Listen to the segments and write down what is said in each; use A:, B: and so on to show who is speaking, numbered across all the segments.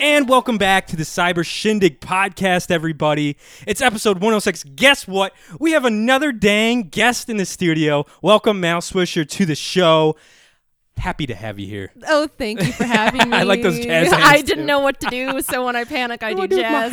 A: And welcome back to the Cyber Shindig podcast, everybody. It's episode 106. Guess what? We have another dang guest in the studio. Welcome, Mal Swisher, to the show. Happy to have you here.
B: Oh, thank you for having me.
A: I like those jazz
B: I
A: hands,
B: didn't
A: too.
B: know what to do, so when I panic, I do
A: What do I do with my
B: jazz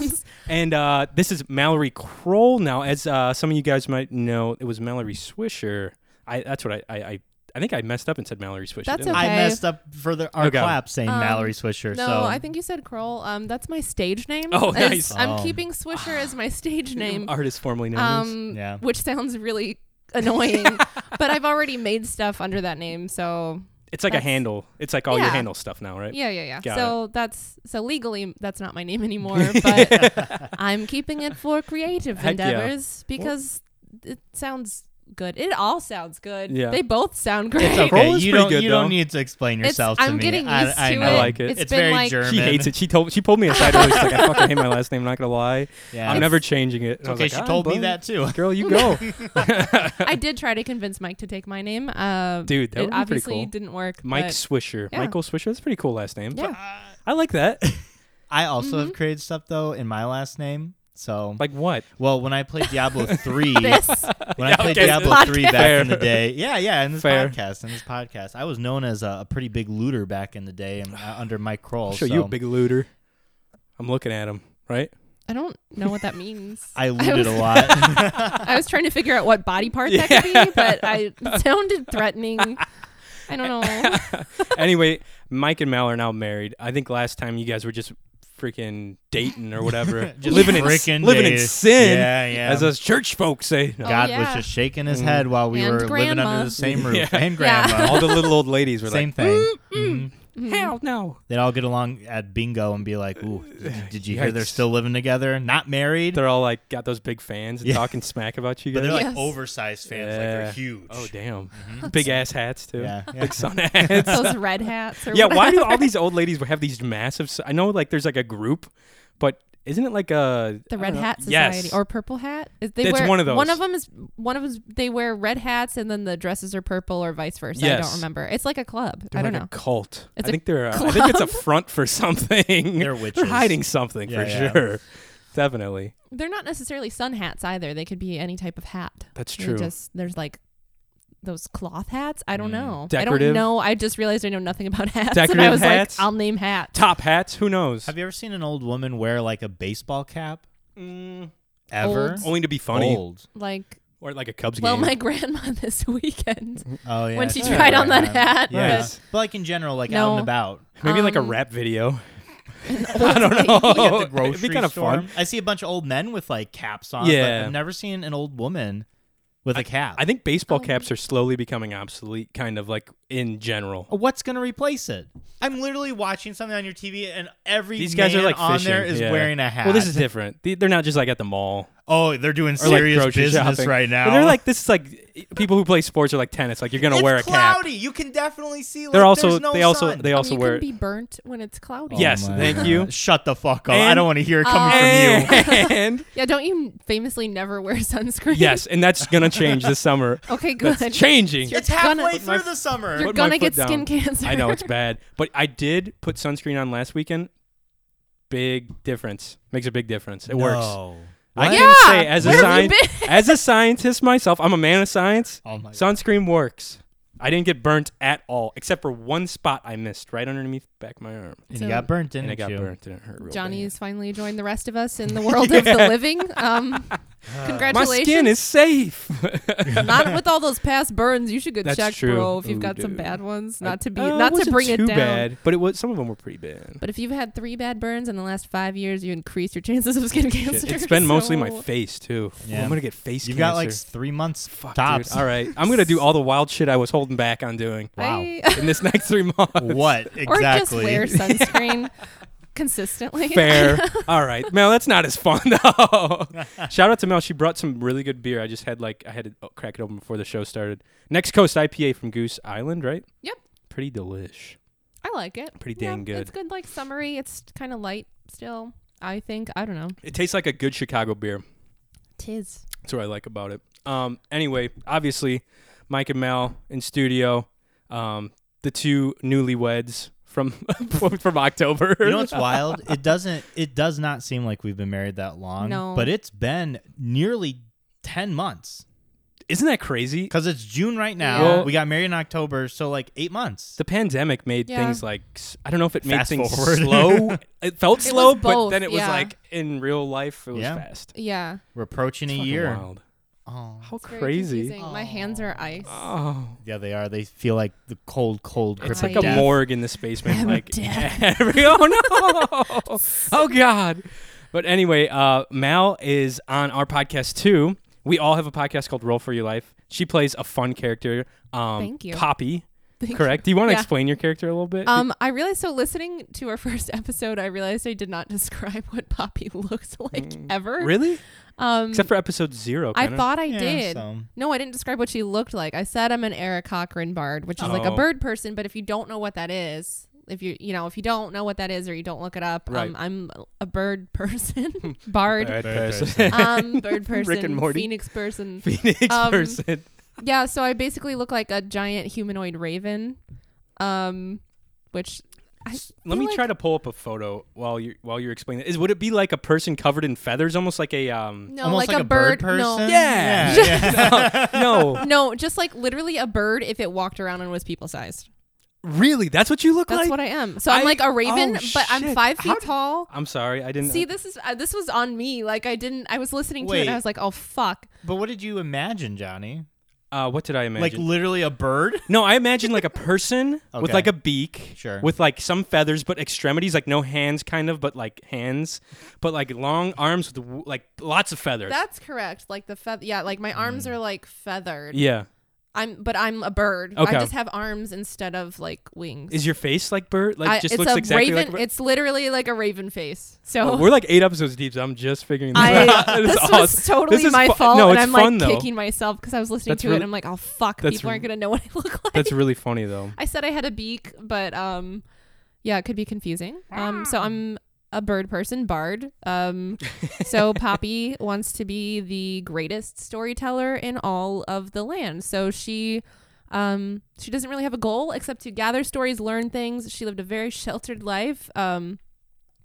B: hands.
A: And uh, this is Mallory Kroll now. As uh, some of you guys might know, it was Mallory Swisher. I, that's what I, I, I, I think I messed up and said Mallory Swisher.
B: That's
A: didn't I?
B: okay.
C: I messed up for the, our
A: Okay.
C: clap saying
B: Um,
C: Mallory Swisher.
B: No,
C: so
B: I think you said Kroll. Um, that's my stage name.
A: Oh,
B: It's-
A: nice.
B: I'm
C: Oh.
B: keeping Swisher as my stage name.
A: Artist formerly known as.
B: Um,
C: Yeah.
B: which sounds really annoying, but I've already made stuff under that name, so
A: It's like a
B: that's-
A: handle. It's like all your
B: Yeah.
A: handle stuff now, right?
B: yeah, yeah, yeah.
A: Got
B: so that's so legally that's not my name anymore, but I'm keeping it for creative
A: Heck yeah.
B: endeavors because it sounds good. It all sounds good.
A: Yeah.
B: They both sound great.
A: okay. Kroll
C: okay,
A: is
C: you
A: pretty
C: don't
A: good,
C: you
A: though.
C: don't need to explain yourself
B: It's-
C: to
B: I'm
C: me.
B: getting
C: I,
B: used
C: I,
B: to
C: know.
A: it. I like it.
B: It's
C: It's,
B: been
C: very
B: like- She
C: German.
A: She hates it. She told she pulled me aside earlier. She's like, I fucking hate my last name. I'm not gonna lie.
C: Yeah.
A: I'm never changing it. And I was
C: okay,
A: like,
C: she
A: "Ah,
C: told me
A: bud,
C: that too.
A: Girl, you go.
B: I did try to convince Mike to take my name. Uh,
A: Dude, that
B: it
A: would be pretty
B: obviously
A: cool.
B: didn't work.
A: Mike
B: but-
A: Swisher.
B: Yeah.
A: Michael Swisher. That's a pretty cool last name.
B: Yeah.
A: I like that.
C: I also
B: Mm-hmm.
C: have created stuff though in my last name. So
A: like what?
C: well, when I played Diablo three,
B: this.
C: when
A: Yeah,
C: I played
A: okay,
C: Diablo
A: this-
C: three back
A: Fair.
C: in the day, yeah, yeah, in this
A: Fair.
C: podcast, in this podcast, I was known as a, a pretty big looter back in the day, and uh, under Mike Kroll.
A: I'll show
C: so
A: you a big looter. I'm looking at him, right?
B: I don't know what that means.
C: I
B: I was,
C: looted a lot.
B: I was trying to figure out what body part that could be, but I it sounded threatening. I don't know.
A: anyway, Mike and Mal are now married. I think last time you guys were just freaking dating or whatever.
C: Just
A: living in
C: frickin'
A: living in
C: dating.
A: sin.
C: Yeah, yeah.
A: As us church folks say. No.
B: Oh,
C: God
B: yeah.
C: was just shaking his
A: Mm.
C: head while we
B: And
C: were living
B: grandma.
C: under the same roof,
A: Yeah.
C: and grandma.
A: All the little old ladies were
C: Same
A: like,
C: thing.
A: "Mm, hell no.
C: They'd all get along at bingo and be like, "Ooh, did, did you hear they're
A: Yikes.
C: still living together, not married?"
A: They're all like got those big fans and
C: Yeah.
A: talking smack about you
C: but
A: guys.
C: they're
B: Yes.
C: like oversized fans, like
A: Yeah.
C: they're huge.
A: oh damn, big ass hats too.
C: Yeah, yeah.
A: Big sun hats.
B: Those red hats. Or
A: yeah, why do
B: whatever.
A: all these old ladies have these massive? s- I know, like, there's like a group, but isn't it like a
B: the
A: I
B: Red
A: don't know.
B: Hat Society
A: Yes.
B: or Purple Hat? Is They
A: It's
B: wear,
A: one of
B: One
A: those.
B: of them is one of 'em's- They wear red hats and then the dresses are purple or vice versa. I
A: Yes.
B: don't remember. It's like a club.
A: They're
B: I don't
A: like
B: know.
A: A cult.
B: It's
A: I
B: a
A: think they're. A, I think it's a front for something.
C: They're
A: They're
C: witches.
A: hiding something
C: Yeah,
A: for
C: yeah.
A: sure. Definitely.
B: They're not necessarily sun hats either. They could be any type of hat.
A: That's
B: They
A: true. Mm.
B: Just there's like those cloth hats. I don't know. I
A: Decorative.
B: don't know. I just realized I know nothing about hats. and I
A: Decorative
B: was
A: hats.
B: like, I'll name hat.
A: Top hats. Who knows?
C: Have you ever seen an old woman wear like a baseball cap?
A: Mm,
C: Ever?
B: Old.
A: only to be funny,
C: Old.
B: Like
A: or like a Cubs
B: well,
A: game.
B: my grandma this weekend.
C: Oh yeah.
B: When she
C: sure.
B: tried on that
C: Yeah.
B: hat,
C: Yeah.
A: but-
C: But like in general, like out
B: No.
C: and about.
A: Maybe like a
B: um,
A: rap video. I don't know.
C: At the grocery
A: It'd be kind of
C: store.
A: fun.
C: I see a bunch of old men with like caps on.
A: Yeah.
C: But I've never seen an old woman with a cap.
A: I think
B: Oh.
A: baseball caps are slowly becoming obsolete, kind of like in general.
C: What's gonna replace it? I'm literally watching something on your TV, and every
A: These guys
C: man
A: are like
C: on
A: fishing.
C: there is
A: yeah.
C: wearing a hat.
A: Well, this is different. They- They're not just like at the mall
C: oh, they're doing
A: or like
C: serious
A: grocery
C: business
A: shopping
C: right now.
A: But they're like this is like people who play sports are like tennis. Like you're gonna
C: it's
A: wear a cap.
C: cloudy. You can definitely see. Like,
A: They're also
C: there's no
A: they also
C: sun. Oh
A: they also
B: you
A: wear
B: can be burnt when it's cloudy.
A: Yeah. Yes, thank you.
C: Shut the fuck up. I
A: And- um,
C: don't want to hear it coming from you.
A: and
B: Yeah, don't you famously never wear sunscreen?
A: yes, and that's gonna change this summer.
B: Okay, good.
A: That's changing.
C: It's
B: You're gonna-
C: halfway
B: Put
C: through the summer.
B: You're
A: Put my
B: gonna
A: foot
B: get skin
A: down.
B: cancer.
A: I know it's bad, but I did put sunscreen on last weekend. Big difference. Makes a big difference. It works. I
C: What?
A: can
B: Yeah,
A: say as a
B: where have you
A: sci- as a scientist myself, I'm a man of science.
C: Oh my
A: Sunscreen works. I didn't get burnt at all, except for one spot I missed right underneath the back of my arm,
C: And
B: So-
C: you got burnt, didn't
A: and it got
C: you?
A: burnt and it hurt. Real bad.
B: Johnny's finally joined the rest of us in the world of the living. Um,
A: My
B: congratulations.
A: skin is safe.
B: not with all those past burns. You should get
A: That's
B: checked,
A: true.
B: bro. If you've
A: Ooh,
B: got some
A: dude.
B: bad ones, not to be,
A: Uh,
B: not to
A: wasn't
B: bring it
A: too
B: down.
A: bad, but it was. Some of them were pretty bad.
B: But if you've had three bad burns in the last five years, you increase your chances of skin cancer.
A: Shit. It's been mostly my
B: so-
A: face too.
C: Yeah.
A: I'm gonna get face
C: You
A: cancer.
C: got like three months
A: Fuck,
C: tops.
A: dude. All right, I'm gonna do all the wild shit I was holding back on doing
C: Wow.
B: I-
A: in this next three months.
C: What
B: or
C: exactly?
B: just wear sunscreen consistently.
A: Fair. all right, Mel. That's not as fun though. Shout out to Mel. She brought some really good beer. I just had like I had to oh, crack it open before the show started. Next Coast IPA from Goose Island, right?
B: Yep.
A: Pretty delish.
B: I like it.
A: Pretty dang good.
B: It's good, like summery. It's kind of light still. I think. I don't know.
A: It tastes like a good Chicago beer.
B: Tis.
A: That's what I like about it. Um, anyway, obviously, Mike and Mal in studio, um, the two newlyweds from from October.
C: You know what's wild? It doesn't. It does not seem like we've been married that long.
B: No.
C: But it's been nearly ten months
A: Isn't that crazy?
C: because it's June right now.
A: Well-
C: we got married in October, so like eight months.
A: The pandemic made
B: Yeah.
A: things like s- I don't know if it made
C: Fast
A: things
C: forward.
A: slow. It felt
B: was
A: slow, but
B: both,
A: then it was
B: yeah.
A: like in real life it was
C: Yeah.
A: fast.
B: Yeah.
C: We're approaching a
A: Fucking
C: year.
A: wild.
C: Oh.
A: How
B: It's very
A: crazy.
B: confusing. My hands are ice.
A: Oh.
C: Yeah, they are. They feel like the cold, cold.
A: It's
C: grip of
A: like a
C: death.
A: morgue in this basement.
B: I'm
A: like
B: dead.
A: every oh no, oh god. But anyway, uh, Mal is on our podcast too. We all have a podcast called Roll for Your Life. She plays a fun character. Um,
B: Thank you.
A: Poppy.
B: Thank you.
A: correct. Do you want to
B: Yeah.
A: explain your character a little bit?
B: Um, I realized so listening to our first episode, I realized I did not describe what Poppy looks like ever.
A: Mm. really?
B: Um,
A: Except for episode zero.
B: I
A: kinda.
B: thought I
C: Yeah,
B: did.
C: so.
B: No, I didn't describe what she looked like. I said I'm an Eric Cochran bard, which is like a
A: Oh.
B: bird person. But if you don't know what that is, if you you know if you don't know what that is or you don't look it up,
A: Right.
B: um, I'm a bird person, bard,
A: Bad
C: Bad
A: person.
B: um, bird person,
A: Rick and Morty.
B: phoenix person.
A: Phoenix
B: Um,
A: person.
B: Yeah, so I basically look like a giant humanoid raven, um, which I
A: Let
B: feel
A: me
B: like-
A: try to pull up a photo while you while you're explaining. Is would it be like a person covered in feathers, almost like a um?
B: no,
C: Almost
B: like, a bird, No,
C: person.
A: Yeah.
C: Yeah, yeah.
A: No,
B: No, just like literally a bird if it walked around and was people sized.
A: really? That's what you look
B: That's
A: like.
B: what I am. So I'm
A: I-
B: like a raven,
A: oh,
B: but I'm
A: shit.
B: five
A: How
B: feet
A: did-
B: tall.
A: I'm sorry, I didn't
B: See, this is uh, this was on me. Like I didn't. I was listening to it. and
C: Wait.
B: I was like, oh fuck.
C: But what did you imagine, Johnny?
A: Uh, what did I imagine?
C: Like literally a bird?
A: no, I imagine like a person with
C: Okay.
A: like a beak,
C: Sure.
A: with like some feathers, but extremities, like no hands, kind of, but like hands, but like long arms with w- like lots of feathers.
B: That's correct. Like the feather. Yeah, like my arms
A: Mm.
B: are like feathered.
A: yeah,
B: I'm, but I'm a bird.
A: Okay.
B: I just have arms instead of like wings.
A: is your face like bird? Like
B: I-
A: just
B: it's
A: looks
B: a
A: exactly
B: raven.
A: like. bir-
B: it's literally like a raven face. So
A: Oh, we're like eight episodes deep, so I'm just figuring this
B: I,
A: out.
B: this
A: It's
B: was
A: awesome.
B: totally
A: This is
B: my
A: fu-
B: fault,
A: No,
B: and
A: it's
B: I'm
A: fun
B: like
A: though.
B: kicking myself because I was listening
A: That's
B: to it.
A: really-
B: and I'm like, oh fuck,
A: that's
B: people aren't
A: re-
B: gonna know what I look like.
A: That's really funny though.
B: I said I had a beak, but um, yeah, it could be confusing. Um, so I'm a bird person, bard. Um, so Poppy wants to be the greatest storyteller in all of the land. So she. Um, she doesn't really have a goal except to gather stories, learn things. She lived a very sheltered life um,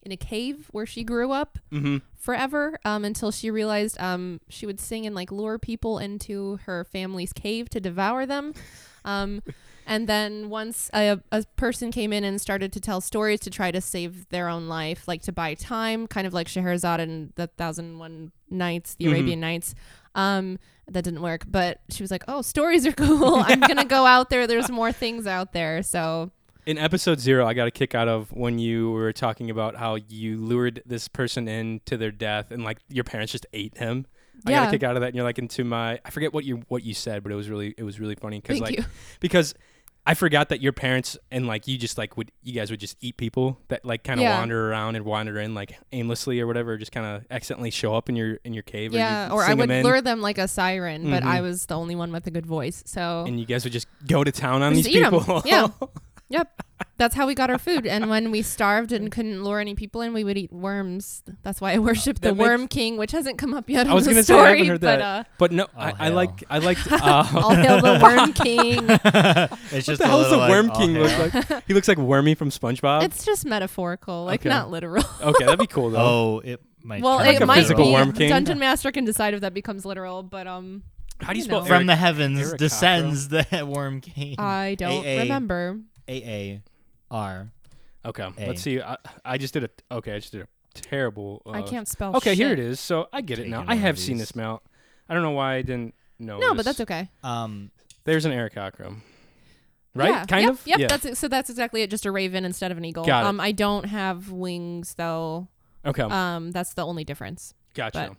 B: in a cave where she grew up
A: Mm-hmm.
B: forever um, until she realized um, she would sing and like lure people into her family's cave to devour them. Um, and then once a, a person came in and started to tell stories to try to save their own life, like to buy time, kind of like Scheherazade and the Thousand and One Nights, the
A: Mhm.
B: Arabian Nights. Um, that didn't work, but she was like, "Oh, stories are cool. I'm gonna go out there. There's more things out there." So
A: In episode zero, I got a kick out of when you were talking about how you lured this person in to their death, and like your parents just ate him. I got a
B: Yeah.
A: kick out of that, and you're like into my. I forget what you what you said, but it was really it was really funny because
B: thank
A: like
B: you.
A: because I forgot that your parents and like you just like would you guys would just eat people that like kind of
B: Yeah.
A: wander around and wander in like aimlessly or whatever, just kind of accidentally show up in your in your cave. or,
B: Yeah,
A: you'd
B: or I
A: sing 'em
B: would
A: in,
B: lure them like a siren, but
A: Mhm.
B: I was the only one with a good voice. So
A: and you guys would just go to town on
B: Just
A: these
B: eat 'em.
A: people.
B: Yeah. Yep. That's how we got our food. And when we starved and couldn't lure any people in, we would eat worms. That's why I worship
A: That
B: the
A: makes-
B: Worm King, which hasn't come up yet.
A: I was
B: going
A: gonna
B: to
A: say I haven't heard
B: but,
A: that,
B: Uh,
A: but no,
C: All
A: I, I
C: hail.
A: like I liked. Uh,
B: I'll hail the Worm King.
C: It's
A: What
C: just
A: the
C: a
A: hell does the
C: little, like, oh,
A: Worm
C: all
A: King
C: hail.
A: look like? He looks like Wormy from SpongeBob.
B: It's just metaphorical, like
A: Okay.
B: not literal.
A: okay, that'd be cool though.
C: Oh, it might.
B: well,
A: Like
C: turn
B: it
A: a
C: into
B: might
A: physical
B: be.
A: Worm King.
B: Dungeon Master can decide if that becomes literal, but um,
A: How do you
B: you
A: spell
B: know.
A: Eric?
C: From the heavens
A: Eric Cockrell.
C: descends the Worm King.
B: I don't
C: AA.
B: remember.
C: A A R.
A: okay,
C: A.
A: let's see. I, I just did a. Okay, I just did a terrible. Uh,
B: I can't spell.
A: Okay, here
B: shit.
A: it is. So I get it now.
C: Taking
A: I
C: one
A: have
C: of
A: seen
C: these.
A: this mount. I don't know why I didn't know.
B: No, but that's okay.
C: Um,
A: There's an Eric Cockrum. Right?
B: Yeah.
A: Kind
B: Yep,
A: of?
B: Yep.
A: Yeah.
B: That's it. so. That's exactly it. Just a raven instead of an eagle.
A: Got it.
B: Um, I don't have wings though.
A: okay.
B: Um, that's the only difference.
A: gotcha. dig it.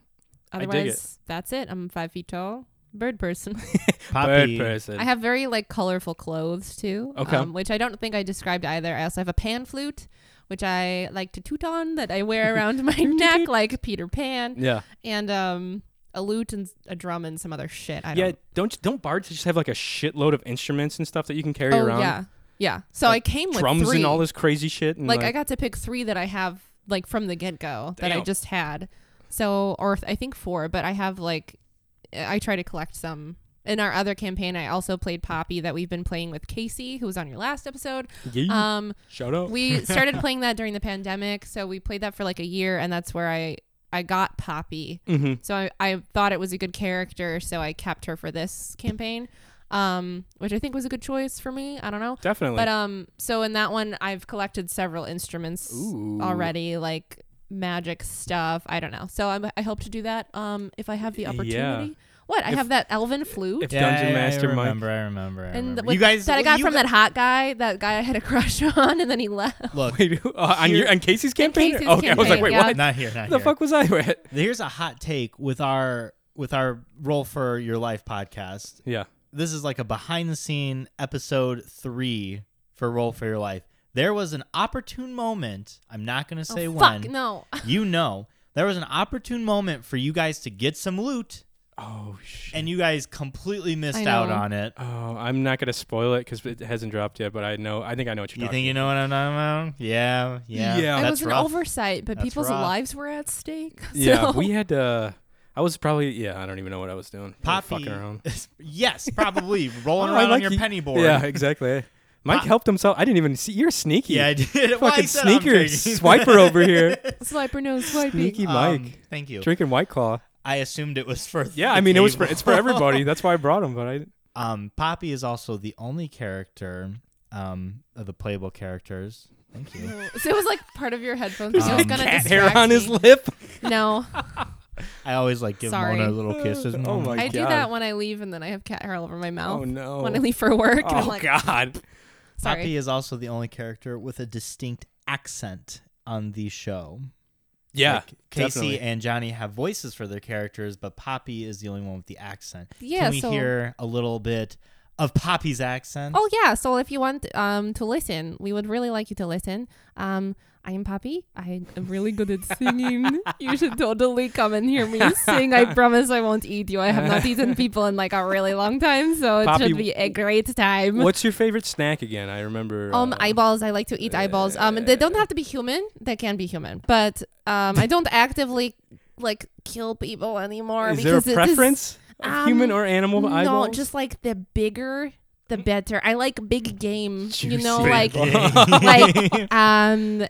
B: Otherwise, that's it. I'm five feet tall, bird person.
A: Bird
C: Poppy.
A: person.
B: I have very like colorful clothes too,
A: Okay.
B: um, which I don't think I described either. I also have a pan flute, which I like to toot on that I wear around my neck like Peter Pan,
A: yeah.
B: and um, a lute and s- a drum and some other shit. I
A: yeah.
B: don't.
A: Don't don't bards just have like a shitload of instruments and stuff that you can carry
B: Oh
A: around?
B: yeah, yeah. So
A: Like,
B: I came with
A: Drums
B: three.
A: and all this crazy shit. And
B: like, I got to pick three that I have like from the get go that I
A: Damn.
B: just had. So or th- I think four, but I have like I try to collect some in our other campaign, I also played Poppy that we've been playing with Casey, who was on your last episode.
A: Yeah.
B: Um,
A: Shout out.
B: we started playing that during the pandemic, so we played that for like a year, and that's where I I got Poppy.
A: Mhm.
B: So I, I thought it was a good character, so I kept her for this campaign, um, which I think was a good choice for me. I don't know.
A: Definitely.
B: But um, so in that one, I've collected several instruments
A: Ooh.
B: already, like magic stuff. I don't know. So I'm, I hope to do that um, if I have the
A: Yeah.
B: opportunity. What I
A: If-
B: have that elven flute.
A: if Dungeon Master
C: I
A: Mike.
C: remember, I remember. I
B: and
C: remember.
B: the, with-
C: you guys,
B: that I got
C: you
B: from
C: gu-
B: that hot guy, that guy I had a crush on, and then he left.
C: Look,
A: Wait, uh, on, your, on Casey's campaign?
B: Casey's
A: okay, I was like,
B: campaign,
A: wait,
B: yeah.
A: what?
C: not here, not
A: the
C: here.
A: fuck was I at?
C: Here's a hot take with our with our roll for your life podcast.
A: Yeah.
C: This is like a behind the scene episode three for roll for your life. There was an opportune moment. I'm not going to say
B: oh,
C: when.
B: Fuck no.
C: You know, there was an opportune moment for you guys to get some loot,
A: Oh, shit.
C: and you guys completely missed
B: I
C: out
B: know.
C: on it.
A: Oh, I'm not gonna spoil it because it hasn't dropped yet. But I know, I think I know what you're
C: You
A: talking.
C: think you know what I'm talking about? Yeah, yeah.
A: Yeah. It
B: it
C: That's
B: was an
C: rough.
B: oversight, but
C: That's
B: people's
C: rough.
B: lives were at stake. So.
A: yeah, we had. Uh, I was probably yeah. I don't even know what I was doing. Probably
C: Poppy.
A: fucking around.
C: yes, probably rolling
A: Oh, I
C: around
A: like
C: on your
A: you-
C: penny board.
A: Yeah, exactly. Mike
C: Pop-
A: helped himself. I didn't even see. You're sneaky.
C: Yeah, I did. Well, I
A: fucking
C: said I'm
A: sneaker
C: drinking.
A: swiper over here,
B: Swiper no swiping.
A: sneaky Mike,
C: Um, thank you.
A: drinking White Claw.
C: I assumed it was for.
A: Yeah,
C: the
A: I mean it was for
C: table.
A: it's for everybody. That's why I brought him. But I
C: Um, Poppy is also the only character um, of the playable characters. Thank you.
B: So it was like part of your headphones. It
C: Um,
B: was gonna
A: Oh, cat hair
B: distract
A: on
B: me.
A: his Oh lip.
B: No,
C: I always like give
B: Sorry.
C: Mona little kisses.
A: Oh my
B: I do
A: God.
B: that when I leave, and then I have cat hair all over my mouth.
A: Oh no.
B: When I leave for work, and I'm
A: oh
B: like,
A: god.
B: sorry.
C: Poppy is also the only character with a distinct accent on the show.
A: Yeah.
C: Like, Casey
A: definitely.
C: and Johnny have voices for their characters, but Poppy is the only one with the accent.
B: Yeah,
C: Can we
B: so-
C: hear a little bit of Poppy's accent?
B: Oh yeah. So if you want um to listen, we would really like you to listen. Um, I am Poppy. I am really good at singing. you should totally come and hear me sing. I promise I won't eat you. I have not eaten people in like a really long time, so it
A: Poppy,
B: should be a great time.
A: What's your favorite snack again? I remember.
B: Um,
A: uh,
B: eyeballs. I like to eat eyeballs. Um, they don't have to be human. They can be human, but um, I don't actively like kill people anymore.
A: Is there a
B: because it is-
A: preference? of
B: um,
A: human or animal
B: no,
A: eyeballs?
B: just like the bigger, the better. I like big game. You know,
A: Juicy.
B: like like um.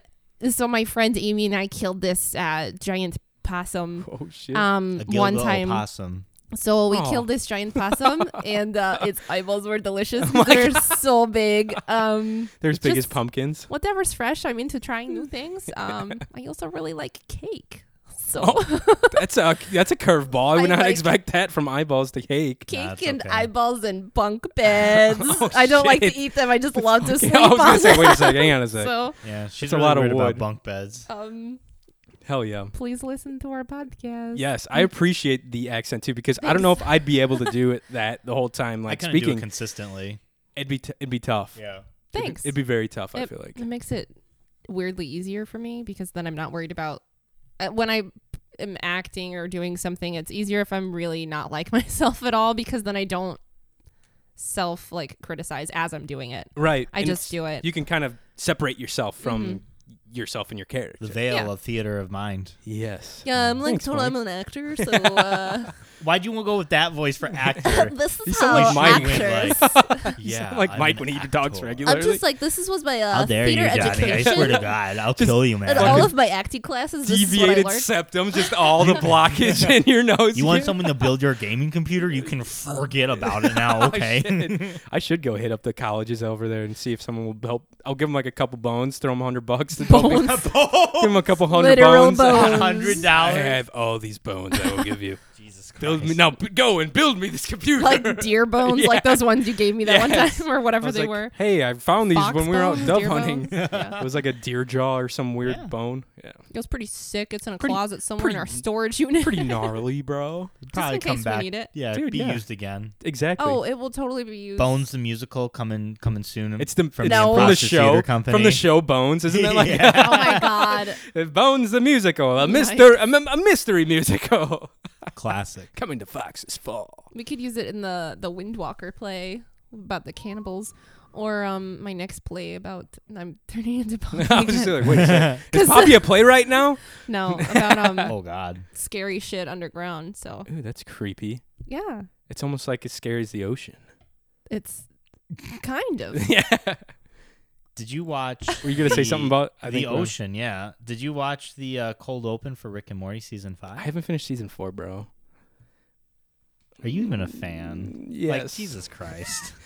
B: So my friend Amy and I killed this uh, giant possum.
A: Oh shit.
B: Um,
C: A
B: one
C: Gilgal
B: time,
C: Opossum.
B: so we
A: Aw.
B: killed this giant possum, and uh, its eyeballs were delicious.
A: Oh
B: because They're so big. Um,
A: They're as big as
B: just-
A: pumpkins.
B: whatever's fresh. I'm into trying new things. Um, I also really like cake. So
A: Oh, That's a that's a curveball. I would
B: I
A: not
B: like-
A: expect that from eyeballs to cake.
B: cake
C: That's
B: and
C: okay.
B: eyeballs and bunk beds.
A: Oh,
B: I don't like
A: shit.
B: to eat them. I just love to
A: Okay,
B: sleep
A: I was
B: on
A: gonna say,
B: them.
A: wait a second, hang on a sec.
B: So
C: Yeah,
A: It's
C: she's
A: a lot of
C: really weird
A: wood.
C: about bunk beds.
B: um,
A: Hell yeah.
B: please listen to our podcast.
A: Yes, I appreciate the accent too because I don't know if I'd be able to do it that the whole time.
C: I
A: Like
C: couldn't do it
A: speaking,
C: consistently.
A: it'd be t- it'd be tough.
C: Yeah.
A: It'd be-
B: Thanks.
A: It'd be very tough. I
B: It-
A: feel like.
B: It makes it weirdly easier for me because then I'm not worried about uh, when I am acting or doing something. It's easier if I'm really not like myself at all because then I don't self like criticize as I'm doing it.
A: Right.
B: I
A: and
B: just
A: it's-
B: do it. Mm-hmm.
A: You can kind of separate yourself from yourself and your character.
C: The veil
B: Yeah.
C: of theater of mind.
A: yes.
B: Yeah, I'm like
A: Thanks,
B: told I'm an actor, so uh,
C: Why'd you want to go with that voice for actor?
B: this is
A: You sound
B: how
A: like Mike
C: went,
B: actors.
A: Yeah, like
C: I'm
A: Mike
C: an
A: when he talks
C: actor.
A: regularly.
B: I'm just like this is was my uh,
C: How dare you,
B: theater
C: Johnny? I swear to
B: education.
C: God, I'll
A: Just
C: kill you,
B: And
C: man.
A: fucking
B: all of my acting classes, this is what I
A: Deviated
B: learned.
A: septum, just all the blockage in your nose.
C: You want
A: Yeah.
C: someone to build your gaming computer? You can forget about it now, okay?
A: Oh, Shit. I should go hit up the colleges over there and see if someone will help. I'll give them like a couple bones, throw them a hundred bucks. and help me-
B: Bones.
A: Give them a couple hundred
B: Literal
A: bones.
B: bones.
C: Hundred
A: I
C: dollars.
A: have all these bones I will give you.
C: Jesus
A: build me
C: Christ.
A: now. b- Go and build me this computer.
B: like deer bones,
A: Yeah.
B: like those ones you gave me that one
A: Yes.
B: time or
A: I
B: whatever
A: was
B: they
A: like,
B: were.
A: Hey, I found these
B: Fox
A: when we were out
B: bones,
A: dove
B: deer
A: hunting.
B: bones. Yeah.
A: It was like a deer jaw or some weird
C: Yeah.
A: bone. Yeah,
B: It was pretty sick. It's in a
A: Pretty-
B: closet somewhere in our
A: pretty-
B: storage unit.
A: pretty gnarly, bro.
C: Probably
B: in
C: come
B: case we
C: back.
B: need it.
C: Yeah,
A: Dude,
C: be
A: yeah.
C: used again.
A: Exactly.
B: oh, it will totally be used.
C: Bones the musical coming coming soon.
A: It's the
C: from
A: it's
B: No.
A: from the
C: Improv
A: show
C: Theater Company.
A: from the show Bones, isn't it? Like
C: Yeah.
B: Oh my god.
A: Bones the musical, a
B: Nice.
A: mister, a, mem- a mystery musical
C: classic.
A: coming to Fox this fall.
B: We could use it in the the Windwalker play about the cannibals, or um my next play about I'm turning into Poppy.
A: I was just
B: again.
A: like, wait, a second. is
B: 'Cause-
A: Poppy a playwright now?
B: no, about um
C: Oh God.
B: scary shit underground. So
A: Ooh, that's creepy.
B: yeah,
A: It's almost like as scary as the ocean.
B: It's kind of.
A: yeah.
C: Did you watch?
A: Were you gonna say
C: the-
A: something about I
C: the
A: think, uh, bro.
C: ocean? Yeah. Did you watch the uh, cold open for Rick and Morty season
A: I
C: five?
A: haven't finished season four, bro.
C: Are you even a fan?
A: Yes.
C: Like Jesus Christ.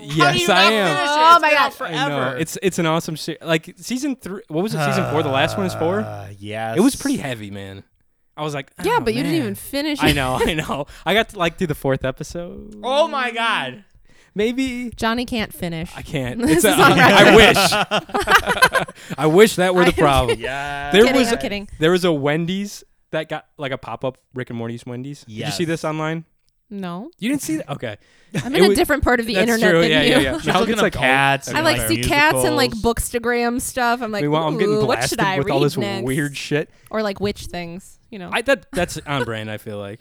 A: Yes, I am.
B: Oh my God.
A: I know. It's it's an awesome series. Like season three. What was it? Season four. The last one is four.
C: Yeah.
A: It was pretty heavy, man. I was like,
B: Yeah,
A: "Oh,
B: but you didn't
A: man."
B: even finish
A: I
B: it.
A: know. I know. I got to like do the fourth episode.
C: Oh my God.
A: Maybe
B: Johnny can't finish.
A: I can't. It's
B: This is
A: a-
B: all right.
A: I wish. I wish that were the
B: I'm
A: problem.
C: Yeah.
A: There
B: kidding,
A: was
B: I'm kidding.
A: There was a Wendy's that got like a pop up Rick and Morty's Wendy's. Did you see
C: Yes.
A: this online?
B: No.
A: You didn't see that? Okay.
B: I'm
A: It
B: in a
A: was-
B: different part of the
A: That's
B: internet
A: true.
B: than
A: yeah,
B: you.
A: yeah, yeah.
C: She's
A: Now
C: looking
A: it's
C: up
A: like all-
C: cats and
B: I like
C: Like
B: see cats and like
C: musicals.
B: bookstagram stuff. I'm like,
A: I mean, well, I'm getting
B: "Ooh, what
A: blasted
B: should I
A: with
B: read
A: all this
B: next?
A: weird shit.
B: or like witch things, you know.
A: I that that's on brand. I feel like.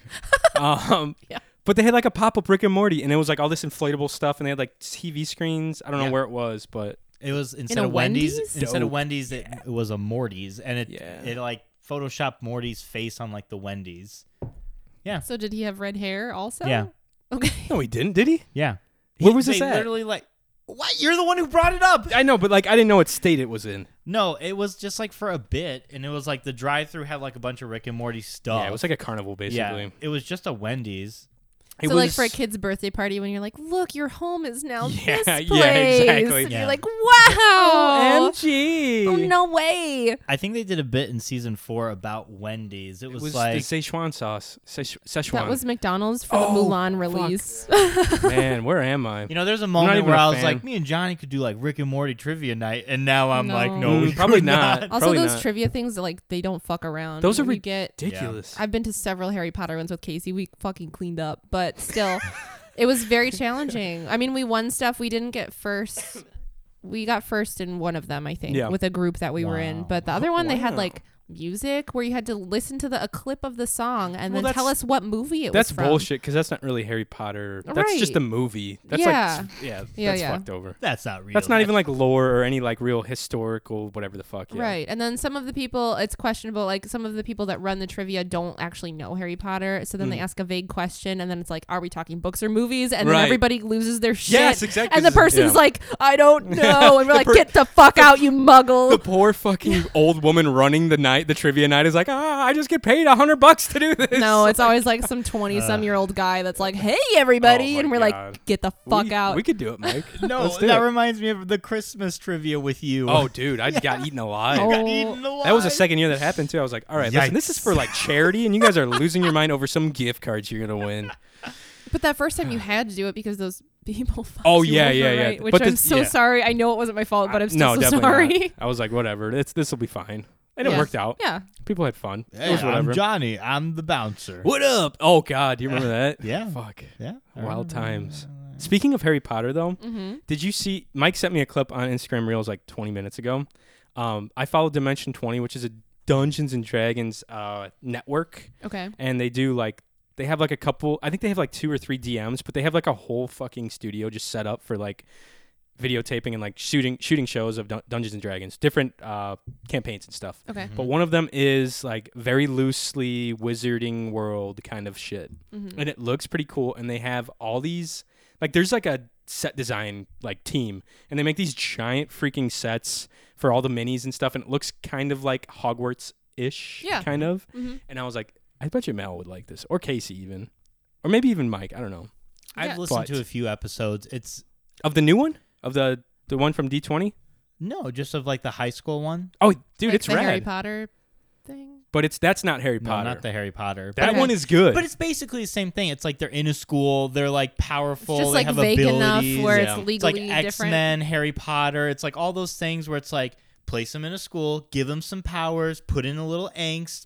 A: Um,
B: Yeah.
A: But they had like a pop up Rick and Morty, and it was like all this inflatable stuff, and they had like TV screens. I don't know
C: Yeah.
A: where it was, but
C: It was instead
B: a
C: of Wendy's,
B: Wendy's?
C: instead
A: Dope.
C: of Wendy's, it, it was a Morty's, and it
A: Yeah.
C: it like photoshopped Morty's face on like the Wendy's.
B: so did he have red hair also?
C: Yeah.
B: Okay.
A: no, he didn't, did he?
C: Yeah.
A: Where was
C: they
A: this at?
C: Literally like. What? You're the one who brought it up.
A: I know, but like I didn't know what state it was in.
C: No, it was just like for a bit, and it was like the drive-through had like a bunch of Rick and Morty stuff.
A: Oh. Yeah, it was like a carnival
C: Yeah,
A: basically.
C: it was just a Wendy's.
A: It
B: so
A: was,
B: like for a kid's birthday party when you're like, "Look, your home is now
A: Yeah,
B: this
A: yeah,
B: place."
A: exactly.
B: And
C: Yeah.
B: you're like,
A: Oh,
B: "Wow."
A: OMG.
B: Oh, no way.
C: I think they did a bit in season four about Wendy's. It
A: It
C: was,
A: was
C: like
A: the Szechuan sauce. Szech- Szechuan.
B: That was McDonald's for the
A: Oh,
B: Mulan
A: fuck.
B: release.
A: Man, where am I?
C: you know, there's a
A: not
C: moment
A: even
C: where
A: a
C: I was
A: fan.
C: like, me and Johnny could do like Rick and Morty trivia night, and now I'm like,
B: No.
C: no,
A: Mm,
C: we
A: probably
C: could
A: not.
C: not.
B: also
A: Probably
B: those
A: not.
B: trivia things that like they don't fuck around.
A: Those
B: You
A: are
B: know, you get
A: Ridiculous.
B: I've been to several Harry Potter ones with Casey. We fucking cleaned up, but still, it was very challenging. I mean, we won stuff. We didn't get first. We got first in one of them, I think,
A: Yeah.
B: with a group that we were in.
C: Wow.
B: But the other one, they had
A: Wow.
B: like music where you had to listen to the a clip of the song and
A: Well,
B: then tell
A: that's-
B: us what movie it
A: That's
B: was from.
A: bullshit because that's not really Harry Potter. That's just
B: Right.
A: a movie. That's
B: Yeah.
A: like, yeah,
B: Yeah,
A: that's
B: yeah.
A: fucked over.
C: That's not real.
A: That's not even like lore or any like real historical whatever the fuck. Yeah.
B: Right. And then some of the people, it's questionable. Like some of the people that run the trivia don't actually know Harry Potter. So then
A: Mm.
B: they ask a vague question. And then it's like, are we talking books or movies? And
A: Right.
B: then everybody loses their shit.
A: Yes, exactly.
B: And the
A: This is-
B: person's
A: yeah.
B: like, I don't know. And we're
A: The
B: like,
A: per-
B: get the fuck out, you muggle.
A: The poor fucking old woman running the night, the trivia night, is like, ah, I just get paid a hundred bucks to do this.
B: no, it's always like some 20 some year old guy that's like, hey,
A: Uh,
B: everybody.
A: Oh my
B: and we're
A: God.
B: like, get the fuck
A: we,
B: out.
A: We could do it, Mike.
C: No,
A: Let's do
C: that
A: it.
C: reminds me of the Christmas trivia with you.
A: oh, dude, I got eaten alive.
B: Oh.
C: Got eaten
A: That was the
C: alive.
A: second year that happened too. I was like, all right, listen, this is for like charity, and you guys are losing your mind over some gift cards you're gonna win.
B: but that first time you had to do it because those people fucked
A: Oh,
B: you
A: yeah,
B: over,
A: yeah, yeah.
B: right? Which
A: But
B: I'm
A: this-
B: so
A: yeah. Uh,
B: sorry. I know it wasn't my fault, Oh, but I'm still
A: no,
B: so
A: definitely
B: sorry.
A: Not. I was like, whatever, it's this will be fine, and it
B: Yeah.
A: worked out.
B: Yeah.
A: People had fun.
C: Hey,
A: it was whatever.
C: I'm Johnny. I'm the bouncer.
A: What up? Oh God, do you remember that?
C: Yeah.
A: Fuck.
C: Yeah. Uh,
A: Wild times. Speaking of Harry Potter, though,
B: Mm-hmm.
A: did you see? Mike sent me a clip on Instagram Reels like 20 minutes ago. Um, I follow Dimension 20, which is a Dungeons and Dragons uh, network,
B: Okay.
A: and they do like they have like a couple. I think they have like two or three DMs, but they have like a whole fucking studio just set up for like videotaping and like shooting shooting shows of Dun- Dungeons and Dragons, different uh, campaigns and stuff.
B: Okay.
A: But one of them is like very loosely wizarding world kind of shit.
B: Mm-hmm.
A: And Mm-hmm. it looks pretty cool. And they have all these like there's like a set design like team and they make these giant freaking sets for all the minis and stuff and it looks kind of like Hogwarts ish.
B: Yeah.
A: Kind of.
B: Mhm.
A: And I was like, I bet you Mal would like this. Or Casey even. Or maybe even Mike. I don't know.
C: I've
B: Yeah.
C: listened
A: But-
C: to a few episodes. It's
A: Of the new one? Of the the one from D twenty?
C: no, just of like the high school one.
A: Oh dude,
B: Like
A: it's
B: the Harry
A: rad.
B: Potter thing.
A: But it's that's not Harry
C: No,
A: Potter.
C: not the Harry Potter.
A: that
B: Okay.
A: one is good.
C: But it's basically the same thing. It's like they're in a school. They're like powerful.
B: It's just
C: they
B: like
C: have
B: vague enough
C: abilities.
B: where
A: yeah.
B: it's
C: It's like
B: legally
C: X
B: different.
C: Men, Harry Potter. It's like all those things where it's like place them in a school, give them some powers, put in a little angst,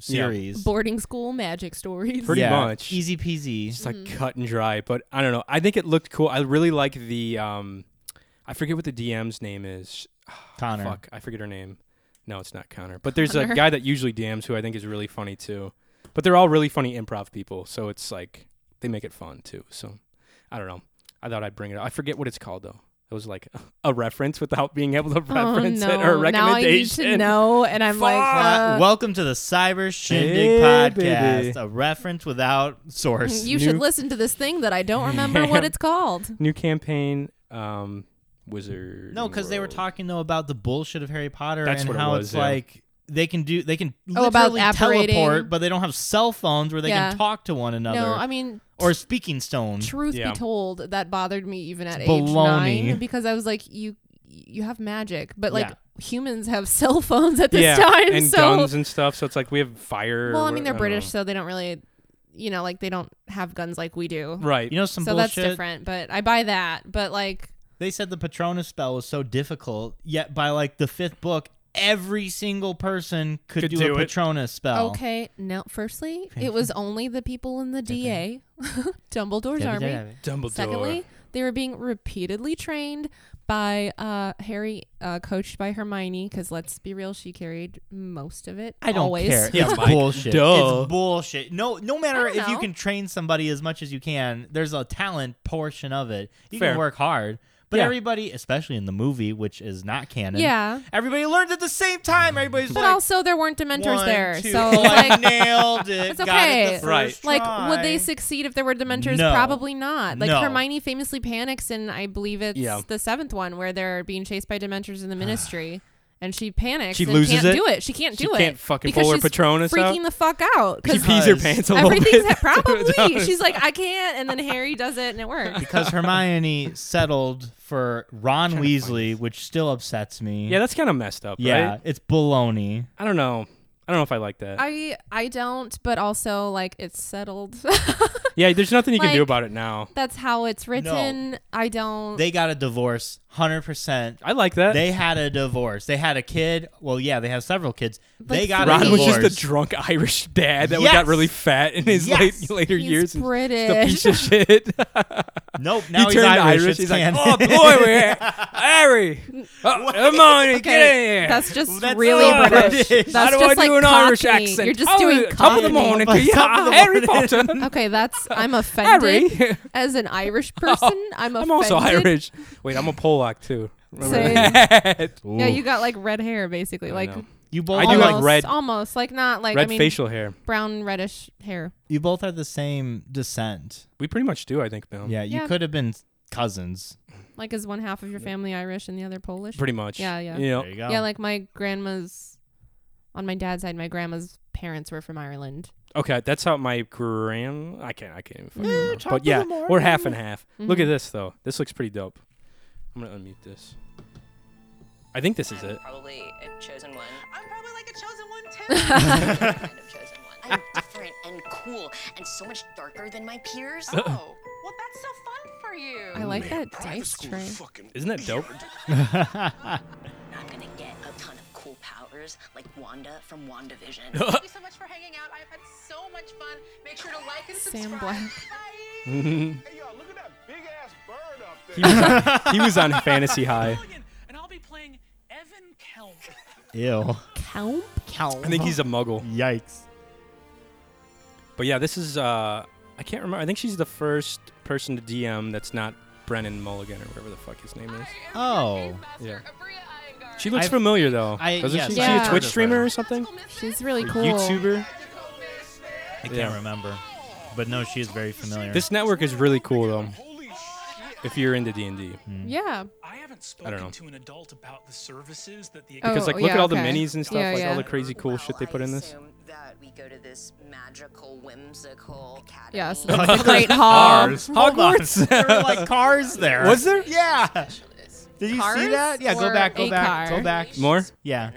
A: Yeah.
C: series.
B: Boarding school magic stories.
A: Pretty
C: Yeah,
A: much.
C: easy peasy.
A: just like
B: Mm-hmm.
A: cut and dry. But I don't know. I think it looked cool. I really like the um, I forget what the DM's name is.
C: Connor.
A: Fuck, I forget her name. No, it's not Connor. But there's a
B: Connor.
A: guy that usually DMs who I think is really funny too. But they're all really funny improv people, so it's like they make it fun too. So I don't know. I thought I'd bring it up. I forget what it's called though. It was like a reference without being able to
B: Oh,
A: reference
B: no.
A: it or a
B: Now I need
A: recommendation.
B: to know, and I'm like,
A: Fuck.
B: uh,
C: Welcome to the Cyber Shindig
A: Hey,
C: Podcast,
A: baby.
C: a reference without source.
B: you should
A: new-
B: listen to this thing that I don't remember what it's called.
A: New campaign, um, Wizard.
C: no, because they were
A: World.
C: talking though about the bullshit of Harry Potter
A: That's
C: and
A: what it
C: how
A: was,
C: it's
A: yeah.
C: like they can do they can
B: Oh,
C: literally
B: about apparating.
C: teleport, but they don't have cell phones where they
B: Yeah.
C: can talk to one another
B: No, I mean,
C: or speaking stone.
B: truth
A: Mm, Yeah.
B: be told, that bothered me even at
C: It's
B: age
C: baloney.
B: nine because I was like, you you have magic, but like
C: Yeah.
B: humans have cell phones at this
A: yeah,
B: time,
A: and
B: so
A: guns and stuff. So it's like we have fire.
B: well,
A: or
B: I mean,
A: what-
B: they're
A: don't
B: British,
A: know.
B: so they don't really, you know, like they don't have guns like we do.
A: right?
C: You know some
B: so
C: bullshit.
B: that's different, but I buy that. But like,
C: They said the Patronus spell was so difficult, yet by like the fifth book, every single person could,
A: Could
C: do,
A: do
C: a
A: it.
C: Patronus
A: Oh.
C: spell.
B: okay, now, firstly, it was only the people in the DA, Dumbledore's army.
A: Dumbledore.
B: Secondly, they were being repeatedly trained by uh, Harry, uh, coached by Hermione, because let's be real, she carried most of it.
C: I don't
B: always.
C: care.
A: Yeah,
C: It's
A: Mike,
C: bullshit.
A: duh.
C: It's bullshit. No, no matter
B: don't
C: if you
B: know.
C: can train somebody as much as you can, there's a talent portion of it. You
A: Fair.
C: can work hard, but
A: Yeah.
C: everybody, especially in the movie, which is not canon,
B: yeah.
C: everybody learns at the same time. Everybody's
B: But
C: like,
B: also, there weren't dementors
C: one,
B: there.
C: two,
B: so,
C: oh, I
B: like,
C: nailed it.
B: it's
C: Got it the
B: okay.
C: first
A: Right.
B: like would
C: try.
B: they succeed if there were dementors
C: No.
B: probably not like
C: No.
B: hermione famously panics in i believe it's
A: Yeah.
B: the seventh one where they're being chased by dementors in the ministry and she panics
A: She
B: and
A: loses
B: can't
A: it?
B: do it she can't
A: She
B: do it
A: can't fucking
B: because
A: pull her
B: she's
A: Patronus
B: freaking
A: out?
B: the fuck out
A: she
B: because
A: pees her pants a little
B: everything's
A: bit.
B: probably
A: Don't-
B: she's like i can't and then harry does it and it works
C: because Hermione settled for Ron Weasley, which still upsets me.
A: yeah, that's kind of messed up.
C: yeah,
A: right?
C: it's baloney.
A: I don't know. I don't know if I like that.
B: i i don't but also like it's settled
A: yeah, there's nothing you can do
B: Like-
A: about it now.
B: that's how it's written i don't
C: They got a divorce, hundred percent.
A: I like that.
C: They had a divorce. They had a kid. Well, yeah, they have several kids. they got a
A: Ron was
C: divorce.
A: just a drunk Irish dad that
C: Yes.
A: got really fat in his
C: Yes.
A: late, later
B: He's
A: years. and
B: British.
A: Just a piece of shit.
C: nope. Now
A: he
C: he's
A: turned
C: Irish. It's
A: He's like,
C: canon.
A: oh boy, we're here. Harry, oh, Hermione, get in here.
B: That's just
C: That's
B: really
C: so
B: British.
C: British.
B: That's
A: How do
B: just
A: I
B: like
A: do an Irish
B: Cockney.
A: accent?
B: You're just
A: oh,
B: doing
A: top of the
B: Cockney.
A: morning,
C: Top of the
A: Harry
C: morning.
A: Potter.
B: Okay, that's I'm offended
A: Harry,
B: as an Irish person. I'm offended.
A: Oh, I'm also Irish. Wait, I'm a Polak too. Remember
B: Same.
A: that?
B: Yeah, you got like red hair basically, like
A: know.
C: You both
A: I do
B: almost,
A: like red-
B: almost like not like
A: Red
B: I mean
A: facial hair.
B: brown reddish hair.
C: You both are the same descent.
A: We pretty much do, I think, Bill.
C: Yeah, you
B: Yeah.
C: could have been cousins.
B: Like is one half of your family Irish and the other Polish?
A: Pretty much.
B: Yeah, yeah.
A: You know,
C: There you go.
B: Yeah, like my grandma's on my dad's side, my grandma's parents were from Ireland.
A: okay, that's how my grand. I can't. I can't even. fucking
B: Mm,
A: remember.
C: top
A: But
C: of the
A: yeah, we're
C: morning.
A: half and half. Look
B: Mhm.
A: at this though. This looks pretty dope. I'm gonna unmute this. I think this is
D: I'm
A: it.
D: Probably a chosen one.
E: I'm probably like a chosen one too.
D: I'm kind of chosen one.
F: I'm different and cool and so much darker than my peers.
E: oh, well that's so fun for you.
B: I like that
G: Private
B: dice
G: school
B: tray.
G: is fucking
A: Isn't that dope?
F: I'm gonna get a ton of cool powers like Wanda from WandaVision.
E: Thank you so much for hanging out. I've had so much fun. Make sure to like and subscribe.
B: Sam Black.
E: Bye.
G: Hey, y'all, look at that big ass bird up there.
A: He was on, he was on fantasy high.
H: and I'll be playing Evan Kelm.
C: Ew.
B: Kelp?
A: I think he's a muggle.
C: Yikes.
A: But yeah, this is. uh I can't remember. I think she's the first person to DM that's not Brennan Mulligan or whatever the fuck his name is.
C: Oh.
A: Yeah.
E: Yeah.
A: She looks
C: I've-
A: familiar though.
C: I-
A: Doesn't
C: yes,
A: she?
B: I've
A: She
B: heard
A: a
B: of
A: Twitch
C: her.
A: streamer or something?
B: She's really cool.
A: YouTuber.
C: I can't
A: Yeah.
C: remember. But no, she is very familiar.
A: This network is really cool though.
G: Holy shit.
A: If you're into D and D,
C: Hmm.
B: Mm. Yeah.
H: I haven't
A: I
H: spoken
A: don't know.
H: to an adult about the services that the
B: Oh,
A: because like look
B: yeah,
A: at all the
B: okay.
A: minis and stuff,
B: Yeah,
A: like all
B: yeah.
A: the crazy cool shit they put in this.
F: That we go to this magical, whimsical academy.
B: Yes. it's a great hall.
A: Cars.
C: Hold on.
A: Hogwarts.
C: there were like cars there.
A: Was there?
C: Yeah. Did you
B: Cars
C: see that? Yeah, go
B: or
C: back, go
B: a
C: back,
B: car?
C: go back.
A: More?
C: Yeah.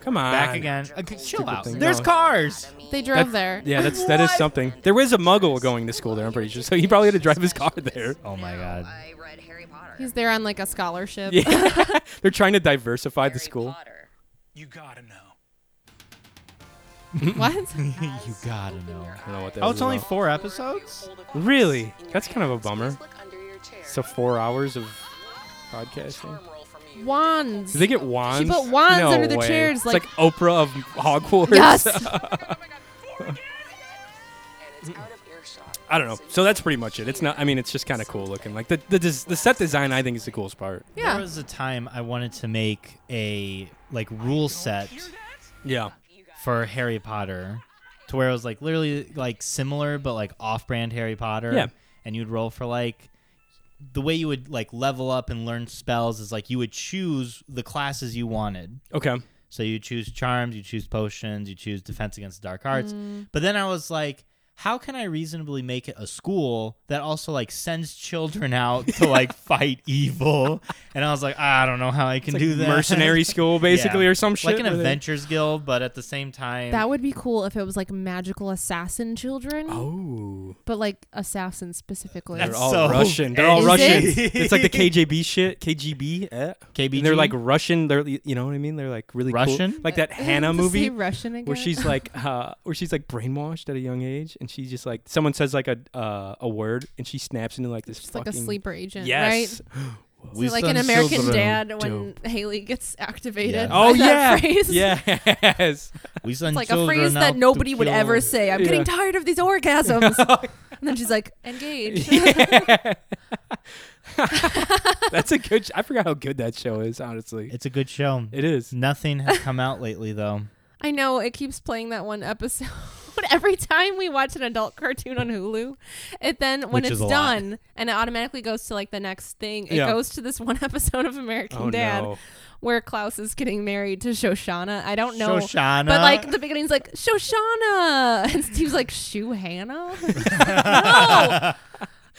A: Come on.
C: Back again. Okay, chill out.
A: thing
C: There's
A: going.
C: cars.
B: They
F: drove.
B: drove there.
A: Yeah, that's that is something. There was a muggle going to school there. I'm pretty sure. So he probably had to drive his car there.
C: Oh my god.
F: I read Harry Potter.
B: He's there on like a scholarship.
A: Yeah, they're trying to diversify the
F: Harry
A: school.
F: Potter.
H: you gotta know.
B: What?
C: you gotta know.
A: I don't know what that
C: Oh,
A: was
C: it's only
A: about.
C: four episodes?
A: Really? That's kind of a bummer.
E: Look under your chair.
A: So four hours of podcasting.
F: Charm roll from you.
B: Wands.
A: Did they get wands?
B: put wands
A: No
B: under the
A: way.
B: chairs,
A: It's
B: like-
A: like Oprah of Hogwarts.
B: Yes.
E: oh my god. Four again?
F: And it's out of earshot
A: I don't know. So that's pretty much it. It's not. I mean, it's just kind of cool looking. Like the the, des- the set design, I think is the coolest part.
B: Yeah.
C: There was a time I wanted to make a like rule set
H: Hear that?
A: Yeah.
C: for Harry Potter, to where it was like literally like similar but like off-brand Harry Potter.
A: Yeah.
C: And you'd roll for like the way you would like level up and learn spells is like you would choose the classes you wanted.
A: Okay.
C: So you choose charms, you choose potions, you choose defense against the dark arts.
B: Mm.
C: But then I was like, how can I reasonably make it a school that also like sends children out to like fight evil? And I was like, "Ah, I don't know how I can
A: It's like
C: do that.
A: mercenary school basically
C: Yeah.
A: or some shit.
C: Like an
A: where they-
C: adventures guild, but at the same time,
B: That would be cool if it was like magical assassin children,
A: Oh,
B: but like assassins specifically.
A: they're
C: That's
A: all
C: so
A: Russian. They're all
B: Is
A: Russian.
C: it?
A: It's like the KJB shit. KGB. Eh?
C: KBG?
A: And they're like Russian. They're you know what I mean. They're like really cool.
C: Russian?
A: Like that Hannah
B: To say
A: movie.
B: Russian again.
A: where she's like uh, where she's like brainwashed at a young age and she just like someone says like a uh, a word and she snaps into like this
B: She's like
A: fucking
B: a sleeper agent,
A: yes
B: right?
C: We
B: So like an
C: send
B: American
C: children-
B: Dad when Haley gets activated.
C: Yeah.
B: by
A: oh yeah
B: that phrase.
A: yes
C: We send
B: It's like a
C: children
B: phrase
C: out
B: that
C: to
B: nobody would
C: kill-
B: ever say. I'm
A: Yeah.
B: getting tired of these orgasms. and then she's like, engage.
A: Yeah. that's a good sh- I forgot how good that show is honestly
C: It's a good show.
A: it is
C: Nothing has come out lately though.
B: I know it keeps playing that one episode every time we watch an adult cartoon on Hulu. It then when
C: Which is
B: it's
C: a lot.
B: done and it automatically goes to like the next thing. It
A: Yeah.
B: goes to this one episode of American
A: Oh,
B: Dad
A: no.
B: where Klaus is getting married to Shoshana. I don't know.
C: Shoshana.
B: But like the beginning's like Shoshana, and Steve's like Shoe Hannah. no.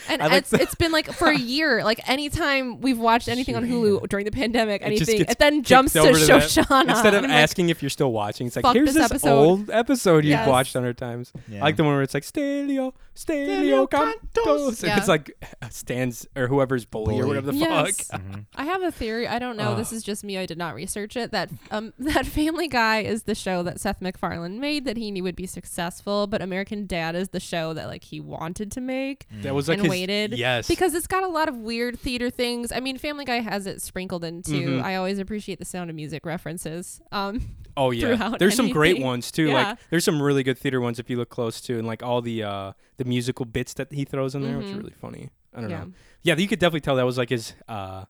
B: And
A: I like
B: it's,
A: the-
B: it's been like for a year. Like anytime we've watched anything on Hulu during the pandemic,
A: It just
B: anything, it,
A: gets
B: then
A: kicked
B: jumps to,
A: over that.
B: Shoshana.
A: Instead of
B: And I'm like,
A: asking if you're still watching, it's like,
B: "Fuck
A: here's
B: this
A: this
B: episode."
A: old episode you've
B: Yes.
A: watched on our times.
C: Yeah.
A: I like the one where it's like, Stelio, Stelio
C: Stelio
A: Cantos.
C: cantos.
B: Yeah.
A: It's like, stands, or whoever's bully, or
C: Bully.
A: whatever the
B: Yes.
A: fuck. Mm-hmm. Ah.
B: I have a theory. I don't know. this is just me. I did not research it. That um, that Family Guy is the show that Seth MacFarlane made that he knew would be successful, but American Dad is the show that like he wanted to make
A: That was like his-
B: and waited.
A: Yes.
B: because it's got a lot of weird theater things. I mean, Family Guy has it sprinkled into.
A: Mm-hmm.
B: I always appreciate the Sound of Music references. Um,
A: Oh yeah,
B: throughout
A: there's some great
B: anything.
A: ones too.
B: Yeah.
A: Like there's some really good theater ones if you look close to, and like all the uh the musical bits that he throws in there, which are really funny. I don't
B: Mm-hmm. Yeah.
A: know. Yeah, you could definitely tell that was like his uh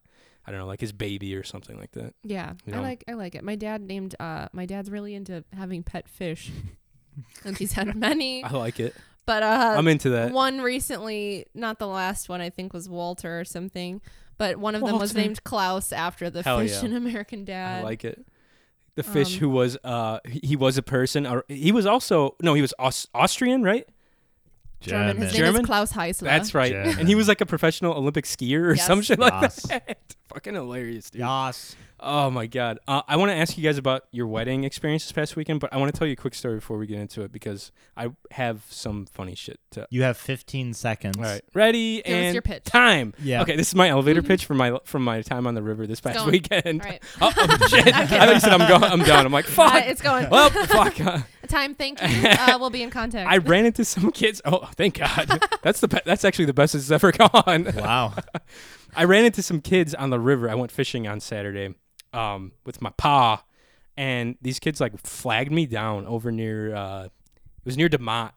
A: I don't know, like his baby or something like that.
B: yeah,
A: Yeah.
B: I like I like it. My dad named. Uh, my dad's really into having pet fish, and he's had many.
A: I like it.
B: But uh,
A: I'm into that.
B: one recently, not the last one, I think was Walter or something, but one of them was
A: Walter.
B: named Klaus after the
A: Hell
B: fish
A: yeah.
B: in American Dad.
A: I like it. The fish
B: um,
A: who was uh he he was a person or he was also no he was Aus- Austrian right
B: German. His name
A: German?
B: is Klaus Heisler.
A: that's right
C: German.
A: and he was like a professional Olympic skier or
B: Yes.
A: some shit like
C: Yes.
A: that fucking hilarious dude
C: Yas.
A: Oh my god! Uh, I want to ask you guys about your wedding experience this past weekend, but I want to tell you a quick story before we get into it because I have some funny shit. To, all
C: You have 15 seconds.
A: right, ready
B: Give us
A: and
B: your pitch. Mm-hmm.
A: time.
C: Yeah.
A: Okay, this is my elevator pitch from my from my time on the river this past
B: going.
A: weekend.
B: All right.
A: Oh, oh, shit! I thought you said I'm going. I'm done. I'm like fuck.
B: Uh, it's going.
A: well, fuck. Uh,
B: Time, thank you. Uh, we'll be in contact.
A: I ran into some kids. Oh, thank God. That's the be- that's actually the best it's ever gone.
C: Wow.
A: I ran into some kids on the river. I went fishing on Saturday um, with my pa, and these kids like flagged me down over near. Uh, it was near Demont,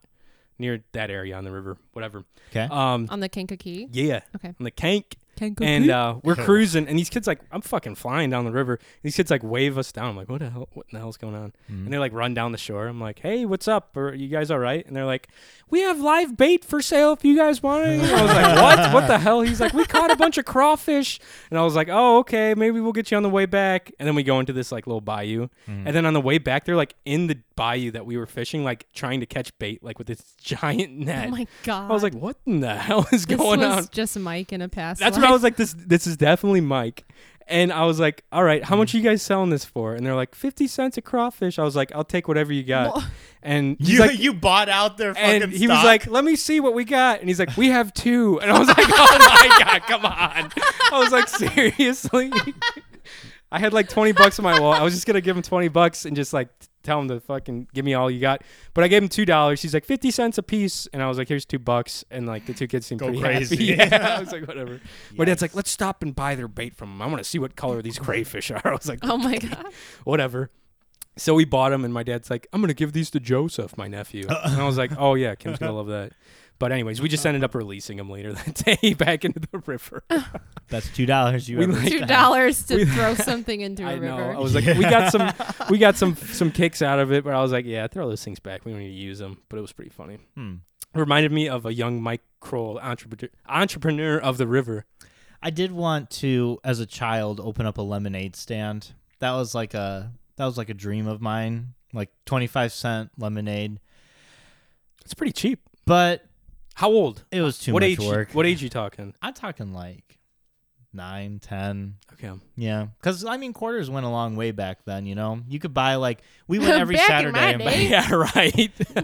A: near that area on the river, whatever.
C: Okay.
A: Um,
B: on the Kankakee.
A: yeah.
B: Okay.
A: On the Kank.
B: Kankakee.
A: And uh, we're cruising, and these kids like I'm fucking flying down the river. These kids like wave us down. I'm like, what the hell? What the hell's going on? And they like run down the shore. I'm like, hey, what's up? Are you guys all right? And they're like, we have live bait for sale if you guys want it. And I was like, what? What the hell? He's like, we caught a bunch of crawfish. And I was like, oh, okay, maybe we'll get you on the way back. And then we go into this like little bayou, and then on the way back, they're like in the bayou that we were fishing, like trying to catch bait, like with this giant net.
B: Oh my God.
A: I was like, what in the hell is
B: this
A: going
B: was
A: on?
B: just Mike in a past.
A: That's
B: life.
A: when I was like, this this is definitely Mike. And I was like, all right, how much are you guys selling this for? And they're like, 50 cents a crawfish. I was like, I'll take whatever you got. And he's
C: You,
A: like,
C: you bought out their fucking
A: and he was
C: stock?
A: like, let me see what we got. And he's like, we have two. And I was like, oh my God, come on. I was like, seriously? I had like 20 bucks in my wallet. I was just going to give him 20 bucks and just like t- tell him to fucking give me all you got. But I gave him $2. He's like, 50 cents a piece. And I was like, here's two bucks. And like the two kids seemed
C: Go
A: pretty
C: crazy.
A: happy. Yeah. I was like, whatever. My dad's like, let's stop and buy their bait from them. I want to see what color these crayfish are. I was like,
B: Oh my God.
A: whatever. So we bought them, and my dad's like, I'm going to give these to Joseph, my nephew. and I was like, oh, yeah, Kim's going to love that. But anyways, we just ended up releasing him later that day back into the river.
C: That's two dollars you
A: We
C: ever
A: like-
B: Two
C: spent.
B: dollars to throw something into a
A: I know.
B: river.
A: I was like, we got some, we got some, some kicks out of it, but I was like, yeah, throw those things back. We don't need to use them. But it was pretty funny.
C: Hmm.
A: Reminded me of a young Mike Kroll, entrepreneur, entrepreneur of the river.
C: I did want to, as a child, open up a lemonade stand. That was like a that was like a dream of mine. Like twenty five cent lemonade,
A: It's pretty cheap.
C: but
A: How old?
C: it was too
A: what
C: much
A: age?
C: work.
A: What age you talking?
C: I'm talking like nine, ten.
A: Okay.
C: Yeah, because I mean quarters went a long way back then. You know, you could buy like we went every
B: Back in
C: Saturday.
B: my
C: and buy-
B: day.
A: Yeah.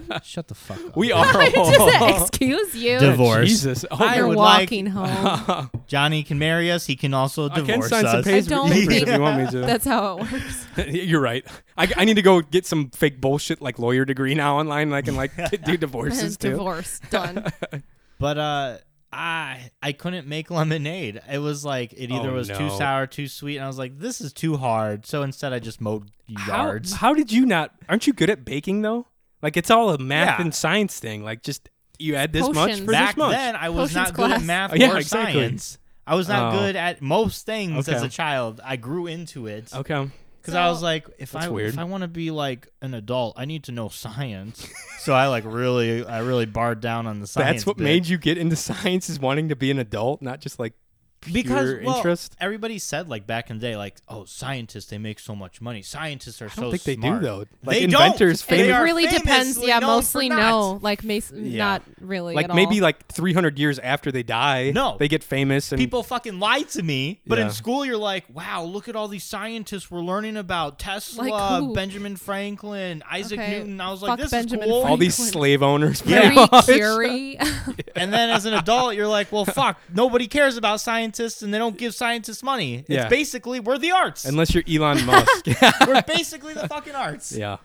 A: Right.
C: Shut the fuck up.
A: we are
B: I
A: old.
B: just excuse you.
C: Divorce.
A: Jesus. Oh,
C: I
B: You're
C: would
B: walking home.
A: I
C: Johnny can marry us. He can also
A: can
C: divorce
A: sign some
C: us.
A: papers
B: don't
A: if
B: think
A: you want me to.
B: That's how it works.
A: You're right. I, I need to go get some fake bullshit like lawyer degree now online. And I can like do divorces too.
B: Divorce done.
C: But uh I I couldn't make lemonade. It was like it either
A: Oh,
C: was too
A: no.
C: sour, too sweet, and I was like, this is too hard. So instead I just mowed
A: How,
C: yards.
A: how did you not? Aren't you good at baking though? Like it's all a math
C: Yeah.
A: and science thing. Like just you add this much
B: Potions.
A: for
C: Back
A: this much.
C: then I was
B: Potions
C: not good
B: class.
C: at math
A: Oh, yeah,
C: or
A: exactly.
C: science. I was not
A: Oh.
C: good at most things as
A: Okay.
C: a child. I grew into it because
A: Okay.
C: I was like, if
A: That's
C: I
A: weird.
C: if I want to be like an adult, I need to know science. so I like really I really barred down on the science.
A: That's what
C: bit.
A: made you get into science is wanting to be an adult, not just like pure
C: because well,
A: interest.
C: everybody said like back in the day, like oh, scientists they make so much money. Scientists are
A: I don't
C: so
A: think they
C: smart.
A: do though. Like
C: They don't.
A: inventors,
C: They
B: it
A: famous,
C: are
B: really depends.
C: famously
B: Yeah,
C: known for
B: mostly
C: not.
B: no. Like, mas-
A: Yeah.
B: not really.
A: like
B: at
A: maybe
B: all.
A: like 300 years after they die,
C: No.
A: they get famous and
C: People fucking lie to me, but
A: Yeah.
C: in school you're like, wow, look at all these scientists we're learning about Tesla,
B: Like who?
C: Benjamin Franklin, Isaac
B: Okay,
C: Newton. I was
B: fuck
C: like, this
B: Benjamin
C: is cool.
A: all these
B: Franklin.
A: slave owners.
C: Yeah.
A: pretty much.
B: Marie Curie.
C: and then as an adult, you're like, well, fuck, nobody cares about scientists and they don't give scientists money. It's
A: Yeah.
C: basically we're the arts.
A: Unless you're Elon Musk.
C: we're basically the fucking arts.
A: yeah.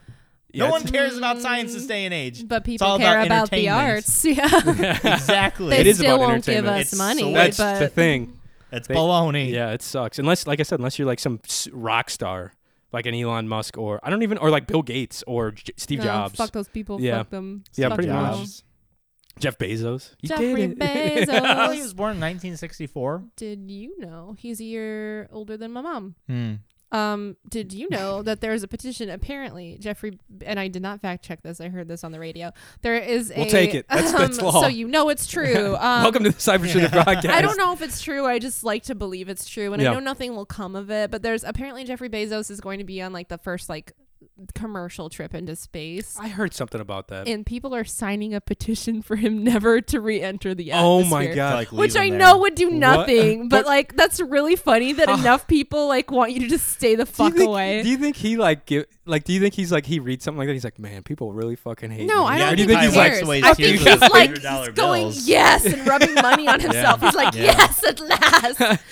C: No
A: Yeah,
C: one cares about science this day and age.
B: Mm, but
C: It's
B: people
C: all
B: care about, the
C: entertainment.
B: arts. Yeah.
C: Exactly.
B: they
A: It is
B: still
A: about
B: won't give
A: entertainment.
B: us
C: It's
B: money.
C: so-
A: That's
B: but
A: the thing.
C: That's
A: They-
C: baloney.
A: Yeah, it sucks. Unless, like I said, unless you're like some s- rock star, like an Elon Musk or I don't even, or like Bill Gates or J- Steve
B: no,
A: Jobs,
B: Oh, Fuck those people.
A: Yeah.
B: Fuck them.
A: Yeah,
B: fuck
A: pretty
B: them
A: much.
B: all.
A: Jeff Bezos. You
B: Jeffrey
A: did it.
C: Well, he was
B: Bezos.
C: born in 1964.
B: Did you know he's a year older than my mom?
A: Hmm.
B: Um, did you know that there is a petition? Apparently, Jeffrey and I did not fact check this. I heard this on the radio. There is
A: We'll
B: a
A: take it. That's- that's
B: um,
A: law.
B: So you know it's true. Um,
A: Welcome to the Cyber Shooter podcast.
B: I don't know if it's true. I just like to believe it's true, and
A: Yeah.
B: I know nothing will come of it. But there's apparently Jeffrey Bezos is going to be on like the first like commercial trip into space,
A: I heard something about that.
B: and people are signing a petition for him never to re-enter the atmosphere.
A: oh my god!
B: Uh, Which I know would do
A: What?
B: nothing,
A: What?
B: but like that's really funny that
A: Ah.
B: enough people like want you to just stay the
A: do you
B: fuck
A: think,
B: away.
A: Do you think he like give, like? Do you think he's like he reads something like that? He's like, man, people really fucking hate.
B: No,
A: me."
B: I
A: Or
B: don't
A: do you think
B: think he
A: he's like,
B: cares.
C: always
B: I
C: hears
B: think
C: those
B: he's like
C: $100
B: he's going
C: bills.
B: yes and rubbing money on himself. He's like yes at last.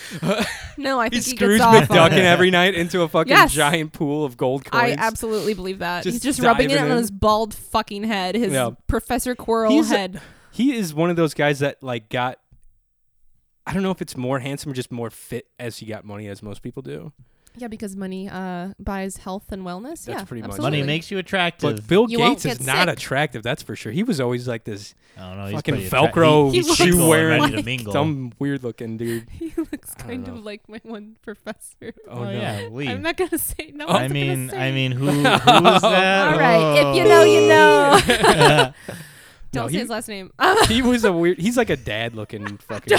B: no, I
A: he
B: think he,
A: screws
B: gets off. on
A: McDuckin
B: it.
A: every night into a fucking
B: Yes.
A: giant pool of gold
B: I
A: coins.
B: absolutely believe that.
A: Just
B: he's just rubbing it
A: diving
B: on
A: in.
B: his bald fucking head, his
A: Yeah.
B: Professor Quirrell
A: He's a-
B: head.
A: he is one of those guys that like got I don't know if it's more handsome or just more fit as he got money as most people do.
B: yeah, because money uh, buys health and wellness.
A: That's
B: yeah,
A: pretty much it.
B: absolutely.
C: Money makes you attractive.
A: But Bill
B: You won't
A: Gates is
B: get
A: not
B: sick.
A: attractive, that's for sure. He was always like this
C: I don't know. Oh, He's
A: fucking
C: pretty attra-
A: Velcro
C: he- he's
B: shoe
C: single and
A: wearing
C: ready to mingle.
A: some weird looking dude.
B: He looks
A: don't
B: kind
A: know.
B: of like my one professor.
A: Oh,
C: Oh,
A: no.
C: yeah, Lee.
B: I'm not gonna say no.
C: I
B: one's
C: mean,
B: gonna
C: I
B: say.
C: mean, who, who is that?
A: uh,
C: Oh.
B: All right, if you know, you know.
C: know.
B: Don't
A: No,
B: say
A: he-
B: his last name.
A: He was a weird he's like a dad looking fucking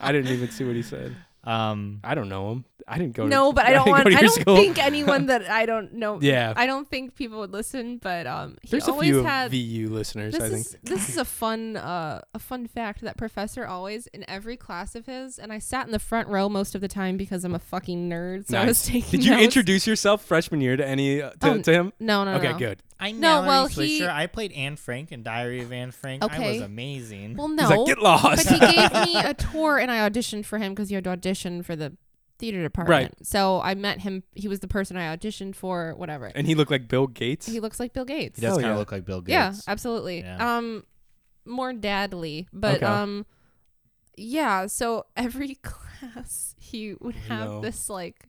A: I didn't even see what he said.
C: um,
A: I don't know him. I didn't go
B: no,
A: to
B: but I
A: didn't
B: don't
A: go
B: want.
A: to
B: I
A: your
B: don't
A: school.
B: think anyone that I don't know.
A: Yeah.
B: I don't think people would listen. But um, he
A: There's a
B: always
A: few
B: had.
A: VU listeners,
B: this
A: I think.
B: is this is a fun uh a fun fact that professor always in every class of his and I sat in the front row most of the time because I'm a fucking nerd so I was
A: Nice.
B: taking.
A: Did you
B: notes.
A: introduce yourself freshman year to any uh, to,
B: Oh,
A: to him?
B: No, no,
A: okay,
B: no.
A: good.
C: I
B: No,
C: know.
B: well,
C: Swisher.
B: he-
C: I played Anne Frank in Diary of Anne Frank. I
B: Okay.
C: was amazing.
B: Well,
A: He's
B: no,
A: like, get lost.
B: but he gave me a tour and I auditioned for him because you had to audition for the theater department. So I met him. He was the person I auditioned for. Whatever.
A: and he looked like Bill Gates.
B: he looks like Bill Gates.
C: he does
A: hell
C: kind of
A: yeah.
C: look like Bill Gates.
B: Yeah, absolutely.
C: Yeah.
B: Um, more dadly, but
A: Okay.
B: um, yeah. So every class he would have
A: No.
B: this like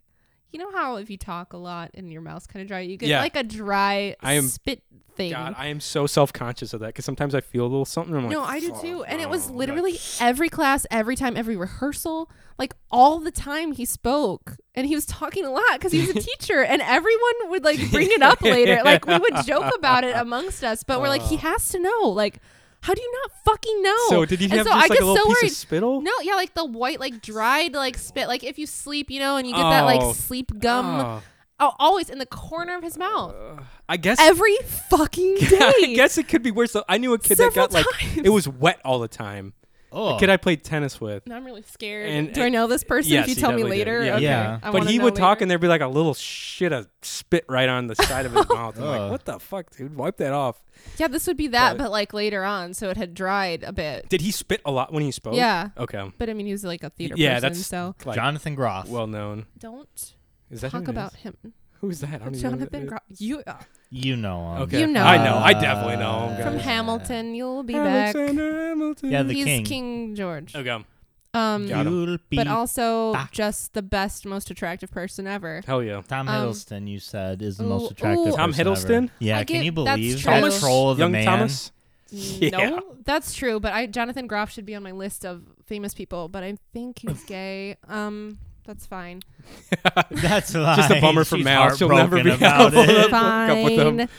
B: You know how if you talk a lot and your mouth's kind of dry, you get
A: Yeah.
B: like a dry
A: I am-
B: spit thing.
A: God, I am so self conscious of that because sometimes I feel a little something. and I'm
B: no,
A: like,
B: I do too. And it was
A: oh,
B: literally every class, every time, every rehearsal, like all the time he spoke. And he was talking a lot because he was a teacher. And everyone would like bring it up later. Like we would joke about it amongst us, but we're like, he has to know. Like, how do you not fucking know?
A: Uh. So did he
B: And
A: have
B: so
A: just,
B: I
A: like, a
B: get
A: little
B: so
A: piece of
B: worried.
A: spittle?
B: No, yeah, like the white, like dried, like spit. Like if you sleep, you know, and you get that like
A: Oh.
B: sleep gum. Oh, always in the corner of his mouth.
A: Ah, I guess
B: Every fucking day.
A: Uh. I guess it could be worse. though. I knew a kid
B: Several
A: that got like
B: times.
A: it was wet all the time.
C: Oh,
A: The kid I played tennis with.
B: Now I'm really scared.
A: And- uh,
B: Do I know this person?
A: Yes,
B: if you
A: he
B: tell me
A: definitely did.
B: later,
A: Yeah.
B: okay.
C: Yeah.
B: I
A: but
B: wanna
A: he
B: know
A: would talk
B: later.
A: and there'd be like a little shit of spit right on the side of his mouth. I'm
C: Ugh.
A: like, what the fuck, dude? Wipe that off.
B: yeah, this would be that, but, like later on, so it had dried a bit.
A: Did he spit a lot when he spoke?
B: Yeah.
A: Okay.
B: But I mean, he was like a theater
A: yeah,
B: person,
A: that's
B: so
A: like,
C: Jonathan Groff.
A: well known.
B: don't
A: Is that who
B: talk
A: it
B: about
A: is?
B: him.
A: who's that? I don't even know who that
B: Jonathan,
A: is.
B: Gro- you uh,
C: you know him.
A: Okay.
B: You know
A: I
B: him.
A: know. I definitely know him.
C: Uh,
A: guys.
B: from
C: Yeah.
B: Hamilton, you'll be back.
A: Alexander Hamilton.
C: Yeah, the
B: Mm, He's
C: king.
B: King, George.
A: okay.
B: Um,
A: Got him.
C: You'll be-
B: but also
C: back.
B: just the best, most attractive person ever.
A: Hell yeah.
C: Tom
B: um,
C: Hiddleston, you said, is the
B: ooh,
C: most attractive.
B: ooh.
A: Tom
C: person ever.
A: Hiddleston?
C: Yeah,
B: I
C: can
B: get-
C: you
B: that's
C: believe
B: true. Thomas?
C: control of the
A: Young
C: man?
A: Thomas. Yeah.
B: No, that's true. But I Jonathan Groff should be on my list of famous people. But I think he's gay. Um, that's fine.
C: That's a lie.
A: Just a bummer for
C: She's
A: Mal. She'll never be
C: heartbroken about
A: able to-
C: it.
A: up with him.
B: fine.
C: Is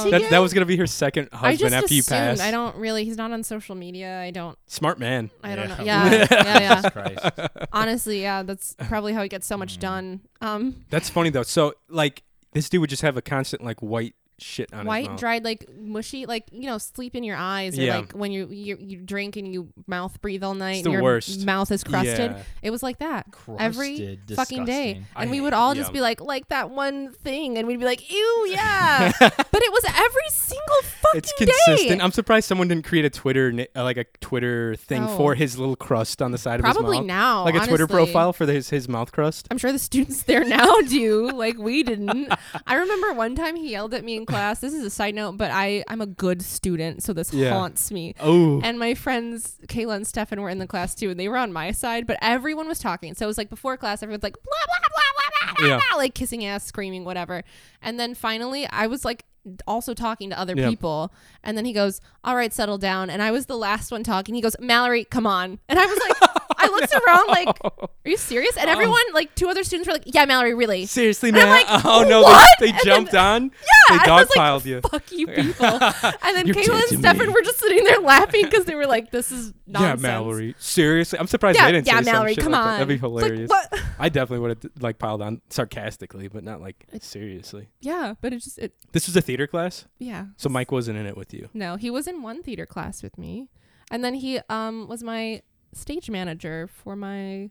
B: Oh.
C: he
A: That, that was gonna be her second
B: I just
A: husband after you
B: assumed.
A: passed.
B: I don't really. He's not on social media. I don't.
A: Smart man.
B: I don't know.
C: Yeah.
B: Yeah, yeah, yeah.
C: Jesus Christ.
B: Honestly, yeah. That's probably how he gets so
A: Mm.
B: much done. Um,
A: That's funny though. So like this dude would just have a constant like white shit on his
B: white,
A: mouth.
B: dried, like mushy, like you know, sleep in your eyes, or
A: Yeah.
B: like when you, you you drink and you mouth breathe all night,
A: It's
B: and
A: the
B: your
A: worst.
B: mouth is crusted.
A: Yeah.
B: It was like that every
C: Crusted.
B: fucking day,
C: Disgusting.
B: and
A: I
B: we
A: hate-
B: would all
A: yeah.
B: just be like, like that one thing, and we'd be like, ew, yeah. but it was every single fucking
A: It's consistent.
B: day.
A: I'm surprised someone didn't create a Twitter ni- uh, like a Twitter thing
B: Oh.
A: for his little crust on the side of his
B: Probably
A: mouth.
B: now,
A: like a Twitter
B: honestly.
A: profile for his his mouth crust.
B: I'm sure the students there now do, like we didn't. I remember one time he yelled at me in class. This is a side note, but I I'm a good student, so this
A: Yeah.
B: haunts me.
A: Oh,
B: And my friends Kayla and Stefan were in the class too, and they were on my side, but everyone was talking. So it was like before class, everyone's like blah blah blah blah blah,
A: Yeah.
B: blah like kissing ass, screaming, whatever. And then finally, I was like also talking to other
A: Yeah.
B: people, and then he goes, "All right, settle down." And I was the last one talking. He goes, "Mallory, come on," and I was like. I looked around like, are you serious?
A: Um,
B: And everyone, like two other students were like, yeah, Mallory, really.
A: seriously,
B: And I'm
A: man.
B: like,
A: oh no,
B: "What?"
A: they,
B: And
A: they
B: then-
A: jumped on.
B: Yeah,
A: they
B: and I was
A: dogpiled
B: like,
A: you.
B: Fuck you people. And then
A: You're
B: Kayla
A: dead
B: and
A: to
B: Stefan
A: me.
B: were just sitting there laughing because they were like, this is nonsense.
A: Yeah, Mallory. Seriously, I'm surprised
B: Yeah,
A: they didn't
B: yeah,
A: say some
B: Mallory,
A: shit
B: come
A: like
B: on.
A: that. That'd be
B: It's like,
A: hilarious.
B: what?
A: I definitely would have like piled on sarcastically, but not like seriously.
B: Yeah, but it just, it,
A: This was a theater class,
B: yeah.
A: so Mike wasn't in it with you.
B: No, he was in one theater class with me. And then he um was my stage manager for my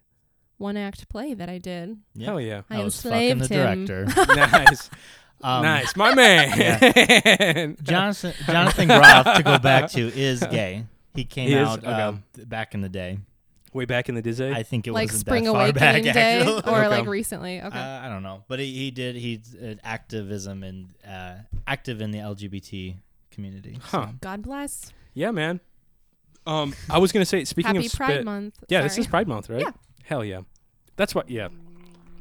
B: one act play that I did.
C: Yeah.
A: Hell yeah,
B: I
C: I was fucking
B: enslaved
C: the
B: him.
C: director.
A: nice,
C: Um,
A: nice, my man.
C: Jonathan Jonathan Groff to go back to is gay. He came
A: He is?
C: out uh,
A: Okay.
C: th- back in the day.
A: Way back in the Disney.
C: I think it
B: Like
C: wasn't
B: Spring
C: that far
B: Awakening
C: back,
B: Day
C: actually.
B: or
A: Okay.
B: like recently. Okay.
C: Uh, I don't know, but he, he did. He's uh, activism and uh, active in the LGBT community.
A: huh?
B: God bless.
A: Yeah, man. Um, I was gonna say speaking
B: Happy
A: of
B: Pride
A: spit-
B: Month.
A: Yeah,
B: Sorry.
A: this is Pride Month, right?
B: Yeah.
A: Hell yeah. That's what. Yeah.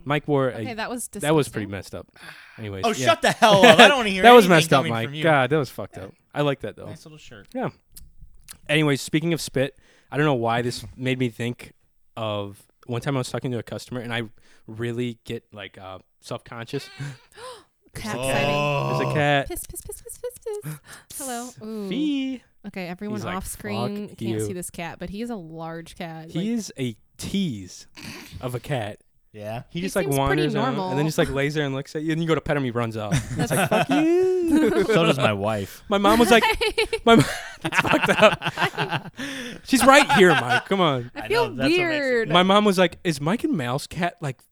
A: Mike wore.
B: Okay,
A: a,
B: that was
A: that was pretty
B: disgusting.
A: messed up. Anyways.
C: Oh,
A: yeah.
C: shut the hell up! I don't want to hear
A: That was
C: anything
A: messed up,
C: coming
A: Mike.
C: from you.
A: God, that was fucked up. I like that though.
C: Nice little shirt.
A: Yeah. Anyways, speaking of spit, I don't know why this made me think of one time I was talking to a customer and I really get like uh, self conscious.
B: Cat sighting.
C: Oh.
A: There's a cat.
B: Piss, piss, piss, piss, piss, piss. Hello. Ooh.
A: Fee.
B: Okay, everyone
A: He's like,
B: off screen
A: "Fuck
B: can't
A: you."
B: see this cat, but he is a large cat.
A: He is a tease of a cat.
C: Yeah.
A: He just like
B: seems pretty
A: wanders around and then
B: normal.
A: just like lays there and looks at you, and you go to pet him, he runs off. It's like fuck you.
C: So does my wife.
A: My mom was like, my mom, that's fucked up. She's right here, Mike. Come on.
B: I,
C: I
B: feel
C: know, that's what makes it
B: weird.
A: My mom was like, is Mike and Mal's cat like,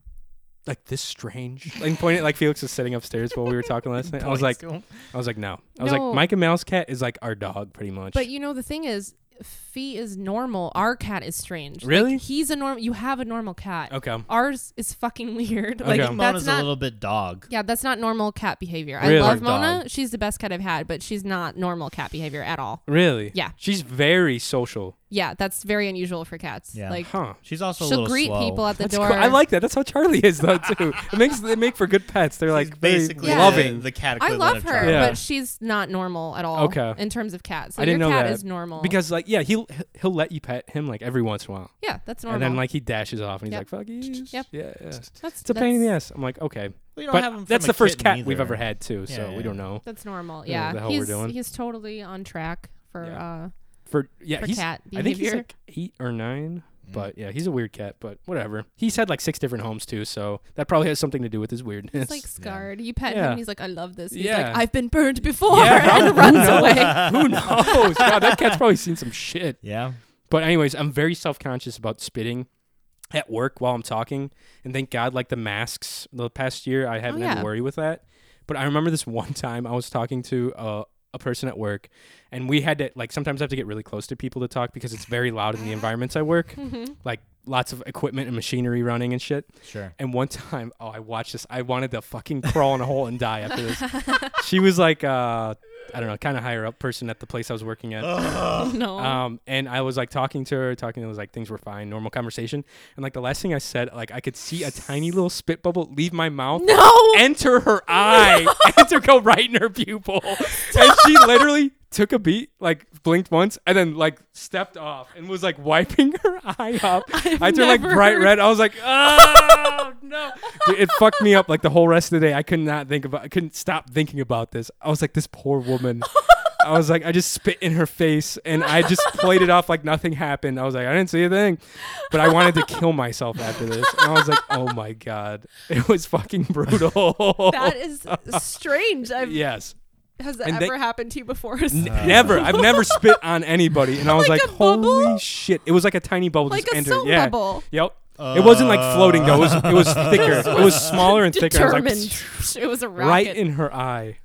A: like this strange? And pointed like Felix was sitting upstairs while we were talking last night. I was like, I was like, no. I was
B: No.
A: like, Mike and Mal's cat is like our dog, pretty much.
B: But you know the thing is, Fee is normal. Our cat is strange. Like,
A: Really?
B: he's a normal. You have a normal cat.
A: Okay.
B: Ours is fucking weird.
A: Okay.
B: Like that's
C: Mona's a
B: not.
C: little bit dog.
B: yeah, that's not normal cat behavior.
A: Really?
B: I love
C: Or
B: Mona.
C: dog.
B: She's the best cat I've had, but she's not normal cat behavior at all.
A: really?
B: Yeah.
A: She's very social.
B: Yeah, that's very unusual for cats.
C: Yeah.
B: Like
A: Huh.
C: She's also a
B: she'll
C: little
B: greet
C: slow.
B: people at the
A: That's cool.
B: door.
A: I like that. That's how Charlie is though too. It makes they make for good pets. They're
C: She's
A: like very
C: basically
B: Yeah.
A: loving.
C: the, the cat.
B: I
C: equivalent
B: love
C: of
B: her,
C: Charlie.
A: Yeah.
B: but she's not normal at all.
A: Okay.
B: In terms of cats. So
A: I didn't
B: your
A: know
B: cat
A: that.
B: is normal.
A: because like yeah, he'll he'll let you pet him like every once in a while,
B: yeah, that's normal.
A: and then like he dashes off and he's
B: Yep.
A: like fuck you.
B: Yep.
A: Yeah, yeah. It's
B: that's
A: a pain in the
B: that's-
A: ass. I'm like okay,
C: We don't have 'em
A: but
C: from
A: that's
C: a
A: the first
C: kitten
A: cat we've
C: either.
A: ever had too, so
C: Yeah, yeah.
A: we don't know.
B: That's normal.
A: Yeah,
B: Yeah.
A: the hell we're
B: he's
A: doing.
B: he's totally on track for
A: Yeah.
B: uh
A: For yeah,
B: For
A: he's,
B: cat
A: I think he's
B: behavior.
A: like eight or nine. But yeah, he's a weird cat. But whatever, he's had like six different homes too, so that probably has something to do with his weirdness.
B: he's like scarred. You pet
A: Yeah.
B: him and he's like, I love this. He's
A: Yeah.
B: like, I've been burned before
A: Yeah, Uh,
B: and
A: who
B: runs
A: knows?
B: away.
A: Who knows? God, that cat's probably seen some shit.
C: Yeah.
A: But anyways, I'm very self-conscious about spitting at work while I'm talking, and thank God, like the masks the past year, I haven't had
B: yeah.
A: to worry with that. But I remember this one time I was talking to a, a person at work, and we had to like sometimes I have to get really close to people to talk because it's very loud in the environments I work, like lots of equipment and machinery running and shit.
C: Sure.
A: And one time, oh, I watched this. I wanted to fucking crawl in a hole and die after this. she was like, uh, I don't know, kind of higher up person at the place I was working at.
B: no.
A: Um, and I was like talking to her, talking. It was like things were fine, normal conversation. And like the last thing I said, like I could see a tiny little spit bubble leave my mouth,
B: no.
A: enter her eye, enter go right in her pupil, and she literally took a beat, like blinked once, and then like stepped off and was like wiping her eye up. I turned like
B: never
A: bright
B: heard-
A: red. I was like, oh no, Dude, it fucked me up like the whole rest of the day. I could not think about, I couldn't stop thinking about this. I was like, this poor woman. I was like, I just spit in her face and I just played it off like nothing happened. I was like, I didn't see a thing. But I wanted to kill myself after this. And I was like, oh my God. It was fucking brutal.
B: that is strange. I've,
A: yes.
B: Has that
A: oh. and they-
B: ever happened to you before?
A: never. I've never spit on anybody. And I was like,
B: Like a
A: holy
B: bubble?
A: shit. It was like a tiny bubble
B: Like
A: just
B: a
A: entered.
B: soap
A: yeah.
B: bubble.
A: Yep. it wasn't like floating though. It was it was thicker. it was smaller and thicker. I was like,
B: Determined. it was a rocket.
A: right in her eye.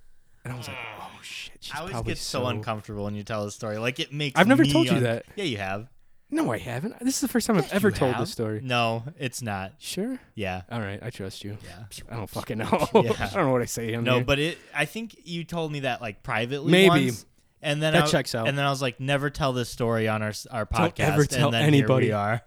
A: And I was like, oh shit. She's
C: I always
A: probably
C: get so uncomfortable when you tell the story. Like it makes.
A: I've never
C: me
A: told you
C: un-
A: that.
C: Yeah, you have.
A: No, I haven't. This is the first time I've ever
C: You
A: told
C: have?
A: this story.
C: No, it's not.
A: Sure.
C: Yeah.
A: All right, I trust you.
C: Yeah.
A: I don't fucking know.
C: Yeah.
A: I don't know what I say. on
C: No,
A: here.
C: but it. I think you told me that like privately.
A: Maybe.
C: once, and then
A: That
C: I-
A: checks out.
C: And then I was like, never tell this story on our s- our podcast.
A: Don't ever tell
C: and then here
A: anybody.
C: we are.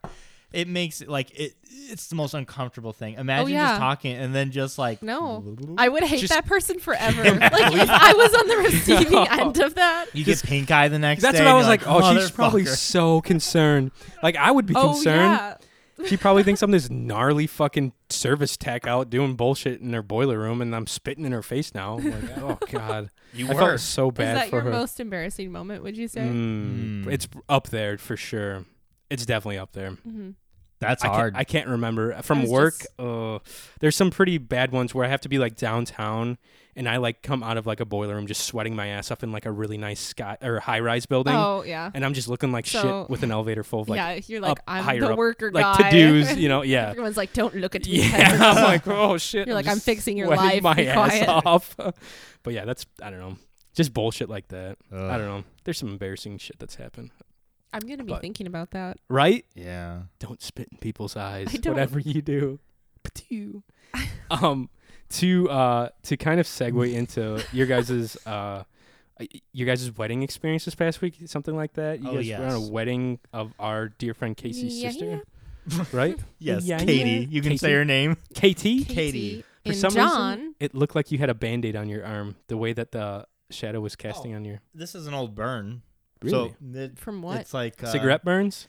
C: It makes it like it. It's the most uncomfortable thing. Imagine
B: yeah.
C: just talking and then just like
B: No, I would hate
A: Just-
B: that person forever. like if I was on the receiving end of that,
C: You get pink eye the next
A: that's
C: day.
A: what I
C: and
A: was
C: you're
A: like. Oh, she's probably
C: "Motherfucker."
A: so concerned. Like I would be
B: oh
A: concerned.
B: yeah,
A: She probably thinks I'm this gnarly fucking service tech out doing bullshit in her boiler room, and I'm spitting in her face now. I'm like, oh god,
C: You
A: I
C: were.
A: felt so
B: is
A: bad
B: that
A: for
B: your
A: her.
B: most embarrassing moment? Would you say?
A: Mm,
C: Mm.
A: It's up there for sure. It's definitely up there.
C: That's
A: I
C: hard.
A: Can't, I can't remember from
B: was
A: work.
B: just-
A: Uh, there's some pretty bad ones where I have to be like downtown, and I like come out of like a boiler room just sweating my ass off in like a really nice sky or high rise building,
B: Oh yeah,
A: and I'm just looking like
B: So-
A: shit with an elevator full of like
B: yeah. You're like
A: up
B: I'm
A: higher
B: the
A: up,
B: worker
A: like
B: guy.
A: to dos, you know, yeah.
B: Everyone's like, don't look at me.
A: Yeah, I'm like, oh shit.
B: You're like, "I'm
A: just
B: fixing your
A: sweating
B: life,
A: My
B: be
A: ass
B: quiet."
A: off. but yeah, that's I don't know, just bullshit like that. I
C: Ugh.
A: don't know. There's some embarrassing shit that's happened,
B: I'm gonna be
A: But-
B: thinking about that.
A: right?
C: yeah.
A: don't spit in people's eyes.
B: I don't.
A: Whatever you do, Ptew. um, to uh, to kind of segue into your guys' uh, your guys' wedding experience this past week, something like that. You
C: Oh,
A: guys were on a
C: yes.
A: wedding of our dear friend Casey's
B: Yeah,
A: sister, right?
C: Yes,
A: Yeah,
C: Katie.
A: yeah.
C: You can
A: Katie.
C: say her name.
A: KT.
C: Katie.
A: For
B: and
A: some
B: John.
A: reason, it looked like you had a band-aid on your arm. The way that the shadow was casting
C: Oh,
A: on your
C: This is an old burn.
A: Really?
C: So it-
B: From what?
C: It's like uh,
A: cigarette burns.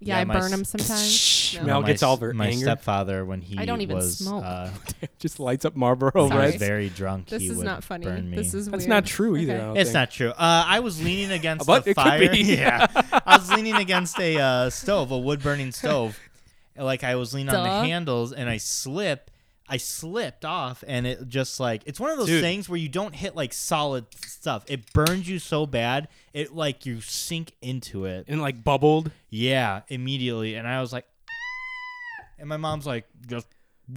B: yeah,
C: yeah,
B: I
C: my
B: burn
C: s-
B: them sometimes.
A: Shh,
B: No.
A: Mel
C: my
A: gets all
C: s-
A: of her
C: My
A: anger.
C: stepfather, when he
B: I don't even
C: was,
B: smoke.
C: Uh,
A: Just lights up Marlboro
C: I was
B: Sorry.
A: Reds.
C: very drunk.
B: This
C: he
B: is
C: would
B: not funny.
C: burn me.
B: This is
A: That's
B: weird.
A: not true either.
B: Okay.
A: I don't
C: It's
A: think.
C: not true. Uh, I was leaning against
A: But
C: the
A: it could
C: fire.
A: be.
C: yeah, I was leaning against a uh, stove, a wood burning stove. Like I was leaning on
B: Duh.
C: the handles, and I slip. I slipped off, and it just like it's one of those
A: Dude.
C: things where you don't hit like solid stuff. It burns you so bad, it like you sink into it.
A: And like bubbled.
C: Yeah, immediately, and I was like, and my mom's like, just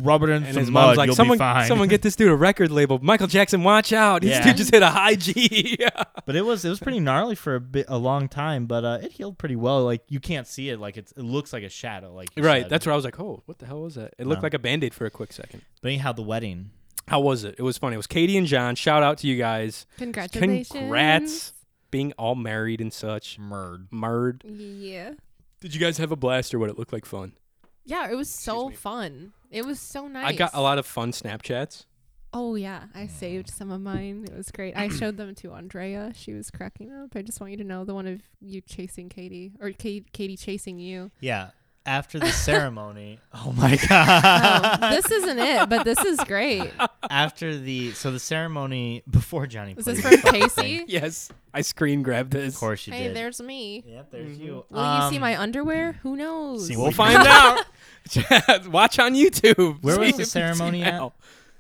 C: rub it in
A: And
C: some
A: his
C: mud.
A: mom's like,
C: you'll
A: someone,
C: be fine.
A: someone get this dude a record label. Michael Jackson, watch out. This
C: Yeah.
A: dude just hit a high G.
C: But it was it was pretty gnarly for a bit, a long time, but uh, it healed pretty well. Like you can't see it, like it's, it looks like a shadow. Like you
A: right.
C: said.
A: That's where I was like, oh, what the hell was that? It looked
C: No.
A: like a band aid for a quick second.
C: But anyhow, the wedding.
A: How was it? It was funny. It was Katie and John. Shout out to you guys.
B: Congratulations.
A: Congrats. being all married and such.
C: Murd.
A: Murd.
B: Yeah.
A: Did you guys have a blast or what? It looked like fun.
B: Yeah, it was so fun. It was so nice.
A: I got a lot of fun Snapchats.
B: Oh yeah, I
C: Mm.
B: saved some of mine. It was great. I showed them to Andrea. She was cracking up. I just want you to know the one of you chasing Katie or Katie, Katie chasing you.
C: Yeah. After the ceremony, oh my god!
B: Um, this isn't it, but this is great.
C: After the so the ceremony before Johnny.
B: Is this
C: played the
B: from
C: fucking thing.
B: Casey?
A: Yes. I screen grabbed this.
C: Of course you
B: Hey,
C: did.
B: there's me.
C: Yep, there's you.
B: Will you see
C: Um,
B: my underwear? Who knows?
C: see
A: We'll
C: what-
A: find out. Watch on YouTube.
C: Where
A: See
C: was
A: if
C: the
A: you see
C: ceremony at?
A: now.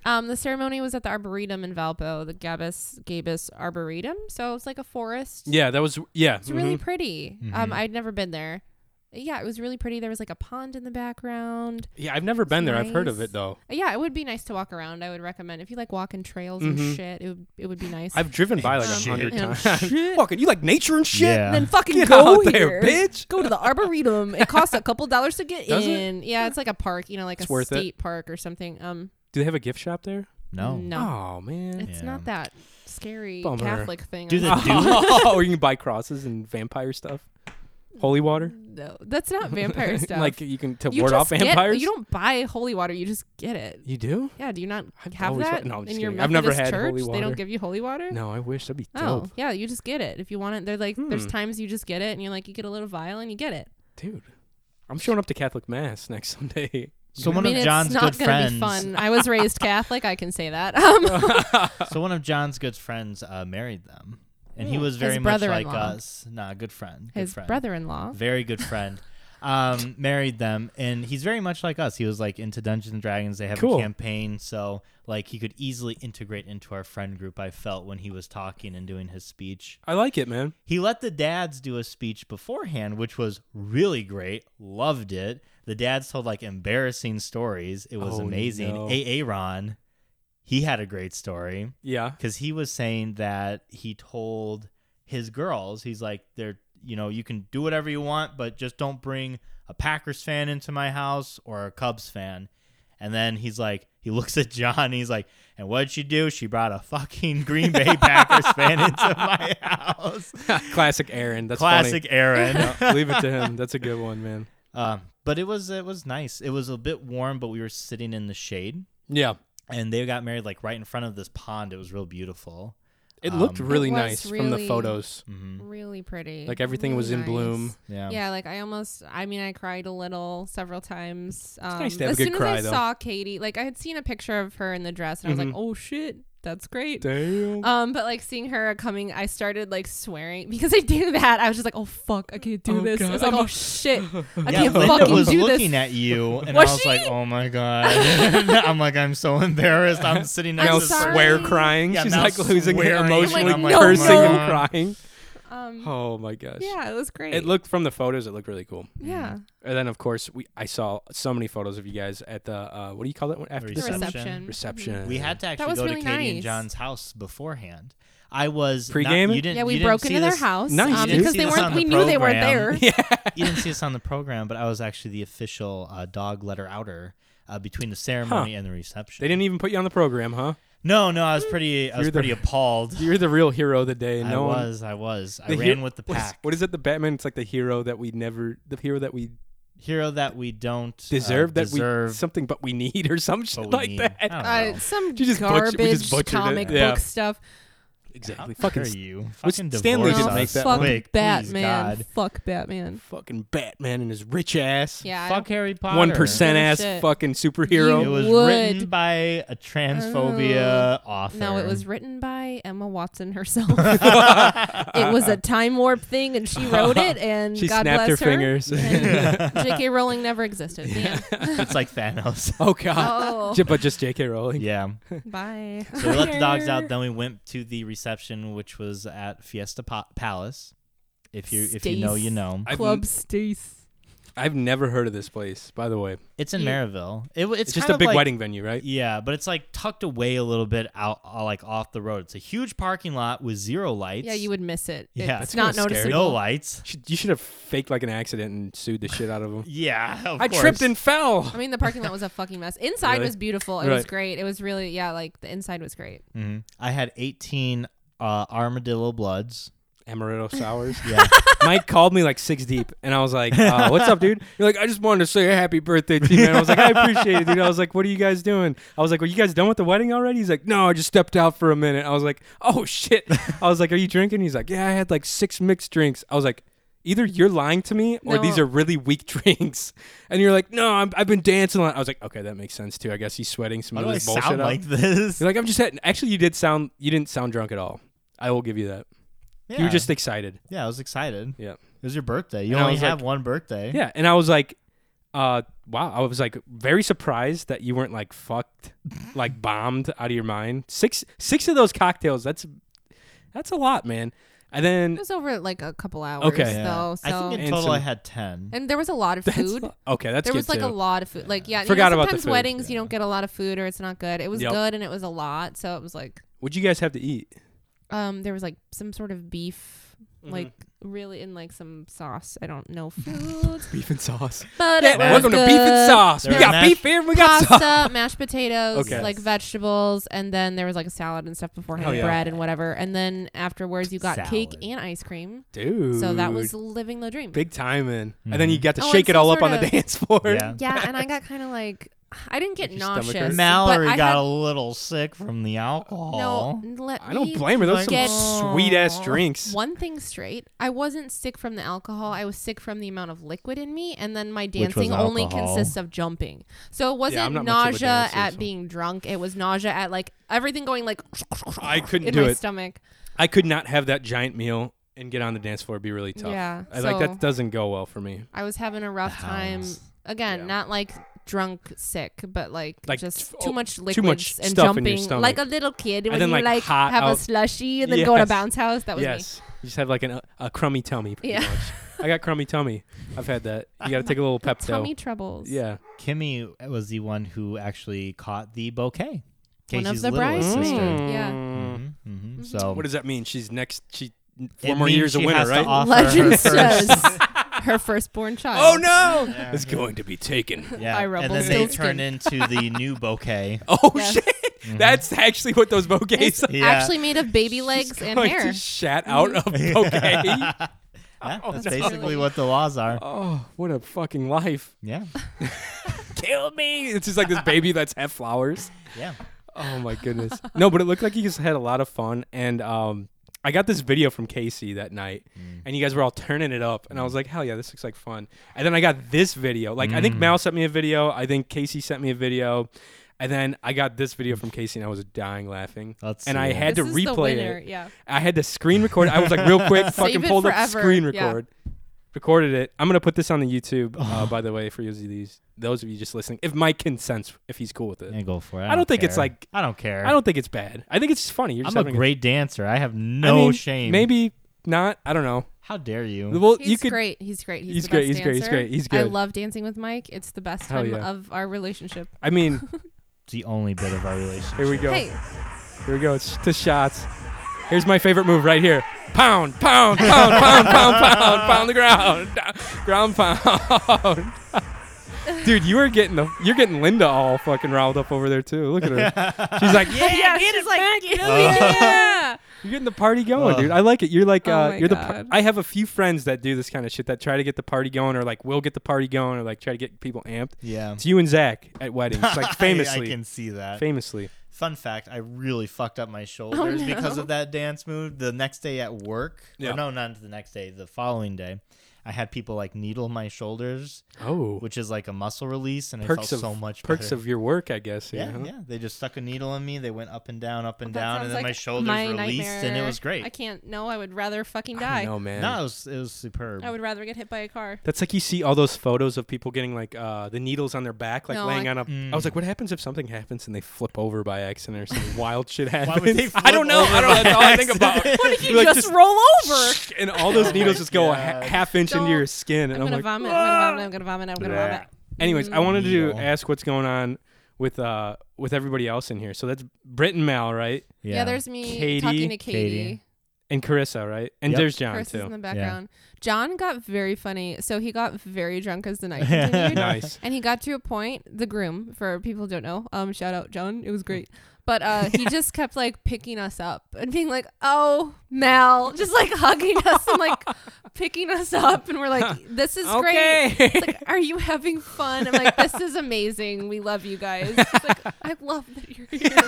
B: Um, the ceremony was at the Arboretum in Valpo, the Gabus Gabus Arboretum. So it's like a forest.
A: Yeah, that was yeah.
B: It's really
C: Mm-hmm.
A: mhm.
B: pretty. Um, I'd never been there. Yeah, it was really pretty. There was like a pond in the background.
A: Yeah, I've never been there. I've heard of
B: nice.
A: it though.
B: Uh, Yeah, it would be nice to walk around. I would recommend if you like walking trails
A: Mhm.
B: and shit. It would it would be nice.
A: I've driven by like a
C: Shit.
A: hundred
B: And
A: times.
B: shit.
A: Fucking, you like nature and shit?
C: Yeah. Then
B: fucking
A: Get
B: go
A: out there,
B: here.
A: bitch.
B: Go to the arboretum. It costs a couple dollars to get
A: Does it?
B: in. Yeah, it's like a park, you know, like
A: It's
B: a
A: worth it.
B: state park or something. Um,
A: Do they have a gift shop there?
C: No.
A: Oh man.
B: it's
C: Yeah.
B: not that scary
A: Bummer.
B: Catholic thing.
C: Do
B: I'm
C: the
B: like,
A: Oh, or you can buy crosses and vampire stuff. Holy water.
B: no, that's not vampire stuff.
A: like you can to
B: you
A: ward off
B: just get-
A: vampires.
B: you don't buy holy water. You just get it.
A: You do?
B: Yeah, do you not
A: I've
B: have
A: always wa-
B: that
A: no, I'm just
B: in your
A: kidding. I've never
B: Methodist
A: had
B: church?
A: holy
B: They
A: water.
B: don't give you holy water.
A: No, I wish that'd be
B: Oh,
A: dope,
B: yeah, you just get it if you want it. They're like, there's
A: Hmm.
B: times you just get it, and you're like, you get a little vial and you get it.
A: dude. I'm showing up to Catholic mass next Sunday.
C: So
B: I
C: one
B: mean,
C: of
B: it's
C: John's
B: not
C: good
B: gonna
C: friends.
B: be fun. I was raised Catholic. I can say that. Um,
C: So one of John's good friends uh, married them, and he was
B: His
C: very much like
B: brother-in-law.
C: us. Nah, good friend. Good
B: his
C: friend.
B: brother-in-law.
C: very good friend. Um, married them, and he's very much like us. He was like into Dungeons and Dragons. They have
A: Cool.
C: a campaign, so like he could easily integrate into our friend group. I felt when he was talking and doing his speech.
A: I like it, man.
C: He let the dads do a speech beforehand, which was really great. Loved it. The dads told like embarrassing stories. It was
A: Oh,
C: amazing.
A: no.
C: Aaron, he had a great story
A: Yeah.
C: because he was saying that he told his girls, he's like, they're, you know, you can do whatever you want, but just don't bring a Packers fan into my house or a Cubs fan. And then he's like, he looks at John, and he's like, and what'd she do? She brought a fucking Green Bay Packers fan into my house.
A: Classic Aaron. That's
C: Classic Aaron.
A: Funny. Leave it to him. That's a good one, man.
C: um, but it was it was nice. It was a bit warm, but we were sitting in the shade,
A: Yeah.
C: and they got married like right in front of this pond. It was real beautiful.
A: It looked
C: Um,
A: really
B: It was
A: nice from the
B: really-
A: photos.
C: hmm
B: Really pretty.
A: Mm-hmm. Like everything was in
B: Really
A: bloom.
B: nice.
C: Yeah.
B: Yeah, like I almost. I mean, I cried a little several times. Um,
A: nice to have a
B: as
A: good
B: soon
A: cry,
B: as I
A: though. Mm-hmm.
B: saw Katie, like I had seen a picture of her in the dress, and I was like, oh shit, that's great.
A: Damn.
B: Um, but like seeing her coming, I started like swearing because I do that. I was just like, oh fuck, I can't do
A: Oh,
B: this.
A: God,
B: I was like,
A: I'm
B: oh
A: a-
B: shit, I
C: Yeah,
B: can't
C: Linda
B: fucking
C: was
B: do
C: looking
B: this.
C: at you, and
B: Was
C: I was
B: she?
C: like, "Oh my god!" I'm like, "I'm so embarrassed." I'm sitting next
A: now
C: to
B: sorry.
A: swear crying.
C: Yeah,
A: She's
C: now
A: like losing her
C: swearing.
A: emotionally,
B: I'm like, no,
A: cursing
B: no.
A: and crying.
B: um,
A: Oh my gosh.
B: yeah, it was great.
A: It looked from the photos. It looked really cool.
B: yeah.
A: And then of course we I saw so many photos of you guys at the uh, what do you call that one after
B: The
C: Reception.
A: reception?
B: reception.
A: Reception.
C: We had to actually
B: was
C: go
B: really
C: to Katie and
B: nice.
C: John's house beforehand. I was not-
A: Pre-gaming?
C: you didn't.
B: Yeah,
C: you
B: we
C: didn't
B: broke
C: see
B: into their
C: this-
B: house
A: Nice,
B: um,
A: you didn't
B: because
A: see
B: they
A: this
B: weren't.
A: on
B: we
C: the
B: knew they weren't there.
C: program. You didn't see this on the program, but I was actually the official uh, dog letter outer uh, between the ceremony and the reception.
A: They didn't even put you on the program, huh?
C: No, no, I was pretty. I was
A: You're the-
C: pretty appalled.
A: You're the real hero of the day.
C: I
A: No one-
C: was. I was. I
A: the
C: ran
A: hero-
C: with the
A: what is-
C: pack.
A: What is it? The Batman. It's like the hero that we never. The hero that we
C: Hero that we don't uh,
A: deserve. that we
C: deserve,
A: something, but we need or some shit
C: but we
A: like
C: need. Oh, I
A: that.
C: don't know.
B: Uh, some
A: She just butchered- we
B: garbage
A: just butchered it.
B: comic
A: Yeah.
B: book stuff.
A: Exactly.
C: How
A: Fucking
C: dare
A: st-
C: you.
A: was-
C: Fucking
A: Stanley
C: divorce
A: didn't
C: us.
A: make that one.
B: fuck
C: Quick, please,
B: Batman.
C: God.
B: Fuck Batman.
A: fucking Batman and his rich ass.
B: Yeah, I
C: Fuck Harry Potter.
A: One percent
B: Give a
A: ass
B: shit.
A: fucking superhero.
C: It was
B: Would.
C: written by a transphobia author.
B: No, Oh. it was written by Emma Watson herself. it was a time warp thing, and she wrote it. And
A: she
B: God
A: snapped
B: bless
A: her,
B: her.
A: fingers.
B: And J.K. Rowling never existed. The end.
C: it's like Thanos.
A: oh god.
B: Oh,
A: J- But just J.K. Rowling.
C: yeah.
B: bye.
C: So we let the dogs out. Then we went to the reception, which was at Fiesta pa- Palace. If you if you know,
B: Stace.
C: you know.
A: I've,
B: Club Stace.
A: I've never heard of this place, by the way.
C: It's in
B: You-
C: Maryville. It, w-
A: It's,
C: it's
A: just a
C: kind of
A: big
C: like-
A: wedding venue, right?
C: Yeah, but it's like tucked away a little bit out, uh, like off the road. It's a huge parking lot with zero lights.
B: Yeah, you would miss it.
C: Yeah,
B: it's
C: that's
B: not
A: kinda scary.
B: noticeable.
C: no lights.
A: Should- You should have faked like an accident and sued the shit out of them.
C: Yeah, of
A: I tripped
C: course.
A: and fell.
B: I mean, the parking lot was a fucking mess. Inside
A: Really?
B: was beautiful. It was
A: Right.
B: great. It was really, yeah, like the inside was great.
C: Mhm. I had 18 uh, armadillo bloods.
A: amaretto sours.
C: Yeah.
A: Mike called me like six deep, and I was like, uh, "What's up, dude?" You're like, "I just wanted to say a happy birthday to you." man." I was like, "I appreciate it, dude." I was like, "What are you guys doing?" I was like, "Were you guys done with the wedding already?" He's like, "No, I just stepped out for a minute." I was like, "Oh shit!" I was like, "Are you drinking?" He's like, "Yeah, I had like six mixed drinks." I was like. Either you're lying to me, or these
B: No.
A: are really weak drinks, and you're like, "No, I'm, I've been dancing." a lot." I was like, "Okay, that makes sense too. I guess he's sweating some
C: Why
A: of
C: do I
A: this bullshit."
C: sound
A: out."
C: like this?
A: You're like, I'm just had actually you did sound you didn't sound drunk at all. I will give you that.
C: yeah.
A: You were just excited.
C: yeah, I was excited.
A: Yeah.
C: It was your birthday. You
A: And I
C: only
A: was
C: have
A: like-
C: one birthday.
A: Yeah. And I was like, uh wow. I was like very surprised that you weren't like fucked, like bombed out of your mind. Six six of those cocktails, that's that's a lot, man. And
B: It
A: then
B: was over like a couple hours
A: Okay.
C: Yeah.
B: though. So
C: I think in
A: And
C: total I
A: some-
C: had ten.
B: and there was a lot of
A: that's
B: food.
A: okay, that's
B: there
A: good
B: was like
A: too.
B: a lot of food. Like yeah, you
A: Forgot
B: know,
A: about the
B: sometimes
A: food.
B: weddings you don't get a lot of food or it's not good. It was
A: Yep.
B: good and it was a lot, so it was like
A: What'd you guys have to eat?
B: um there was like some sort of beef
A: Mm-hmm.
B: like really in like some sauce. I don't know food,
A: Beef and sauce.
B: but
A: Yeah,
B: it was
A: welcome
B: good.
A: to beef and sauce.
C: There
A: we
C: was
A: got
C: mashed-
A: beef here and we got sauce.
B: Pasta, mashed potatoes,
A: Okay.
B: like vegetables, and then there was like a salad and stuff beforehand,
A: Oh, yeah.
B: bread and whatever. And then afterwards, you got cake
C: Salad.
B: and ice cream.
A: Dude. Mm-hmm.
B: So that was living the dream.
A: big time in. And then you got to
B: Oh, and
A: shake it
B: some
A: all up on
B: sort
A: the
B: of-
A: dance floor.
C: Yeah.
B: Yeah, and I got kind of like I didn't get
A: your stomach hurt?
B: nauseous.
C: Mallory
B: but I
C: got
B: had-
C: a little sick from the alcohol.
B: no. Let
A: I don't
B: me
A: blame her. Those are
B: get
A: some sweet ass drinks.
B: One thing straight, I wasn't sick from the alcohol. I was sick from the amount of liquid in me, and then my
C: was
B: dancing only
C: alcohol.
B: consists of jumping. So it wasn't
A: I'm not much of a
B: nausea
A: dancer,
B: at
A: so-
B: being drunk. It was nausea at like everything going like
A: I couldn't
B: in
A: do
B: my
A: it.
B: stomach.
A: I could not have that giant meal and get on the dance floor. It'd be really tough.
B: Yeah,
A: I, like
B: so-
A: that doesn't go well for me.
B: I was having a rough time.
C: Hounds.
B: Again,
A: Yeah.
B: not like drunk sick, but like,
A: Like,
B: just
A: f-
B: too
A: oh,
B: much
A: too
B: liquids
A: much
B: and
A: stuff in your
B: jumping
A: stomach.
B: like a little kid when
A: then,
B: you
A: like,
B: like,
A: hot
B: have a
A: out-
B: slushy and then go to
A: Yes.
B: bounce house. That was
A: yes, you just have like an, uh, a crummy tummy. Pretty
B: Yeah.
A: much. I got crummy tummy. I've had that. You got to take a little
B: me.
A: Pepto.
B: Tummy troubles.
A: Yeah,
C: Kimmy was the one who actually caught the bouquet.
B: One of
C: Casey's
B: the Mm-hmm.
C: littlest
B: bridesmaids.
C: sister.
B: Yeah.
C: Mhm, mhm. So
A: Mm. What does that mean? She's next. She
C: it
A: four more
C: means
A: years a
C: she
A: winner,
C: has to
A: right?
C: offer her
B: Legend
C: first-
B: says her firstborn child.
A: oh no! It's going to be taken.
C: Yeah.
B: Ira
C: and then they
B: Rumpelstiltskin.
C: turn into the new bouquet.
A: Oh
B: Yes.
A: shit!
C: Mm-hmm.
A: That's actually what those bouquets. are.
C: Yeah.
B: Actually made of baby legs
A: She's
B: and
A: going
B: hair.
A: to shat out of bouquet.
C: Yeah, that's
B: no.
C: basically
B: really-
C: what the laws are.
A: oh, what a fucking life!
C: Yeah.
A: Kill me! It's just like this baby that's half flowers.
C: Yeah.
A: Oh my goodness. No, but it looked like you just had a lot of fun. And um, I got this video from Casey that night,
C: Mm.
A: and you guys were all turning it up, and I was like, hell yeah, this looks like fun. And then I got this video. Like I think
C: Mm.
A: Mal sent me a video. I think Casey sent me a video. And then I got this video from Casey, and I was dying laughing.
C: Let's
A: and
C: see
A: I
C: it.
A: had
B: this
A: to
B: is the
A: replay
B: winner.
A: it.
B: Yeah.
A: I had to screen record. I was like, real quick, fucking
B: it
A: pulled up
B: forever.
A: screen
B: Yeah.
A: record, recorded it. I'm gonna put this on the YouTube, uh, by the way, for those of these, those of you just listening. If Mike consents, if he's cool with it,
C: Yeah, go for it. I,
A: I don't think it's
C: care.
A: like-
C: I don't care.
A: I don't think it's bad. I think it's just funny. You're just
C: I'm a
A: having
C: great dancer. I have
A: I
C: no
A: mean,
C: shame. Hmm.
A: Maybe not. I don't know.
C: How dare you?
A: Well,
B: He's
A: you could.
B: great. He's great. He's,
A: He's
B: the
A: great,
B: best
A: he's great, he's
B: dancer.
A: great, he's
B: I
A: good.
B: love dancing with Mike. It's the best
A: Hell
B: time
A: yeah.
B: of our relationship.
A: I mean,
C: The only bit of our relationship.
A: here we go.
B: Hey,
A: Here we go. It's to shots. Here's my favorite move right here. Pound, pound, pound, pound, pound, pound, pound the ground, Down- ground pound. Dude, you are getting the you're getting Linda all fucking riled up over there too. Look at her. She's like, yeah,
B: yeah, she's like, yeah.
A: you're getting the party going, dude. I like it. You're like,
B: Oh
A: uh,
B: my
A: you're the. Par-
B: God.
A: I have a few friends that do this kind of shit that try to get the party going, or like will get the party going, or like try to get people amped.
C: Yeah.
A: It's you and Zach at weddings,
C: I-
A: like
C: I,
A: famously.
C: can see that.
A: famously.
C: Fun fact: I really fucked
B: Oh,
C: up my shoulders because of that dance move. The next day at work,
A: Yeah.
C: or no, not the next day, the following day, I had people like needle my shoulders,
A: Oh,
C: which is like a muscle release, and
A: perks
C: it felt
A: of
C: so much
A: perks
C: better.
A: of your work, I guess.
C: yeah,
A: huh?
C: yeah. They just stuck a needle in me. They went up and down, up and
B: That
C: down,
B: sounds
C: and then
B: like
C: my shoulders
B: my
C: released, and it
B: nightmare.
C: was great.
B: I can't. No, I would rather fucking
A: I
B: die.
A: know, man.
C: No, it was it was superb.
B: I would rather get hit by a car.
A: That's like you see all those photos of people getting like uh, the needles on their back, like
B: No,
A: laying
B: I-
A: on a. I
C: Mm.
A: was like, what happens if something happens and they flip over by accident or some wild shit happens?
C: would they
A: I don't
C: flip
A: know. I don't
C: over
A: know.
C: by
A: That's all I think about.
C: accident? Oh
A: You're like,
B: roll over.
A: and all those needles just go a ha-
C: God.
A: half inch into
B: Don't-
A: your skin,
B: I'm
A: and
B: gonna,
A: I'm, like,
B: vomit, I'm gonna vomit. I'm gonna vomit. I'm gonna
C: Blah.
B: vomit.
A: anyways, I wanted to
C: Needle.
A: ask what's going on with uh with everybody else in here. So that's Britt and Mal, right?
B: Yeah, there's me
A: Katie.
B: talking to Katie.
C: Katie.
A: And Carissa, right? And
C: Yep.
A: there's John
B: Chris
A: too.
B: is in the background. John got very funny. So he got very drunk as the night continued.
A: nice.
B: And he got to a point, the groom, for people who don't know, um, shout out John, it was great. But uh, he just kept like picking us up and being like, "Oh, Mal," just like hugging us and like picking us up, and we're like, "This is
A: Okay.
B: great." It's like, "Are you having fun?" I'm like, "This is amazing. We love you guys." It's like, I love that you're here.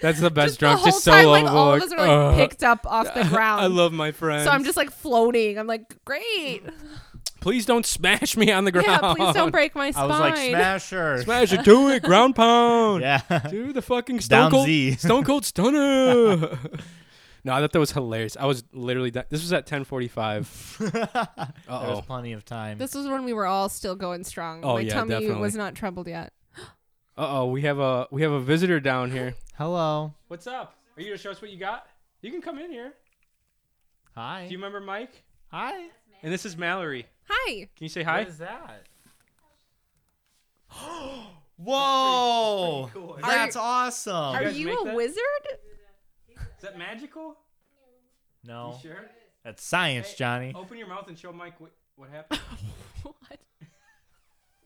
A: That's the best drunk.
B: whole
A: Just so
B: time,
A: low.
B: like all of us are like
A: "Ugh."
B: picked up off the ground.
A: I love my friends.
B: So I'm just like floating. I'm like, "Great,
A: please don't smash me on the ground.
B: yeah. Please don't break my
C: I
B: spine."
C: was like, smash her.
A: Smash it, do it, ground pound.
C: Yeah.
A: do the fucking Stone
C: Down
A: Cold
C: Z.
A: Stone Cold Stunner. no, I thought that was hilarious. I was literally di- this was at 10:45.
C: There was
A: Uh-oh.
C: plenty of time.
B: This was when we were all still going strong.
A: Oh,
B: my
A: yeah,
B: tummy
A: definitely.
B: was not troubled yet.
A: Uh-oh, we have a we have a visitor down here.
C: Hello.
A: What's up? Are you going to show us what you got? You can come in here.
C: Hi.
A: Do you remember Mike?
C: Hi.
A: And this is Mallory.
B: Hi.
A: Can you say hi?
C: What is that? Whoa! That's, awesome.
B: Are
A: guys
B: you
A: make
B: a
A: that?
B: wizard?
A: Is that magical?
C: no,
A: Sure.
C: that's science, Johnny.
B: Oh,
A: Open your mouth and show Mike what, what happened.
B: What?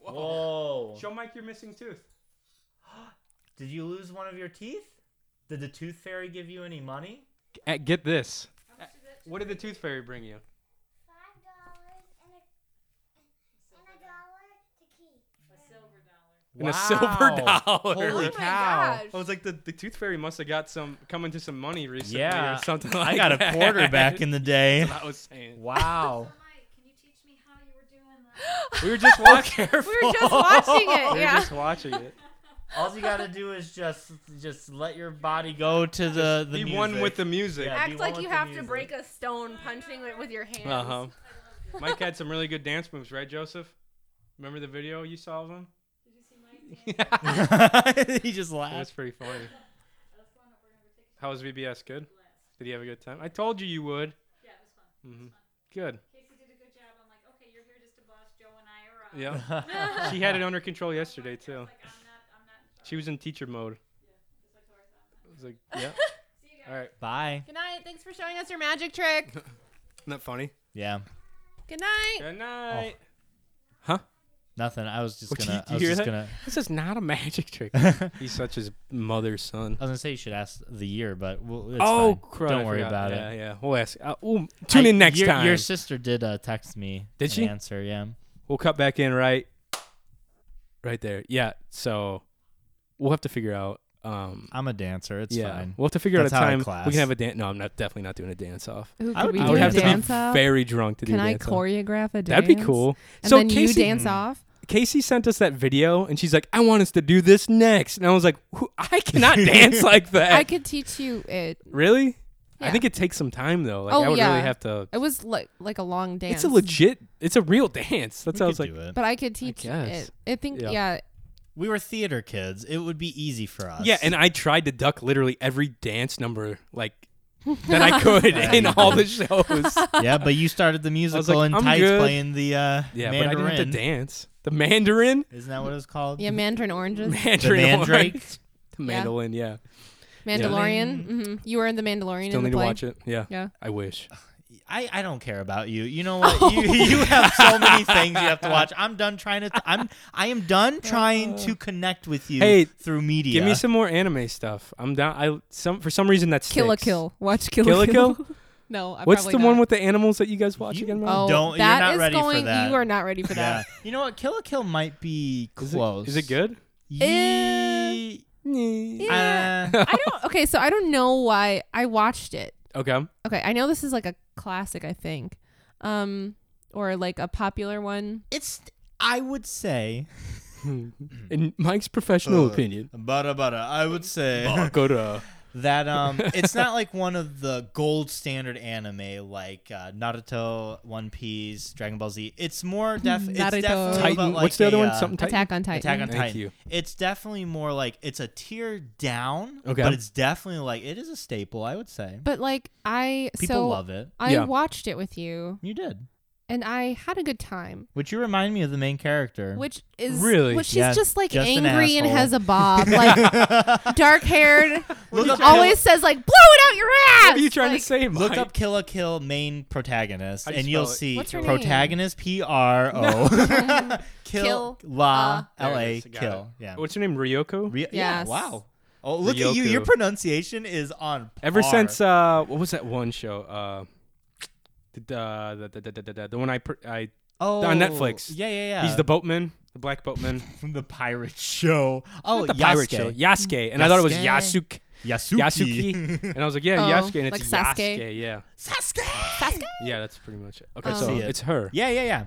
B: oh.
C: Whoa!
A: show Mike your missing tooth.
C: Did you lose one of your teeth? Did the tooth fairy give you any money?
A: get this. What did the tooth fairy bring you?
I: five dollars and a and a dollar to keep.
A: And a silver
C: Wow.
A: dollar.
B: Oh
C: Holy
B: my
C: cow!
B: gosh.
A: I was like, the, the tooth fairy must have got some coming to some money recently
C: Yeah,
A: or something like
C: I got
A: that.
C: a quarter back in the day.
A: I was saying.
C: Wow!
A: We were just watching.
B: We were just watching
A: we
B: it.
A: were
B: Yeah.
A: just watching it.
C: All you gotta do is just just let your body go to the the
A: Be
C: music.
A: one with the music.
C: Yeah.
B: Act
C: one
B: like
C: with
B: you
C: the
B: have to
C: music.
B: break a stone punching it with your hands.
A: Uh huh. Mike had some really good dance moves, right, Joseph? Remember the video you saw of him?
C: he
A: That's
C: just laughed.
A: pretty funny. How was VBS? Good. Did he have a good time? I told you you would. Yeah, it was fun. Good. Yeah. she had it under control yesterday too. She was in teacher mode. It was like, yeah. All right.
C: Bye.
B: Good night. Thanks for showing us your magic trick.
A: Isn't that funny?
C: Yeah.
B: Good night.
A: Good night.
C: Nothing. I was just
A: What,
C: gonna.
A: do you-
C: I was
A: do you
C: just
A: hear
C: gonna.
A: This is not a magic trick. He's such his mother's son.
C: I was gonna say you should ask the year, but we'll, it's
A: oh,
C: fine.
A: crud, I
C: don't worry
A: forgot.
C: about
A: yeah,
C: it.
A: Yeah, We'll ask. Uh, we'll tune in
C: I-
A: next
C: your,
A: time.
C: Your sister did uh, text me.
A: Did
C: an
A: she?
C: answer? Yeah.
A: we'll cut back in right, right there. Yeah. So we'll have to figure out. Um,
C: I'm a dancer. Ah, It's
A: yeah,
C: fine.
A: we'll have to figure
C: That's
A: out
C: how
A: a
C: I
A: time we
C: class.
A: can have a dance. No, I'm not definitely not doing a dance off.
B: Who
C: I would-
B: we
C: I
B: do
A: I would
B: a
A: have to
B: dance
A: be
B: off?
A: very drunk to do
B: Can I
A: dance off.
B: choreograph a dance?
A: That'd be cool.
B: And
A: so
B: then
A: Casey,
B: you dance off.
A: Casey sent us that video, and she's like, "I want us to do this next," and I was like, "Who- "I cannot dance like that."
B: I could teach you it.
A: really? I
B: Yeah.
A: think it takes some time though. Like
B: Oh,
A: I would really
B: yeah.
A: have to.
B: It was like like a long dance.
A: It's a legit. It's a real dance. That's how
C: we
A: I was
C: could
A: like.
C: do it.
B: But I could teach
A: guess.
B: it. I think
A: Yeah.
B: yeah.
C: We were theater kids. It would be easy for us.
A: Yeah, and I tried to duck literally every dance number like that I could in all the shows.
C: yeah, but you started the musical
A: like,
C: and
A: I'm
C: tights
A: good.
C: playing the uh,
A: Yeah, but
C: Mandarin.
A: I didn't have to dance. The Mandarin,
C: Isn't that what it's called?
A: Mm-hmm.
B: Yeah, mandarin oranges.
C: The
A: Mandarin,
C: Mandrake.
A: orange. the mandolin. Yeah,
B: Mandalorian. hmm You were in the Mandalorian.
A: still
B: in the
A: need to
B: play.
A: watch it. Yeah,
B: Yeah.
A: I wish.
C: I, I don't care about you. You know what?
B: Oh.
C: You, you have so many things you have to watch. I'm done trying to. I'm I am done trying
B: Oh.
C: to connect with you
A: Hey,
C: through media.
A: Give me some more anime stuff. I'm down. I some for some reason that's
B: Kill a Kill. Watch Kill,
A: Kill a
B: a Kill.
A: Kill?
B: no, I
A: What's
B: probably
A: the
B: not.
A: one with the animals that you guys watch
C: You-
A: again? Ryan?
B: Oh,
C: Don't- you're
B: that
C: not
B: is
C: ready for
B: going.
C: that.
B: You are not ready for
C: Yeah.
B: that.
C: You know what? Kill a Kill might be
A: Is it-
C: close.
A: Is it good?
C: Ye-
B: Yeah.
C: Uh,
B: I don't. Okay, so I don't know why I watched it.
A: Okay.
B: Okay, I know this is like a classic. I think, um, or like a popular one.
C: it's. I would say.
A: In Mike's professional opinion,
C: Bada bada. I would say
A: Uh, go to uh,
C: that um, it's not like one of the gold standard anime like uh, Naruto, One Piece, Dragon Ball Z. It's more def. it's
B: Naruto.
C: definitely
A: Titan.
C: about, like,
A: What's the other
C: a,
A: one?
C: uh,
A: Something Titan.
B: Attack on Titan.
C: Attack on
A: Thank
C: Titan.
A: you.
C: It's definitely more like it's a tier down,
A: Okay.
C: but it's definitely like it is a staple. I would say
B: But like I,
C: people
B: so
C: love it.
B: I
A: Yeah.
B: watched it with you,
C: You did,
B: and I had a good time.
C: which you remind me of the main character.
B: Which is
A: Really?
B: Well, she's
C: Yeah,
B: just like
C: just an
B: angry and
C: asshole.
B: has a bob, like dark haired.
C: Look up
B: always says like, "Blow it out your ass."
A: What are you trying
B: Like,
A: to say, Mike?
C: Look up Kill a Kill main protagonist,
A: How do you
C: and you'll
A: spell it?
C: see
B: What's her name?
C: protagonist P R O Kill
B: Kill,
C: La
A: There
C: L
A: it
C: A
A: is. Got
C: Kill.
A: it.
C: Yeah.
A: What's her name? Ryoko.
C: Re-
B: Yes.
C: Wow. Oh, look at you! Your
A: Ryoku.
C: pronunciation is on.
A: Ever
C: par.
A: since uh, what was that one show? Uh, the uh, the, the, the, the, the, the one I pr- I
C: oh,
A: on Netflix.
C: Yeah, yeah, yeah.
A: he's
B: Uh,
A: the boatman, the black boatman.
C: from the pirate show. Oh,
A: Not the pirate
C: Yasuke.
A: show, Yasuke, and I thought it was
C: Yasuke.
A: Yasuke.
C: Yasuke.
A: Yasuke, and I was like, yeah,
B: Oh,
A: Yasuke, and it's
B: like Sasuke.
A: Yasuke, yeah,
B: Sasuke?
A: yeah, that's pretty much it. Okay,
B: Um,
A: so
C: See it.
A: it's her.
C: Yeah, yeah, yeah.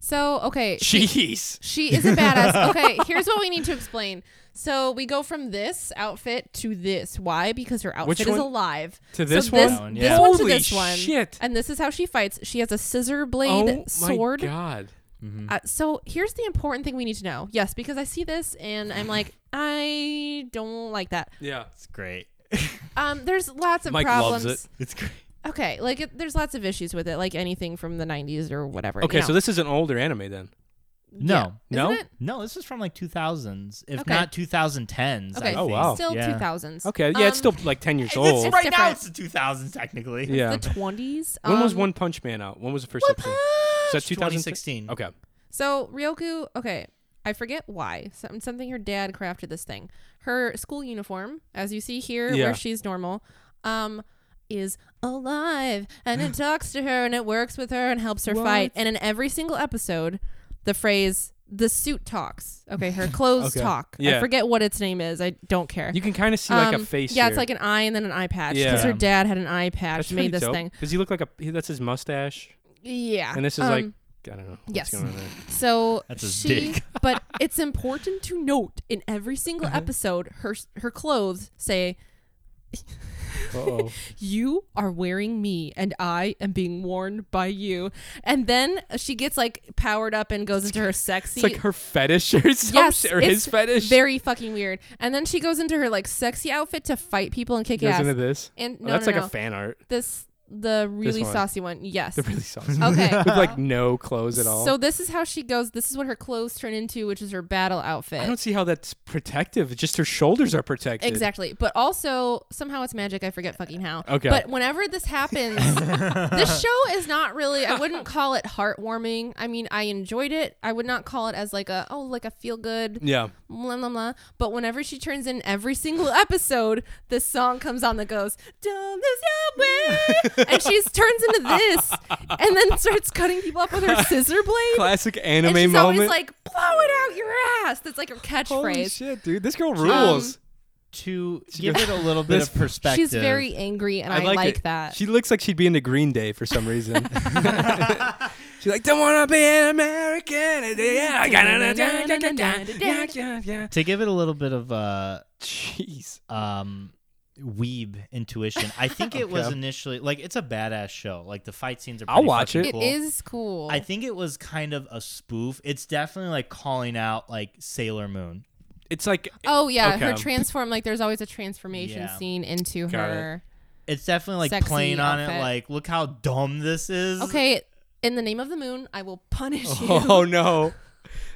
B: So okay,
A: Jeez.
B: She is a badass. Okay, here's what we need to explain. So we go from this outfit to this. Why? Because her outfit
A: Which
B: is
A: one?
B: alive.
A: To
B: So
A: this
B: this,
A: one?
C: one,
B: this
C: yeah.
B: one to
A: Holy
B: this one.
A: shit.
B: And this is how she fights. She has a scissor blade
A: Oh
B: sword.
A: my god.
B: Uh, so here's the important thing we need to know. Yes, because I see this and I'm like, I don't like that.
A: Yeah.
C: It's great.
B: Um, there's lots of
A: Mike
B: problems.
A: loves it.
C: It's great.
B: Okay, like it, there's lots of issues with it, like anything from the 90s or whatever.
A: Okay,
B: you
A: so
B: know.
A: this is an older anime then.
C: No,
A: No?
B: Isn't it?
C: no. This is from like 2000s, if
B: Okay.
C: not 2010s. I
B: Okay.
A: Oh,
C: think.
A: wow.
B: Still
C: Yeah.
B: 2000s.
A: Okay, yeah, it's
B: Um,
A: still like ten years
C: It's
A: old.
C: right now.
B: different.
C: It's the 2000s technically.
A: yeah.
B: The 20s.
A: when was
B: um, uh,
A: One Punch Man out? When was the first
B: One
A: episode? Is that 2016?
C: 2016.
A: Okay.
B: So Ryoku, okay, I forget why. Some, something her dad crafted this thing. Her school uniform, as you see here,
A: Yeah.
B: where she's normal, um, is alive and it talks to her and it works with her and helps her fight. And in every single episode, the phrase "the suit talks." Okay, her clothes
A: Okay.
B: talk.
A: Yeah.
B: I forget what its name is. I don't care.
A: You can kind of see like a
B: Um,
A: face.
B: Yeah,
A: here.
B: it's like an eye and then an eye patch because
A: Yeah.
B: her dad had an eye patch,
A: That's
B: made this thing.
A: Does he look like a? he- That's his mustache,
B: Yeah,
A: and this is like
B: Um,
A: I don't know. what's
B: yes.
A: going on there.
B: So
C: That's his
B: she,
C: dick.
B: but it's important to note in every single
A: Uh-huh.
B: episode, her her clothes say,
A: Uh-oh.
B: "You are wearing me, and I am being worn by you." And then she gets like powered up and goes into her sexy.
A: it's like her fetish or some
B: Yes,
A: shit, or
B: it's
A: his fetish.
B: Very fucking weird. And then she goes into her like sexy outfit to fight people and kick
A: goes
B: ass.
A: into this.
B: And
A: Oh,
B: Eh, no,
A: that's
B: no,
A: like
B: no.
A: a fan art.
B: this the really
A: one.
B: saucy one. Yes.
A: They're really saucy.
B: Okay.
A: With like no clothes at all.
B: So this is how she goes. This is what her clothes turn into, which is her battle outfit.
A: I don't see how that's protective. It's just her shoulders are protected.
B: Exactly. But also somehow it's magic, I forget fucking how.
A: Okay.
B: But whenever this happens, this show is not really I wouldn't call it heartwarming. I mean, I enjoyed it. I would not call it as like a oh, like a feel good
A: Yeah.
B: blah blah blah. But whenever she turns in every single episode, this song comes on that goes, Don't lose your way and she turns into this and then starts cutting people up with her scissor blade.
A: Classic anime
B: and she's
A: moment.
B: always like, blow it out your ass. That's like her
A: Holy
B: catchphrase.
A: shit, dude! This girl
B: Um,
A: rules.
C: To give it a little bit
A: This-
C: of perspective,
B: She's very angry, and I, like,
A: like, it.
B: that.
A: She looks like she'd be into Green Day for some reason. She's like, don't wanna be an American. Yeah, I gotta- yeah, yeah, yeah.
C: to give it a little bit of uh
A: Jeez.
C: um weeb intuition. I think it was
A: Okay.
C: initially like it's a badass show. Like the fight scenes are.
A: I'll
C: pretty
A: watch
C: fucking
A: it.
C: Cool.
B: It is cool.
C: I think it was kind of a spoof. It's definitely like calling out like Sailor Moon.
A: It's like
B: oh yeah, her
A: Okay.
B: transform like there's always a transformation
C: Yeah.
B: scene into
A: Got it.
B: her.
C: It's definitely like
B: Sexy
C: playing on it
B: outfit.
C: like look how dumb this is.
B: Okay, in the name of the moon, I will punish you.
A: oh no.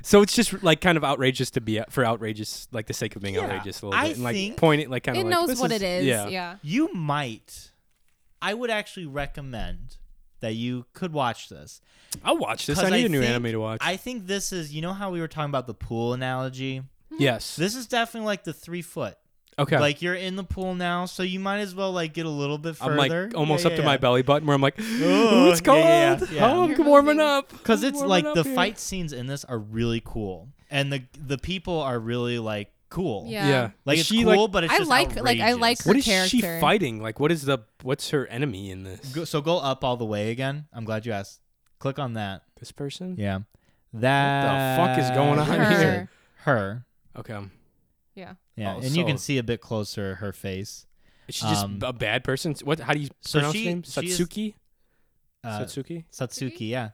A: So it's just like kind of outrageous to be for outrageous, like the sake of being
C: Yeah,
A: outrageous a little
C: I
A: bit, and like
C: think-
A: point it like kind
B: it
A: of. like,
B: knows
A: this
B: what
A: is,
B: it is. Yeah.
C: You might I would actually recommend that you could watch this.
A: I'll watch this.
C: 'Cause
A: I need a new
C: think-
A: anime to watch.
C: I think this is you know how we were talking about the pool analogy?
A: yes.
C: This is definitely like the three foot.
A: okay.
C: Like you're in the pool now, so you might as well like get a little bit
A: I'm
C: further.
A: like almost
C: Yeah,
A: up
C: yeah,
A: to
C: yeah.
A: my belly button where I'm like,
C: Oh,
A: oh, it's
C: yeah,
A: cold.
C: yeah, yeah.
A: Oh, I'm
B: You're
A: warming
B: moving.
A: up.
C: because
A: I'm
C: it's
A: warming
C: like
A: up
C: the
A: here.
C: fight scenes in this are really cool, and the the people are really like cool.
B: Yeah.
A: Yeah.
C: like
A: Is
C: it's
A: she
C: cool,
A: like
C: but it's
B: I
C: just
B: like- like, I like
C: outrageous.
A: What
B: her
A: is she
B: character.
A: fighting? Like, what is the what's her enemy in this?
C: Go, so go up all the way again. I'm glad you asked. Click on that.
A: This person?
C: Yeah, that
A: fuck is going on
B: Her. here?
C: Her.
A: Okay.
B: Yeah.
C: Yeah,
A: Oh,
C: and you
A: so-
C: can see a bit closer her face.
A: Is she just
C: Um,
A: a bad person? What? How do you
C: so
A: pronounce
C: she-
A: her name?
C: she is-
A: Satsuki.
C: Uh,
A: Satsuki.
C: Satsuki. Yeah,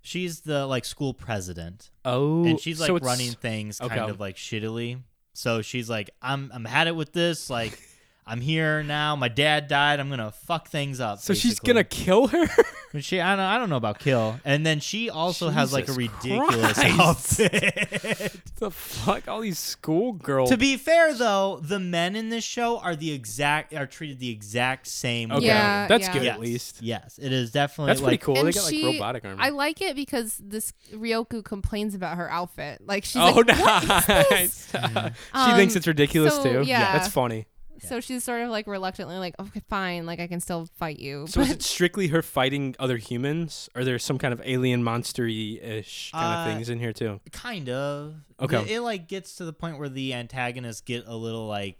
C: she's the like school president.
A: Oh,
C: and she's like
A: so it's-
C: running things kind
A: okay.
C: of like shittily. So she's like, I'm I'm had it with this. Like, I'm here now. My dad died. I'm gonna fuck things up.
A: So she's
C: basically.
A: gonna kill her.
C: When she, I don't, I don't know about kill. And then she also has like a
A: Jesus
C: ridiculous
A: Christ.
C: outfit.
A: the fuck? All these schoolgirls.
C: to be fair though, the men in this show are the exact are treated the exact same.
A: okay,
C: way.
B: Yeah,
A: that's
B: yeah.
A: good
C: Yes,
A: at least.
C: Yes, it is definitely
A: That's pretty
C: like-
A: cool.
B: And
A: they got
B: she-
A: like robotic armor.
B: I like it because this Ryoku complains about her outfit. Like she's
A: oh,
B: like, "What is
A: nice.
B: this?"
A: she thinks
B: Um,
A: it's ridiculous
B: so,
A: too.
B: yeah.
A: that's funny.
B: So she's sort of like reluctantly like, okay, fine, like I can still fight you.
A: So is
B: But-
A: it strictly her fighting other humans, or there's some kind of alien monstery ish kind
C: Uh,
A: of things in here too?
C: Kind of.
A: Okay.
C: It, it, like gets to the point where the antagonists get a little like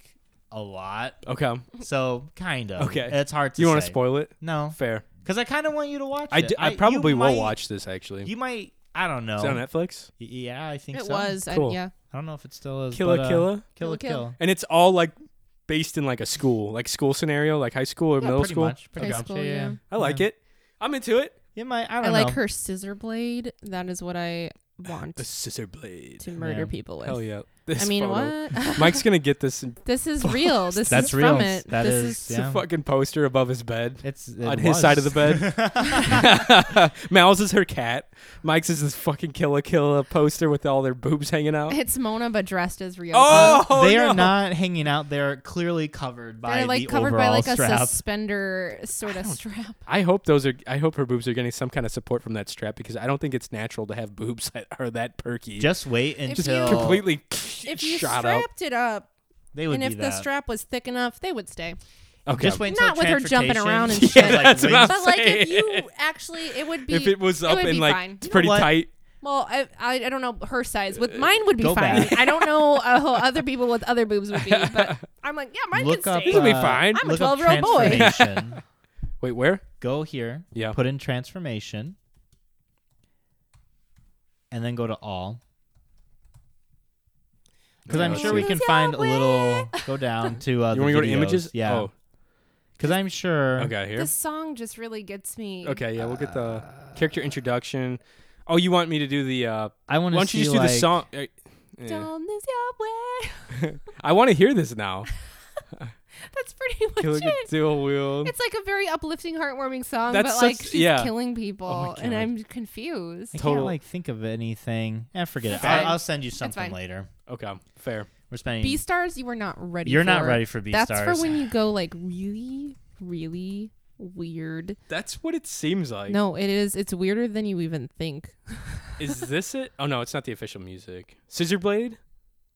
C: a lot.
A: Okay,
C: So kind of.
A: Okay.
C: It's hard to.
A: you want to
C: say.
A: spoil it?
C: No,
A: Fair.
C: because I kind of want you to watch.
A: I,
C: it.
A: d- I
C: you
A: probably will
C: might-
A: watch this actually.
C: You might. I don't know.
A: Is it on Netflix?
C: Y- Yeah, I think
B: it
C: so.
B: was, I,
A: Cool.
B: yeah.
C: I don't know if it still is.
A: Kill a
C: but, uh,
A: Killa,
C: Kill a
B: Kill a Kill.
C: kill.
A: and it's all like based in like a school, like school scenario, like high school or
C: Yeah,
A: middle
C: pretty
A: school.
C: Much, pretty
B: High
C: much.
B: school, yeah.
A: I like it. I'm into it.
C: You might.
B: I,
C: I don't know.
B: like her scissor blade. That is what I want
A: The scissor blade.
B: to murder
C: Yeah.
B: people with.
A: Hell yeah. This
B: I mean,
A: photo.
B: what?
A: Mike's gonna get this in-
B: this is real. This
C: That's
B: is
C: real.
B: from it.
C: That
B: this
C: is-
A: it's a
C: Yeah.
A: fucking poster above his bed.
C: It's it
A: on his side of the
C: bed.
A: Mal's is her cat. Mike's is this fucking Killa Killa poster with all their boobs hanging out.
B: It's Mona, but dressed as Uh, Ryoku.
A: Oh,
C: they
A: no.
C: are not hanging out. They're clearly covered by
B: They're like
C: the
B: covered by
C: overall
B: like
C: strap.
B: a suspender sort of strap.
A: I hope those are. I hope her boobs are getting some kind of support from that strap because I don't think it's natural to have boobs that are that perky.
C: Just wait
B: If
C: until
B: you-
A: completely
B: If you
A: shot up.
B: strapped it up,
C: they would
B: and
C: be
B: if the
C: that.
B: strap was thick enough, they would stay.
A: Okay.
C: Just wait until
B: Not with her jumping
C: transportation.
B: around and
C: She's
B: shit.
C: like
A: That's what I'm
C: wings.
B: But like,
A: saying.
B: if you actually, it would be.
A: if it was up
B: would
A: and
B: be
A: like
B: fine.
A: it's
B: You know
A: pretty
C: what?
A: tight.
B: Well, I, I I don't know her size.
A: Uh,
B: With mine would be
C: Go
B: fine.
C: back.
B: I don't know uh, how other people with other boobs would be, but I'm like, yeah, mine
C: Look
B: could
C: up.
B: stay.
A: It'll be
C: uh,
A: fine.
B: I'm a
C: look up
B: 12-year-old boy.
C: transformation.
A: Wait, where?
C: go here.
A: Yeah.
C: Put in transformation. And then go to all. Because I'm
A: let's
C: sure we
A: see.
C: can find a little. Go down to. Uh,
A: you
C: want to
A: go to images?
C: Yeah.
A: Oh,
C: Because I'm sure.
A: okay. Here.
B: This uh, song just really gets me.
A: Okay. Yeah, we'll get the character introduction. Oh, you want me to do the? Uh,
C: I
A: why
C: want to.
A: don't you just do the song? Uh, eh.
B: Don't lose your way.
A: I want to hear this now.
B: That's pretty much
A: Killing a
B: it.
A: dual wheel.
B: It's like a very uplifting, heartwarming song,
A: That's
B: but like
A: such-
B: she's
A: yeah.
B: killing people,
A: Oh my
B: and
A: God.
B: I'm confused.
C: I
A: Total-
C: can't like think of anything. Eh, forget
B: It's
C: it. I'll,
B: fine.
C: I'll send you
B: fine.
C: something later.
A: Okay, fair.
C: We're spending.
B: B stars, you were not ready.
C: You're
B: for.
C: not ready for
B: That's
C: Beastars.
B: for when you go like really, really weird.
A: That's what it seems like.
B: No, it is. It's weirder than you even think.
A: Is this it? Oh no, it's not the official music. Scissorblade,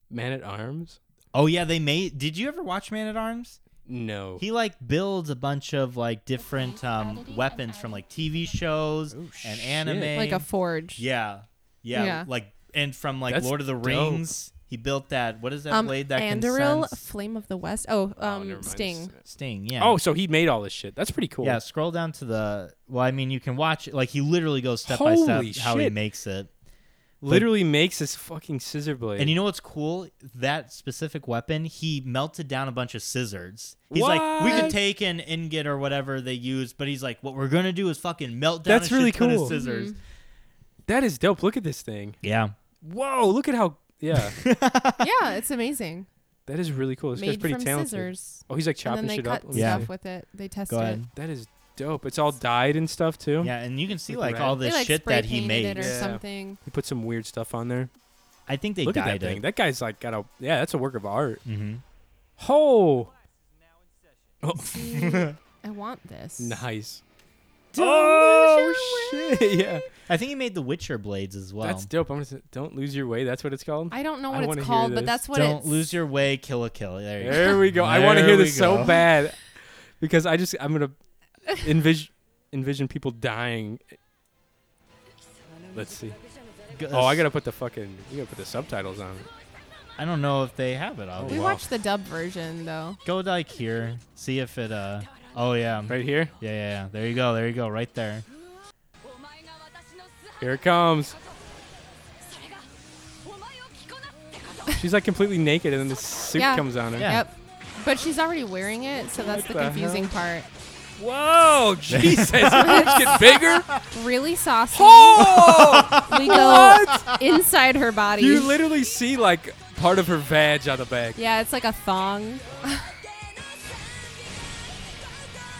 A: Man at Arms.
C: oh yeah, they made. Did you ever watch Man at Arms?
A: No.
C: He like builds a bunch of like different um, weapons from like TV shows and
A: Oh, shit.
C: anime.
B: Like a forge.
C: yeah, yeah,
B: Yeah.
C: Like and from like
A: That's
C: Lord of the
A: dope.
C: Rings, he built that. What is that
B: Um,
C: blade that
B: Andoril,
C: can sense?
B: Flame of the West. Oh,
A: Oh,
B: um,
A: never mind.
B: Sting.
C: Sting. Yeah.
A: Oh, so he made all this shit. That's pretty cool.
C: Yeah, scroll down to the. Well, I mean, you can watch it. Like he literally goes step by
A: Holy
C: step how he
A: shit.
C: makes it.
A: Literally makes this fucking scissor blade.
C: And you know what's cool? That specific weapon, he melted down a bunch of scissors. He's like, we
A: What?
C: could take an ingot or whatever they use, but he's like, what we're gonna do is fucking melt down.
A: That's
C: a shit
A: really
C: ton of
A: cool.
C: scissors.
B: Mm-hmm.
A: that is dope. Look at this thing.
C: Yeah.
A: Whoa, look at how. Yeah,
B: yeah, it's amazing.
A: that is really cool. This guy's
B: Made
A: pretty
B: from
A: talented.
B: scissors.
A: Oh, he's like
B: And
A: chopping
B: then they
A: shit
B: cut
A: up. Let me
C: Yeah.
B: stuff
A: see.
B: with it. They tested
C: Go ahead.
B: it.
A: That is dope. It's all dyed and stuff too.
C: Yeah, and you can see
A: Like
C: like
A: red.
C: all
B: They
C: the
B: like
C: shit
B: spray
C: that he
B: painted it
C: made.
B: or
A: Yeah.
B: something.
A: He put some weird stuff on there.
C: I think they
A: look at
C: dyed
A: that thing.
C: it.
A: That guy's like got a. Yeah, that's a work of art.
C: hmm
A: Oh,
B: See, I want this.
A: nice. Oh shit! Yeah.
C: I think he made the Witcher blades as well.
A: That's dope. I'm gonna say, don't lose your way. That's what it's called.
B: I don't know
A: I
B: what
A: wanna
B: it's
A: hear
B: called, but
A: this.
B: that's what
C: Don't
B: it's.
C: lose your way, kill a kill. There you go.
A: there we go. I want to
C: There
A: hear this
C: we
A: so
C: go.
A: bad because I just I'm gonna envision envision people dying. Let's see. Oh, I gotta put the fucking we gotta put the subtitles on.
C: I don't know if they have it.
A: Oh,
C: All
B: We watched the dub version though.
C: Go like here, see if it. uh Oh yeah.
A: Right here,
C: Yeah, yeah, yeah. There you go. There you go. Right there.
A: here it comes. She's like completely naked, and then the suit
B: Yeah.
A: comes on her.
C: Yeah.
B: Yep. But she's already wearing it, so that's the
A: the hell?
B: confusing part.
A: Whoa, Jesus! get bigger.
B: Really saucy.
A: Oh,
B: We go inside her body.
A: you literally see like part of her vag on the back.
B: yeah, it's like a thong.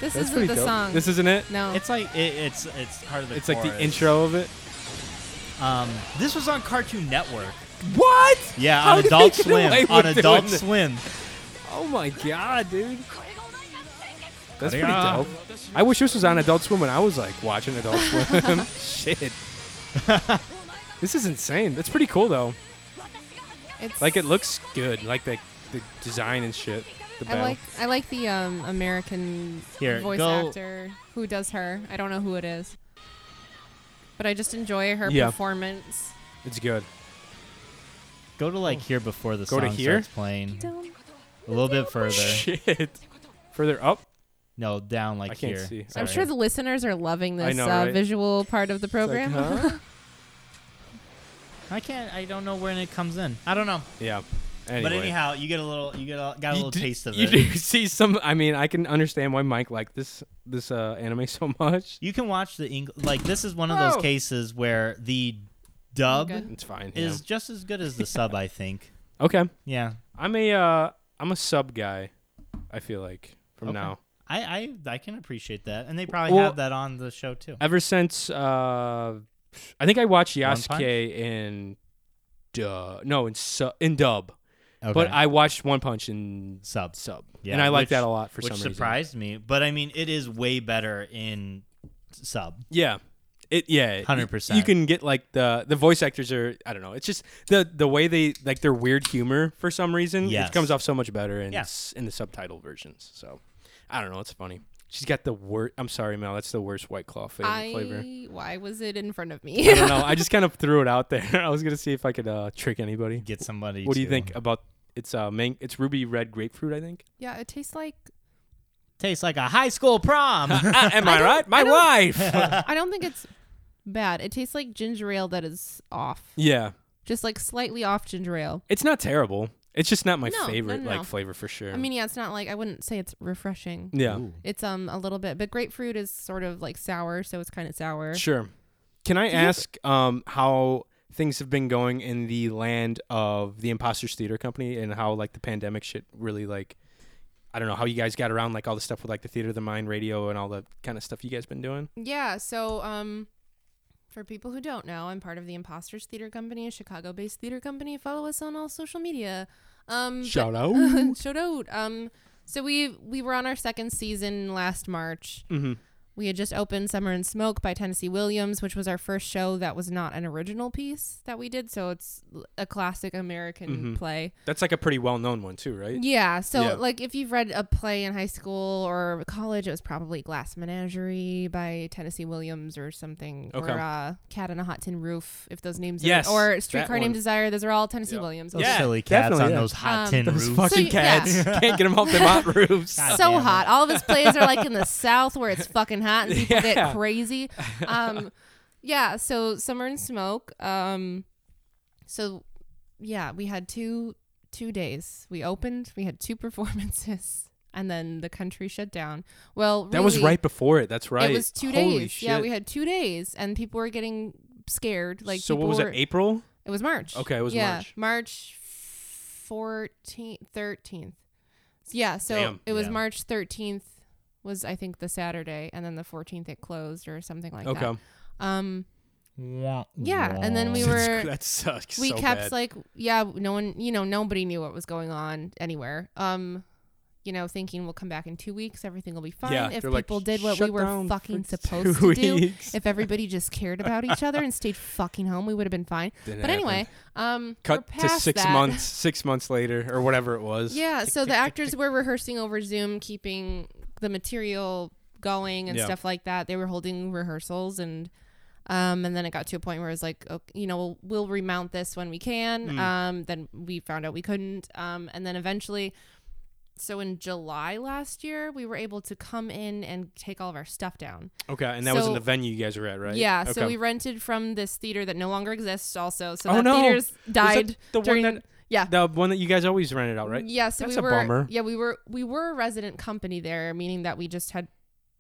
B: This
J: That's
B: isn't
J: pretty
B: the
J: dope.
B: song.
A: This isn't it.
B: no.
C: It's like it, it's it's part of the.
A: It's like the
C: chorus.
A: intro of it.
C: Um, this was on Cartoon Network.
A: What?
C: Yeah,
A: How
C: on
A: did they
C: Adult
A: get away
C: Swim. On
A: with
C: Adult
A: doing this?
C: Swim.
A: Oh my god, dude. That's pretty
C: Yeah.
A: dope. I wish this was on Adult Swim when I was like watching Adult Swim. Shit. this is insane. That's pretty cool though.
B: It's-
A: Like it looks good. Like the, the design and shit. The
B: I
A: battle.
B: like I like the um, American
C: Here,
B: voice
C: go-
B: actor who does her. I don't know who it is, but I just enjoy her
A: Yeah.
B: performance.
A: it's good.
C: Go to like here before the
A: Go to
C: song
A: here?
C: starts playing.
B: Don't-
C: A little bit further.
A: Shit. Further up?
C: No, down like
A: I can't
C: here.
A: see.
B: I'm
A: Sorry.
B: sure the listeners are loving
A: I
B: this
A: know,
B: uh,
A: right?
B: visual part of the
A: It's like,
B: program.
A: huh?
C: I can't. I don't know when it comes in. I don't know.
A: yeah. Anyway.
C: But anyhow, you get a little. You get a, got a
A: You
C: little
A: do-
C: taste of
A: you
C: it.
A: do see some. I mean, I can understand why Mike liked this this uh, anime so much.
C: You can watch the English. Like this is one of those
A: Oh.
C: cases where the dub
B: Okay.
A: It's fine. yeah.
C: is just as good as the sub. I think.
A: okay.
C: Yeah.
A: I'm a uh, I'm a sub guy. I feel like from
C: Okay.
A: now.
C: I, I I can appreciate that, and they probably
A: Well-
C: have that on the show too.
A: Ever since uh, I think I watched
C: One Punch?
A: Yasuke in duh no in sub in dub,
C: Okay.
A: but I watched One Punch in
C: sub
A: sub.
C: Yeah,
A: and I like
C: which-
A: that a lot for
C: which
A: some reason.
C: surprised me. But I mean, it is way better in sub.
A: Yeah. It yeah,
C: 100%.
A: You can get like the the voice actors are I don't know. It's just the the way they like their weird humor for some reason.
C: Yes.
A: It comes off so much better in
C: Yeah.
A: s- in the subtitle versions. So I don't know. It's funny. She's got the worst. I'm sorry, Mel. That's the worst White Claw flavor. flavor.
B: I why was it in front of me?
A: I don't know. I just kind of threw it out there. I was gonna see if I could uh, trick anybody.
C: Get somebody.
A: What do you
C: to-
A: think about it's uh man- it's ruby red grapefruit? I think.
B: yeah, it tastes like
C: Tastes like a high school prom.
A: Ah, am I, right? My wife.
B: I don't think it's bad. It tastes like ginger ale that is off,
A: yeah,
B: just like slightly off ginger ale.
A: it's not terrible. It's just not my
B: No, no,
A: favorite
B: no, no.
A: like flavor for sure.
B: I mean, yeah, it's not like I wouldn't say it's refreshing.
A: yeah.
B: It's um a little bit, but grapefruit is sort of like sour, so it's kind of sour.
A: Sure. Can I ask um, how things have been going in the land of the Imposters Theater Company and how like the pandemic shit really like I don't know how you guys got around like all the stuff with like the theater of the mind radio and all the kind of stuff you guys been doing.
B: Yeah, so um for people who don't know, I'm part of the Imposters Theater Company, a Chicago-based theater company. Follow us on all social media. Um but-
A: Shout out.
B: shout out. Um so we we were on our second season last March.
A: Mhm.
B: We had just opened Summer and Smoke by Tennessee Williams, which was our first show that was not an original piece that we did. So it's l- a classic American play.
A: That's like a pretty well known one too, right?
B: Yeah. So,
A: Mm-hmm. Yeah.
B: like, if you've read a play in high school or college, it was probably Glass Menagerie by Tennessee Williams or something,
A: Okay.
B: or uh, Cat on a Hot Tin Roof, if those names
A: Yes,
B: are, or
A: that
B: Streetcar Named
A: one.
B: Desire. Those are all Tennessee Williams.
C: Those
A: Yeah,
C: silly cats
A: definitely,
C: on
A: yeah.
C: those hot
B: Um,
C: tin
A: Those
C: roofs.
A: fucking
B: So, yeah.
A: cats can't get them off their hot roofs.
C: God
B: so
C: damn it.
B: hot. All of his plays are like in the south where it's fucking hot and people
A: Yeah.
B: get crazy. Um, yeah. So summer and smoke. Um, so yeah, we had two two days. We opened. We had two performances, and then the country shut down. Well,
A: That was
B: really,
A: right before it. That's right.
B: It was two
A: Holy
B: days. Yeah,
A: shit.
B: we had two days, and people were getting scared. Like
A: so.
B: people
A: What was
B: were,
A: it? April.
B: it was March.
A: Okay, it was
B: yeah,
A: March.
B: March 14th, 13th. Yeah, so
A: Damn.
B: it was
C: Yeah.
B: March 13th was I think the Saturday and then the 14th it closed or something like
A: Okay.
B: that. Um yeah, and then we
A: That's-
B: were
A: that sucks.
B: we
A: so
B: kept
A: bad.
B: like yeah, no one, you know, nobody knew what was going on anywhere. Um you know, thinking we'll come back in two weeks, everything will be fine.
A: Yeah,
B: if
A: they're like,
B: people did what we
A: "Shut
B: were
A: down
B: fucking
A: for
B: supposed
A: two
B: to do,
A: weeks."
B: if everybody just cared about each other and stayed fucking home, we would have been fine.
A: Didn't
B: but
A: happen.
B: anyway, um, we're
A: cut to
B: past
A: six
B: that.
A: months six months later or whatever it was
B: Yeah, so the actors were rehearsing over Zoom, keeping the material going and
A: Yeah.
B: stuff like that. They were holding rehearsals and um and then it got to a point where it was like, okay, you know, we'll, we'll remount this when we can.
A: Hmm.
B: Um then we found out we couldn't. Um and then eventually so in July last year, we were able to come in and take all of our stuff down.
A: okay and that was in
B: So-
A: the venue you guys were at right
B: Yeah,
A: okay.
B: so we rented from this theater that no longer exists also. So
A: Oh,
B: that
A: no.
B: theater's died
A: the one
B: during Mm-hmm.
A: that-
B: Yeah.
A: the one that you guys always rented out right
B: Yeah, so
A: That's
B: we
A: a
B: were
A: bummer.
B: yeah, we were we were a resident company there, meaning that we just had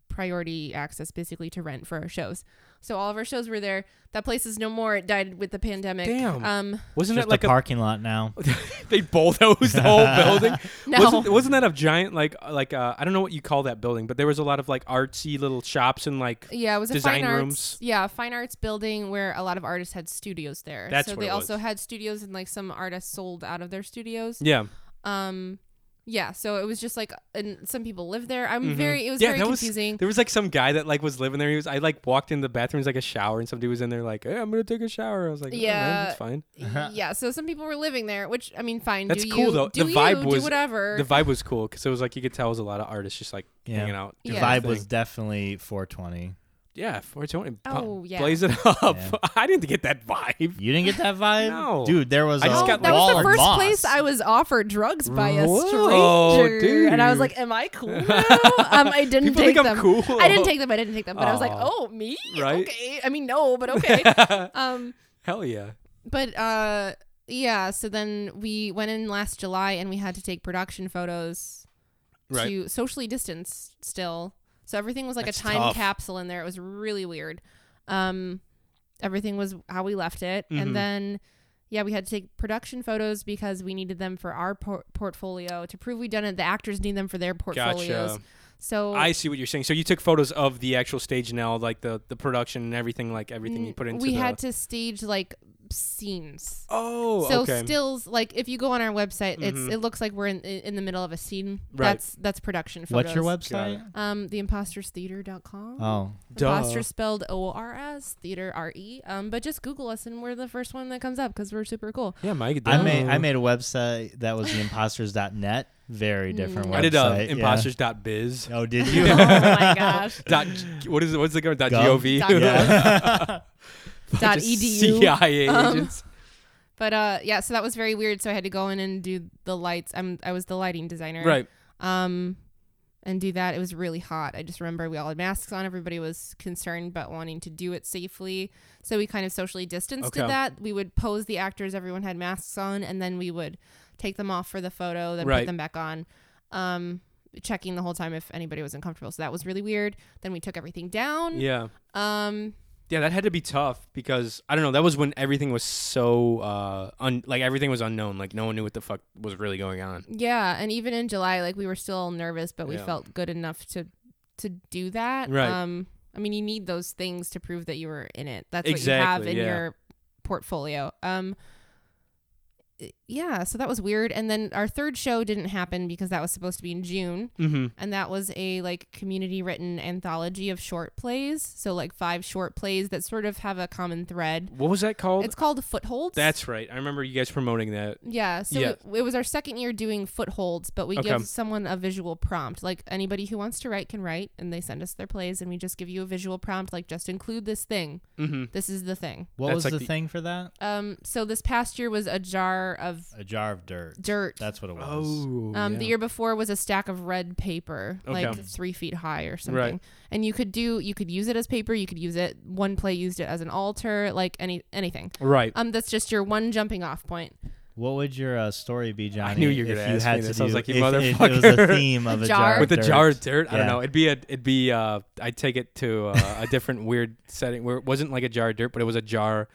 B: priority access basically to rent for our shows. So all of our shows were there. That place is no more. It died with the pandemic.
A: Damn.
B: Um,
A: Wasn't
C: Just
A: that like
C: a
A: a
C: parking lot now.
A: they bulldozed the whole building.
B: No.
A: wasn't, wasn't that a giant like like uh, I don't know what you call that building, but there was a lot of like artsy little shops and like
B: yeah, it was a
A: design
B: fine arts.
A: rooms.
B: Yeah, fine arts building where a lot of artists had studios there.
A: That's
B: so
A: what
B: they
A: it
B: also
A: was.
B: had studios and like some artists sold out of their studios.
A: yeah.
B: Um, yeah. So it was just like, and some people lived there. I'm
A: Mhm.
B: very. It was
A: yeah,
B: very
A: that
B: confusing.
A: Was, there was like some guy that like was living there. He was I like walked in the bathroom, it was like a shower, and somebody was in there like, "Hey, I'm gonna take a shower." I was like, "Yeah,
B: Yeah.
A: that's fine."
B: yeah, so some people were living there, which I mean, fine.
A: That's
B: do
A: cool
B: you,
A: though.
B: Do
A: the
B: you,
A: vibe
B: do
A: was
B: whatever.
A: The vibe was cool because it was like you could tell it was a lot of artists just like
C: Yeah.
A: hanging out.
C: The
A: doing
B: Yeah.
A: their
C: vibe
A: thing.
C: was definitely 420.
A: yeah, 420.
B: Oh,
A: Bu-
B: yeah.
A: blaze it up.
C: Yeah.
A: I didn't get that vibe.
C: You didn't get that vibe,
A: No.
C: dude. There was
A: I
C: a
A: just
B: Oh,
A: got
B: that
C: wall
B: was the
C: of
B: first
C: moss.
B: place I was offered drugs by a
A: Whoa,
B: stranger, and I was
A: dude.
B: like, "Am I cool?" now? um, I didn't
A: People
B: take
A: think I'm
B: them.
A: cool.
B: I didn't take them. I didn't take them. But I was like,
A: Aw.
B: "Oh, me?
A: Right?
B: Okay. I mean, no, but okay." um,
A: Hell yeah.
B: but uh, yeah. So then we went in last July, and we had to take production photos
A: Right.
B: to socially distance still. So everything was like
A: That's
B: a time
A: tough.
B: capsule in there. It was really weird. Um, everything was how we left it,
A: Mhm.
B: and then yeah, we had to take production photos because we needed them for our por- portfolio to prove we'd done it. The actors need them for their portfolios.
A: Gotcha.
B: So
A: I see what you're saying. So you took photos of the actual stage now, like the the production and everything, like everything you put into.
B: Mm, we
A: the,
B: had to stage like scenes.
A: Oh,
B: so
A: okay.
B: stills like if you go on our website, it's it looks like we're in in the middle of a scene.
A: Right.
B: That's that's production photos.
C: What's your
A: Got
C: website?
B: Um, theimposterstheater.com.
C: Oh,
A: Duh.
B: Imposter spelled O R S, theater R E. Um, but just Google us and we're the first one that comes up because we're super cool.
A: yeah, Mike.
C: I made I made a website that was theImposters.net.
B: Mm.
C: Very different website.
A: I did uh,
C: yeah.
A: imposters.biz.
C: Oh, did you?
B: oh my gosh.
A: Dot, what is it? What's it called? Dot
C: Gov.
A: gov.
B: Dot gov.
C: yeah.
B: Dot E
A: Just
B: edu.
A: CIA
B: Um,
A: agents.
B: But uh, yeah, so that was very weird. So I had to go in and do the lights. I'm I was the lighting designer.
A: Right.
B: Um, and do that. It was really hot. I just remember we all had masks on. Everybody was concerned but wanting to do it safely. So we kind of socially distanced
A: Okay.
B: did that. We would pose the actors. Everyone had masks on, and then we would take them off for the photo, then
A: Right.
B: put them back on. Um, checking the whole time if anybody was uncomfortable. So that was really weird. Then we took everything down.
A: Yeah.
B: Um,
A: Yeah, that had to be tough because I don't know. That was when everything was so uh, un- like everything was unknown. Like no one knew what the fuck was really going on.
B: Yeah, and even in July, like we were still nervous, but we
A: Yeah.
B: felt good enough to to do that.
A: Right.
B: Um, I mean, you need those things to prove that you were in it. That's what
A: Exactly,
B: you have in
A: yeah.
B: your portfolio. Um, i- yeah, so that was weird. And then our third show didn't happen because that was supposed to be in June,
A: Mm-hmm.
B: and that was a like community written anthology of short plays. So like five short plays that sort of have a common thread.
A: What was that called?
B: It's called Footholds.
A: That's right. I remember you guys promoting that.
B: Yeah, so
A: Yeah.
B: It, it was our second year doing footholds, but we
A: Okay.
B: give someone a visual prompt. Like anybody who wants to write can write, and they send us their plays, and we just give you a visual prompt. Like just include this thing.
A: Mm-hmm.
B: This is the thing.
C: What
A: That's
C: was
A: like
C: the
A: the-
C: thing for that?
B: Um, so this past year was a jar of
C: A jar of dirt.
B: dirt.
C: That's what it was.
A: Oh,
B: um,
A: yeah.
B: the year before was a stack of red paper,
A: Okay.
B: like three feet high or something. And you could do, you could use it as paper. You could use it. One play used it as an altar, like any anything.
A: right.
B: Um, that's just your one jumping off point.
C: What would your uh, story be, Johnny?
A: knew you were
C: if
A: gonna
C: you
A: ask
C: had
A: me
C: to
A: this.
C: do,
A: I was like, you
C: if- if It was
A: motherfucker.
C: a theme of
B: A
C: a
B: jar.
C: jar of
A: with the
C: dirt.
A: jar of dirt. I don't
C: Yeah.
A: know. It'd be a. It'd be. Uh, I'd take it to uh, a different weird setting where it wasn't like a jar of dirt, but it was a jar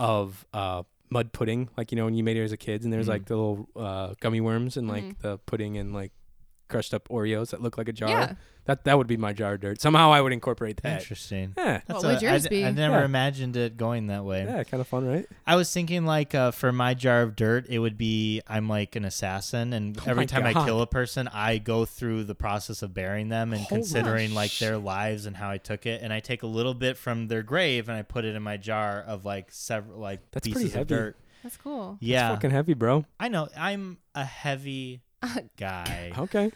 A: of uh, mud pudding, like you know when you made it as a kid, and there's like the little uh, gummy worms and like the pudding and like crushed up Oreos that look like a jar.
B: Yeah.
A: That that would be my jar of dirt. Somehow I would incorporate that.
C: Interesting.
A: Yeah.
C: That's
B: What would
C: I
B: yours
C: d-
B: be?
C: I never
A: Yeah.
C: imagined it going that way.
A: Yeah, kind of fun, right?
C: I was thinking like uh, for my jar of dirt, it would be I'm like an assassin, and
A: Oh my
C: every time
A: God.
C: I kill a person, I go through the process of burying them and
A: Holy
C: considering like their lives and how I took it, and I take a little bit from their grave and I put it in my jar of like several like
A: That's pretty
C: pieces of
A: heavy.
C: dirt.
B: That's cool.
A: It's
C: Yeah,
A: fucking heavy, bro.
C: I know. I'm a heavy guy.
A: Okay.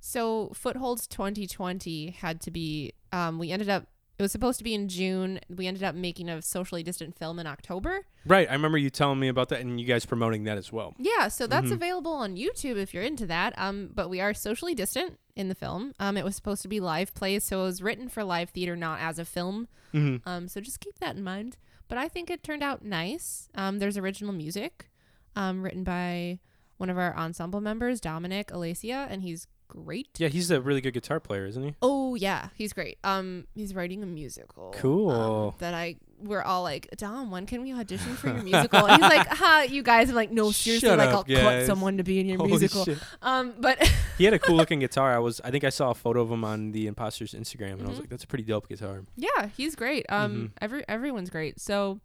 B: So Footholds 2020 had to be. Um, we ended up. It was supposed to be in June. We ended up making a socially distant film in October.
A: Right. I remember you telling me about that, and you guys promoting that as well.
B: Yeah, so that's available on YouTube if you're into that. Um, but we are socially distant in the film. Um, it was supposed to be live plays, so it was written for live theater, not as a film.
A: Mhm.
B: Um, so just keep that in mind. But I think it turned out nice. Um, there's original music, um, written by one of our ensemble members, Dominic Alacia, and he's great.
A: Yeah, he's a really good guitar player, isn't he?
B: Oh yeah, he's great. Um, he's writing a musical. um,
A: Cool.
B: that I we're all like, Dom, when can we audition for your musical? And he's like, Ha, you guys. I'm like, no, seriously,
A: Shut
B: like
A: up,
B: I'll
A: guys.
B: cut someone to be in your
A: Holy
B: musical.
A: shit.
B: Um, but
A: He had a cool looking guitar. I was I think I saw a photo of him on the Imposters Instagram, and I was like, that's a pretty dope guitar.
B: yeah, he's great. Um,
A: Mm-hmm.
B: every everyone's great. So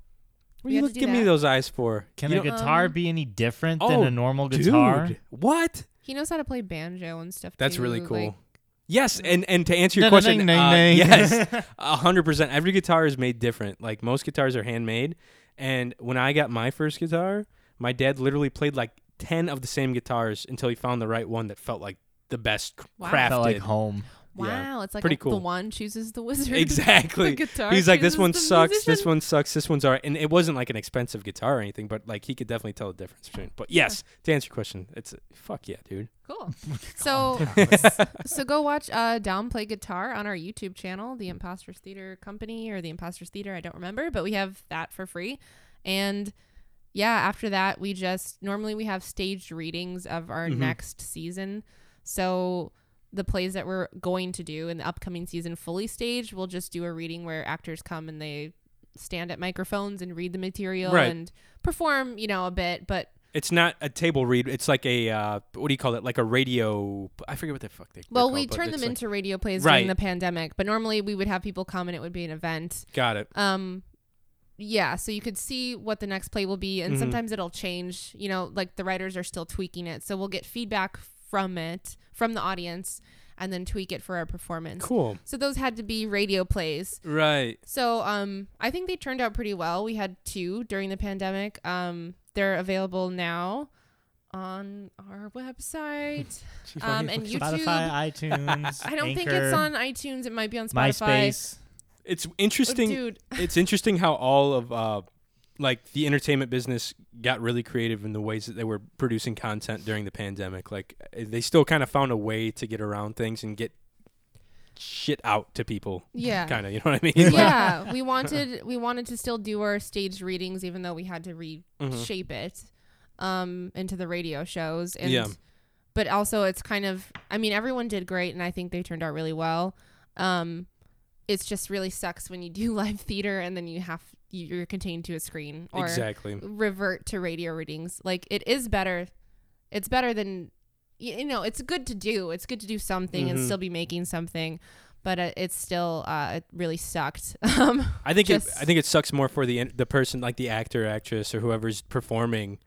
A: What
B: We
A: are you look,
B: have to do
A: give me
B: that.
A: those eyes for?
C: Can
A: You
C: a
A: don't-
C: guitar
B: Um,
C: be any different
A: Oh,
C: than a normal guitar?
A: Dude, what?
B: he knows how to play banjo and stuff.
A: That's
B: too,
A: really
B: like-
A: cool. yes, and and to answer your
C: Ding,
A: question,
C: ding, ding,
A: uh,
C: ding.
A: yes, a hundred percent. Every guitar is made different. Like most guitars are handmade, and when I got my first guitar, my dad literally played like ten of the same guitars until he found the right one that felt like the best c-
B: Wow.
A: crafted.
C: Felt like home.
B: wow,
A: Yeah.
B: it's like
A: Pretty
B: a- the
A: cool.
B: one chooses the wizard.
A: Exactly.
B: the guitar
A: He's like, this
B: chooses
A: one
B: the
A: sucks. This
B: musician."
A: one sucks. This one's alright. And it wasn't like an expensive guitar or anything, but like he could definitely tell the difference between. But yes, to answer your question, it's fuck yeah, dude.
B: Cool. so so go watch uh Down Play Guitar on our YouTube channel, the Imposters Theater Company or the Imposters Theater, I don't remember, but we have that for free. And yeah, after that we just normally we have staged readings of our next season. So the plays that we're going to do in the upcoming season fully staged, we'll just do a reading where actors come and they stand at microphones and read the material
A: Right.
B: and perform, you know, a bit, but
A: It's not a table read. It's like a uh, what do you call it? Like a radio. I forget what the fuck they. they're
B: Well, we
A: called, but
B: turned
A: it's
B: them
A: like-
B: into radio plays
A: Right.
B: during the pandemic, but normally we would have people come and it would be an event.
A: Got it.
B: Um, yeah, so you could see what the next play will be, and
A: Mhm.
B: sometimes it'll change. You know, like the writers are still tweaking it, so we'll get feedback from it from the audience, and then tweak it for our performance.
A: Cool.
B: So those had to be radio plays.
A: Right.
B: So um, I think they turned out pretty well. We had two during the pandemic. Um, they're available now on our website. um, and YouTube.
C: Spotify, iTunes.
B: I don't think
C: Anchor,
B: it's on iTunes. It might be on Spotify.
C: MySpace.
A: It's
B: Oh,
A: interesting.
B: Dude,
A: It's interesting how all of uh, like the entertainment business got really creative in the ways that they were producing content during the pandemic. Like eh, they still kind of found a way to get around things and get shit out to people.
B: Yeah.
A: Kind of. You know what I mean? Like,
B: yeah, we wanted we wanted to still do our staged readings, even though we had to
A: Mm-hmm.
B: reshape it um, into the radio shows. And,
A: Yeah.
B: But also, it's kind of I mean, everyone did great, and I think they turned out really well. Um, it's just really sucks when you do live theater and then you have you- you're contained to a screen or
A: exactly.
B: revert to radio readings. Like it is better. It's better than y- you know. It's good to do. It's good to do something
A: Mm-hmm.
B: and still be making something, but uh, it's still uh, it really sucked. Um,
A: I think it,
B: just-
A: I think it sucks more for the the person like the actor, actress, or whoever's performing.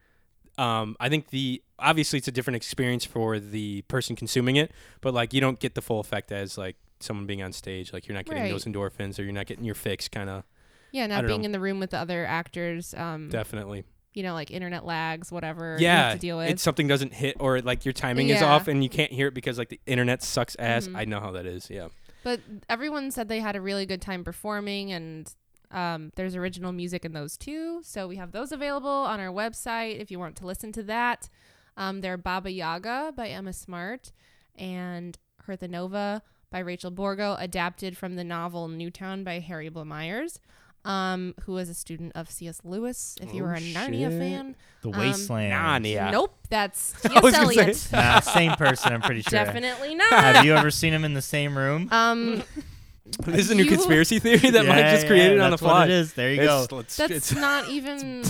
A: Um, I think the obviously it's a different experience for the person consuming it, but like you don't get the full effect as like someone being on stage. Like you're not getting
B: Right.
A: those endorphins, or you're not getting your fix. Kind of
B: yeah,
A: I
B: not
A: don't
B: being
A: know.
B: in the room with the other actors.
C: Mm.
B: Um,
A: definitely,
B: you know, like internet lags, whatever. you
A: yeah.
B: have to deal with.
A: It's something doesn't hit, or like your timing is
B: Yeah. Mm-hmm.
A: off, and you can't hear it because like the internet sucks ass. I know how that is. Yeah,
B: But everyone said they had a really good time performing, and um, there's original music in those too. So we have those available on our website if you want to listen to that. Um, they're Baba Yaga by Emma Smart and Hertha Nova by Rachel Borgo, adapted from the novel Newtown by Harry Blamires, um, who was a student of C.S. Lewis. If you
A: Oh,
B: were a Narnia
A: shit.
B: fan,
C: The
B: Um,
C: Wasteland.
A: Narnia.
B: nope, that's
A: Ah, I was
B: T.S.
A: gonna say-
B: Eliot.
C: Nah, same person, I'm pretty sure.
B: Definitely not.
C: Have you ever seen him in the same room?
B: Um,
A: this is a new
B: You-
A: conspiracy theory that Mike
C: Yeah,
A: just
C: yeah,
A: created on the
C: that's what
A: fly.
C: it is. There you
A: It's-
C: go.
A: it's-
B: that's
A: it's-
B: not even.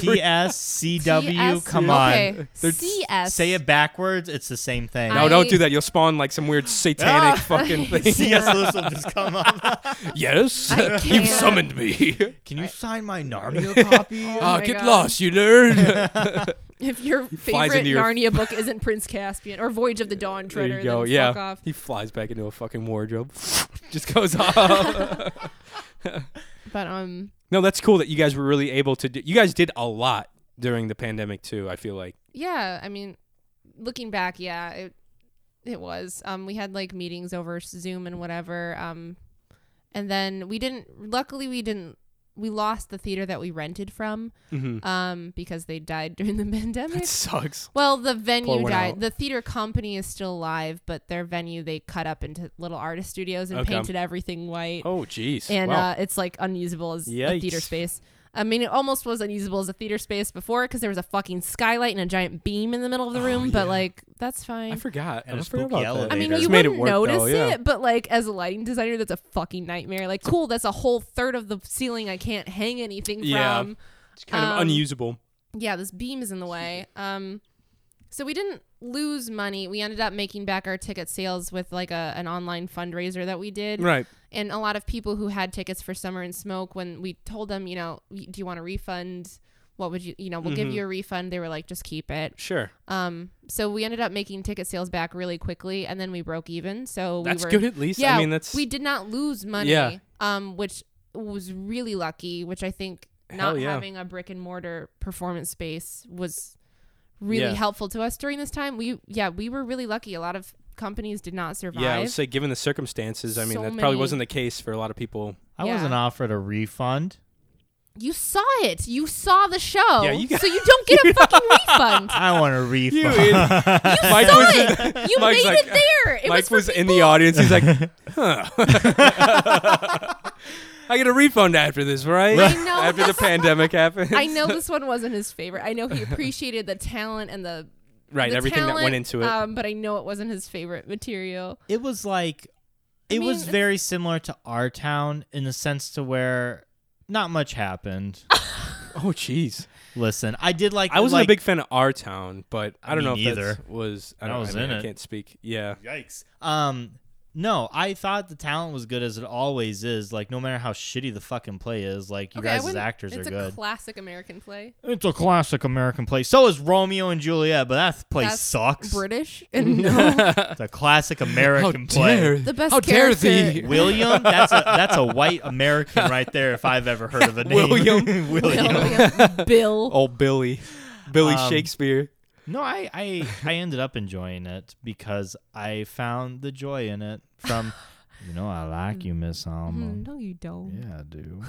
C: TSCW.
B: TS
C: Come on.
B: Okay.
A: They're-
B: CS.
C: Say it backwards. It's the same thing.
A: no,
B: I- Ah.
A: don't do that. You'll spawn like some weird satanic fucking thing.
C: C.S. Lewis will just come up.
A: Yes,
B: I you've can't. summoned
A: me.
C: Can you sign my Narnia copy?
B: Oh my God.
A: you nerd.
B: If your
A: flies
B: favorite
A: into your-
B: Narnia book isn't Prince Caspian or Voyage of the Dawn
A: there
B: Treader,
A: you go.
B: then
A: Yeah,
B: fuck off.
A: he flies back into a fucking wardrobe. Just goes off.
B: But um,
A: no, that's cool that you guys were really able to. do You guys did a lot during the pandemic too. I feel like.
B: yeah, I mean, looking back, yeah, it it was. Um, we had like meetings over Zoom and whatever. Um, and then we didn't. Luckily, we didn't. We lost the theater that we rented from,
A: Mhm.
B: um, because they died during the pandemic.
A: That sucks.
B: Well, the
A: Pour
B: venue
A: one
B: died.
A: out.
B: The theater company is still alive, but their venue they cut up into little artist studios and
A: Okay.
B: painted everything white.
A: Oh, jeez.
B: and
A: wow.
B: uh, it's like unusable as a theater
A: Yikes.
B: space. I mean, it almost wasn't usable as a theater space before because there was a fucking skylight and a giant beam in the middle of the room. But like, that's fine.
A: Oh, I forgot.
C: And
A: I
C: a
A: forgot
C: spooky
A: about that.
B: I mean,
C: That's
B: you
A: Just made
B: wouldn't
A: work, though,
B: notice
A: yeah.
B: it, but like as a lighting designer, that's a fucking nightmare. Like, cool, that's a whole third of the ceiling I can't hang anything
A: Yeah.
B: from.
A: It's kind of
B: um,
A: unusable.
B: Yeah, this beam is in the way. Um, so we didn't lose money. We ended up making back our ticket sales with like a an online fundraiser that we did.
A: Right.
B: And a lot of people who had tickets for Summer and Smoke, when we told them, you know, "Y- do you want a refund? What would you, you know, we'll give
A: Mm-hmm.
B: you a refund. They were like, just keep it.
A: Sure.
B: Um, so we ended up making ticket sales back really quickly, and then we broke even. So we
A: That's
B: were,
A: good at least. I
B: Yeah,
A: mean, that's-
B: we did not lose money.
A: Yeah.
B: Um, which was really lucky. Which I think
A: Hell
B: not
A: yeah.
B: having a brick and mortar performance space was really
A: Yeah.
B: helpful to us during this time. We yeah we were really lucky. A lot of companies did not survive.
A: Yeah, I would say given the circumstances, I mean,
B: So
A: that probably
B: many-
A: wasn't the case for a lot of people.
C: I
B: Yeah.
C: wasn't offered a refund.
B: you saw it. You saw the show.
A: Yeah, you got-
B: so you don't get a fucking refund.
C: I want a
A: You,
C: refund.
A: Mike
B: saw
A: was,
B: it. You
A: Mike's
B: made
A: like,
B: it there. It
A: Mike
B: was, for
A: was in the
B: people.
A: audience. He's like, huh. I get a refund after this, right?
B: I know.
A: After the pandemic happens.
B: I know this one wasn't his favorite. I know he appreciated the talent and the
A: Right,
B: the
A: everything that went
B: talent,
A: into it.
B: Um, but I know it wasn't his favorite material.
C: it was like it was
B: mean,
C: very similar to our town in the sense to where not much happened.
A: oh, jeez.
C: Listen, I did like
A: I wasn't
C: like,
A: a big fan of Our Town, but I, don't
C: Me
A: know if
C: neither.
A: that was. I
C: I
A: don't
C: was
A: I mean,
C: in
A: I
C: it.
A: can't speak. Yeah.
C: Yikes. Um, no, I thought the talent was good as it always is. Like, no matter how shitty the fucking play is, like you
B: Okay, I
C: guys as
B: wouldn't-
C: actors
B: it's
C: are
B: a
C: good.
B: classic American play.
C: it's a classic American play. So is Romeo and Juliet, but that play
B: That's
C: sucks.
B: British and no,
C: It's a classic American play.
B: the best
A: How dare
B: character.
A: thee.
C: William, that's a that's a white American right there. If I've ever heard of a name,
A: William.
C: William.
B: Bill, Bill.
A: Oh, Billy. Billy
C: Um,
A: Shakespeare.
C: No, I, I I ended up enjoying it because I found the joy in it. From you know, I like you, Miss
A: Mm-hmm.
B: Mm,
C: Alma.
B: no, you don't.
C: Yeah, I do.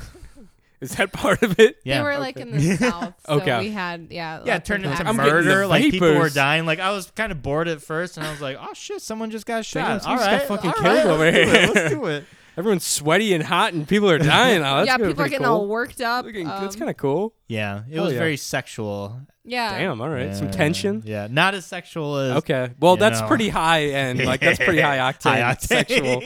A: Is that part of it?
C: Yeah,
B: they were like in the south. So
A: Okay.
B: we had yeah.
C: yeah,
B: lots
C: it turned
B: of
C: into
A: I'm
B: actors.
A: getting
C: murder.
A: the
C: Like people were
A: vapors.
C: dying. Like I was kind of bored at first, and I was like, "Oh shit, someone just got shot."
A: someone
C: All
A: just got
C: right,
A: fucking
C: all
A: killed
C: right,
A: over
C: let's do
A: here.
C: it, Let's do it.
A: Everyone's sweaty and hot, and people are dying. Oh, that's
B: yeah,
A: kinda
B: people are
A: pretty
B: getting
A: cool.
B: all worked up.
A: Looking- that's
B: um,
A: kind of cool.
C: Yeah, it
A: Hell
C: was
A: yeah.
C: very sexual.
B: yeah.
A: Damn. All right. Some
C: Yeah.
A: tension.
C: Yeah, not as sexual as
A: Okay. Well,
C: You
A: that's
C: know.
A: pretty high end. Like that's pretty high octane,
C: High octane.
A: sexual.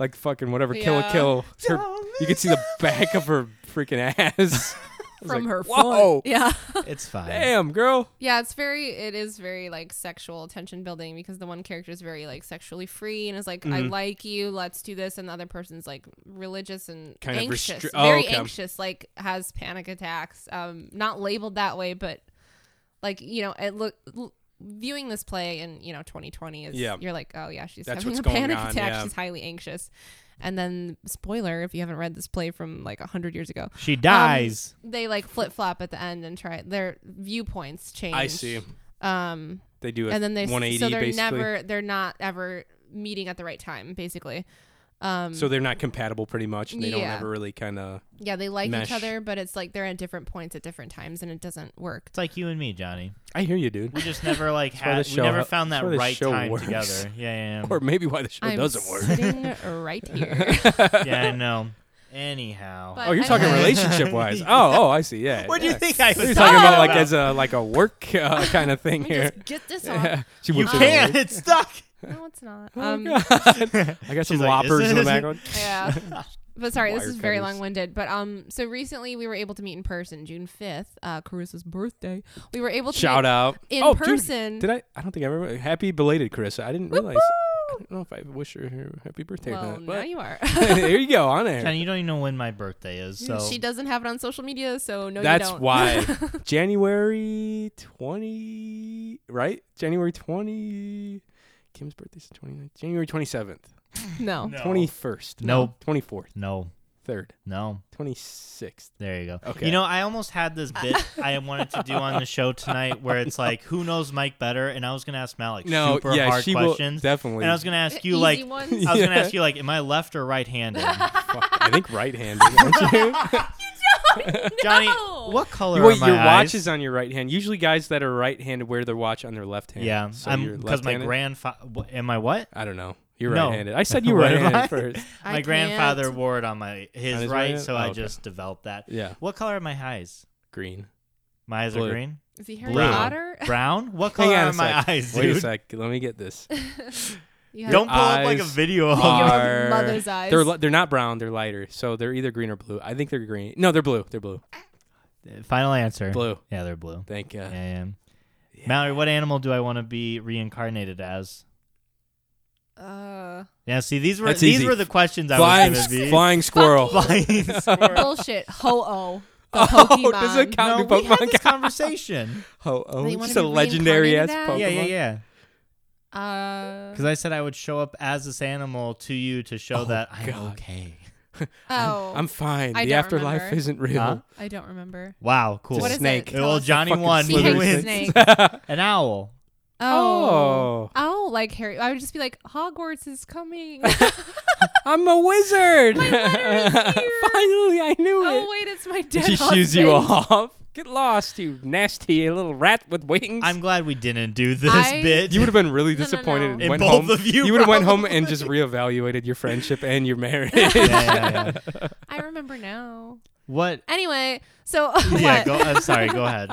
A: Like fucking whatever. Kill a
B: Yeah.
A: kill. Her- you can see the back of her freaking ass. I was
B: From
A: like,
B: her
A: Whoa.
B: foot. Yeah.
C: It's fine.
A: Damn, girl.
B: Yeah, it's very it is very like sexual tension building because the one character is very like sexually free and is like
A: Mm-hmm.
B: I like you, let's do this and the other person's like religious and
A: Kind of
B: anxious,
A: restri- oh,
B: very
A: okay.
B: anxious, like has panic attacks. Um not labeled that way, but like, you know, it look l- viewing this play in, you know, 2020 is
A: Yeah.
B: you're like, oh yeah, she's
A: That's
B: having
A: what's
B: a
A: going
B: panic
A: on,
B: attack,
A: yeah.
B: she's highly anxious. And then spoiler if you haven't read this play from like 100 years ago
A: Um,
C: She dies.
B: they like flip flop at the end and try their viewpoints change.
A: I see.
B: Um,
A: They do a
B: and then they
A: 180
B: so they're
A: basically.
B: never they're not ever meeting at the right time basically. Um,
A: so they're not compatible pretty much, and they don't
B: Yeah.
A: ever really kind of.
B: yeah, they like
A: mesh.
B: each other, but it's like they're at different points at different times, and it doesn't work.
C: it's like you and me, Johnny.
A: I hear you, dude.
C: We just never like
A: why
C: had.
A: the
C: We
A: show-
C: never found
A: that's
C: that
A: why the
C: right
A: show
C: time
A: works.
C: together. Yeah,
A: Or maybe why the show
B: I'm
A: Oh, doesn't work.
B: sitting right here.
C: yeah, yeah. I know. Anyhow,
B: But
A: Oh, you're
B: I
A: talking
B: mean-
A: relationship wise. Oh, oh, I see. Yeah.
C: what do you
A: yeah.
C: think I was
A: You're talking about like as a like a work uh, kind of thing here.
B: Just get this on.
A: Yeah. She
C: you
A: whips it
C: can't.
A: away.
C: It's stuck.
B: No, it's not.
A: Oh,
B: Um,
A: God. I got some
C: She's like, "Is
A: whoppers in the
C: this-
A: background.
B: yeah. But sorry, this
A: Wire
B: is very
A: cutters.
B: long winded. But um, so recently we were able to meet in person, June fifth, uh, Carissa's birthday. We were able to
A: Shout
B: meet
A: out
B: in
A: Oh, dude,
B: person.
A: did I? I don't think I remember. Happy belated, Carissa. I didn't realize. I don't know if I wish her her happy birthday.
B: Well,
A: or not,
B: now
A: but
B: you are.
A: there you go on air.
C: Johnny, you don't even know when my birthday is. So
B: She doesn't have it on social media, so no,
A: That's
B: you don't.
A: why January twenty, right? January twenty. Kim's birthday's the 29th. January twenty seventh,
B: no.
A: twenty first,
C: Nope.
A: twenty fourth,
C: no,
A: third,
C: no.
A: twenty sixth.
C: There you go.
A: Okay.
C: You know, I almost had this bit I wanted to do on the show tonight where it's like, who knows Mike better? And I was gonna ask Malik
A: No,
C: super
A: yeah,
C: hard
A: she will-
C: questions.
A: definitely.
C: And I was gonna ask you
B: Easy
C: like
B: ones?
C: I was gonna
A: Yeah.
C: ask you like, am I left or right handed?
A: Fuck, I think right-handed. Aren't you?
C: Johnny, what color
A: Wait,
C: are my
A: your
C: eyes?
A: watch is on your right hand. Usually, guys that are right-handed wear their watch on their left hand.
C: yeah,
A: so
C: I'm
A: you're
C: because my
A: left-handed?
C: grandfather. Am I what?
A: I don't know. You're
C: No.
A: right-handed. I said you were
C: What am I?
A: right-handed first.
B: I
C: my grandfather
B: can't.
C: wore it on my his,
A: On his
C: right,
A: right
C: so
A: hand?
C: I
A: Oh, okay.
C: just developed that.
A: Yeah.
C: What color are my eyes?
A: Green.
C: My eyes
A: Blue.
C: are green.
B: Is he Harry
C: Blue.
B: Potter?
C: Brown? What
A: Hang
C: color
A: on
C: are
A: a
C: my
A: sec.
C: eyes, dude?
A: Wait a sec. Let me get this.
B: You have-
C: Don't pull up like a
A: Eyes
C: video. of-
B: your
A: Are-
B: mother's eyes.
A: They're li- they're not brown. They're lighter. So they're either green or blue. I think they're green. No, they're blue. They're blue.
C: Final answer.
A: Blue.
C: Yeah, they're blue.
A: Thank God.
C: Yeah, yeah. Mallory, what animal do I want to be reincarnated as?
B: Uh,
C: Yeah, see, these were
A: That's
C: these
A: easy.
C: were the questions I
A: Flying,
C: was going to be.
A: flying squirrel.
C: Flying squirrel.
B: bullshit. Ho oh.
A: Oh, does it count?
C: no,
A: New
C: we had
A: Pokemon
C: this
A: guy.
C: conversation.
A: Oh, oh,
B: They
A: it's
B: wanna
A: just a
B: be
A: legendary ass Pokemon.
B: reincarnated
C: yeah, yeah, yeah.
B: Uh,
C: Because I said I would show up as this animal to you to show
A: Oh,
C: that I'm
A: God.
C: okay.
B: oh,
A: I'm fine.
B: I
A: the
B: don't
A: afterlife
B: remember.
A: isn't real.
C: Huh?
B: I don't remember.
C: Wow, cool.
B: What
A: It's a
B: is
A: snake.
B: it?
A: Yeah,
B: Tell
C: well,
B: us.
C: Johnny
A: Fucking
C: won.
B: He
C: He
B: Harry
C: wins.
B: Snake.
C: An owl.
B: Oh.
A: Oh.
B: Oh, like Harry. I would just be like, Hogwarts is coming.
A: I'm a wizard. Finally, I knew
B: oh,
A: it.
B: wait, it's my dead
A: she
B: husband.
A: shoos you off. Get lost, you nasty little rat with wings.
C: I'm glad we didn't do this
B: I-
C: bit.
A: you would have been really
B: no,
A: disappointed
B: no.
A: and
C: And
A: went
C: both
A: home.
C: of you
A: would have went home and
C: probably.
A: just reevaluated your friendship and your marriage.
C: Yeah, yeah, yeah.
B: I remember now.
C: What?
B: Anyway, so
C: Yeah,
B: what?
C: go, I'm sorry. Go ahead.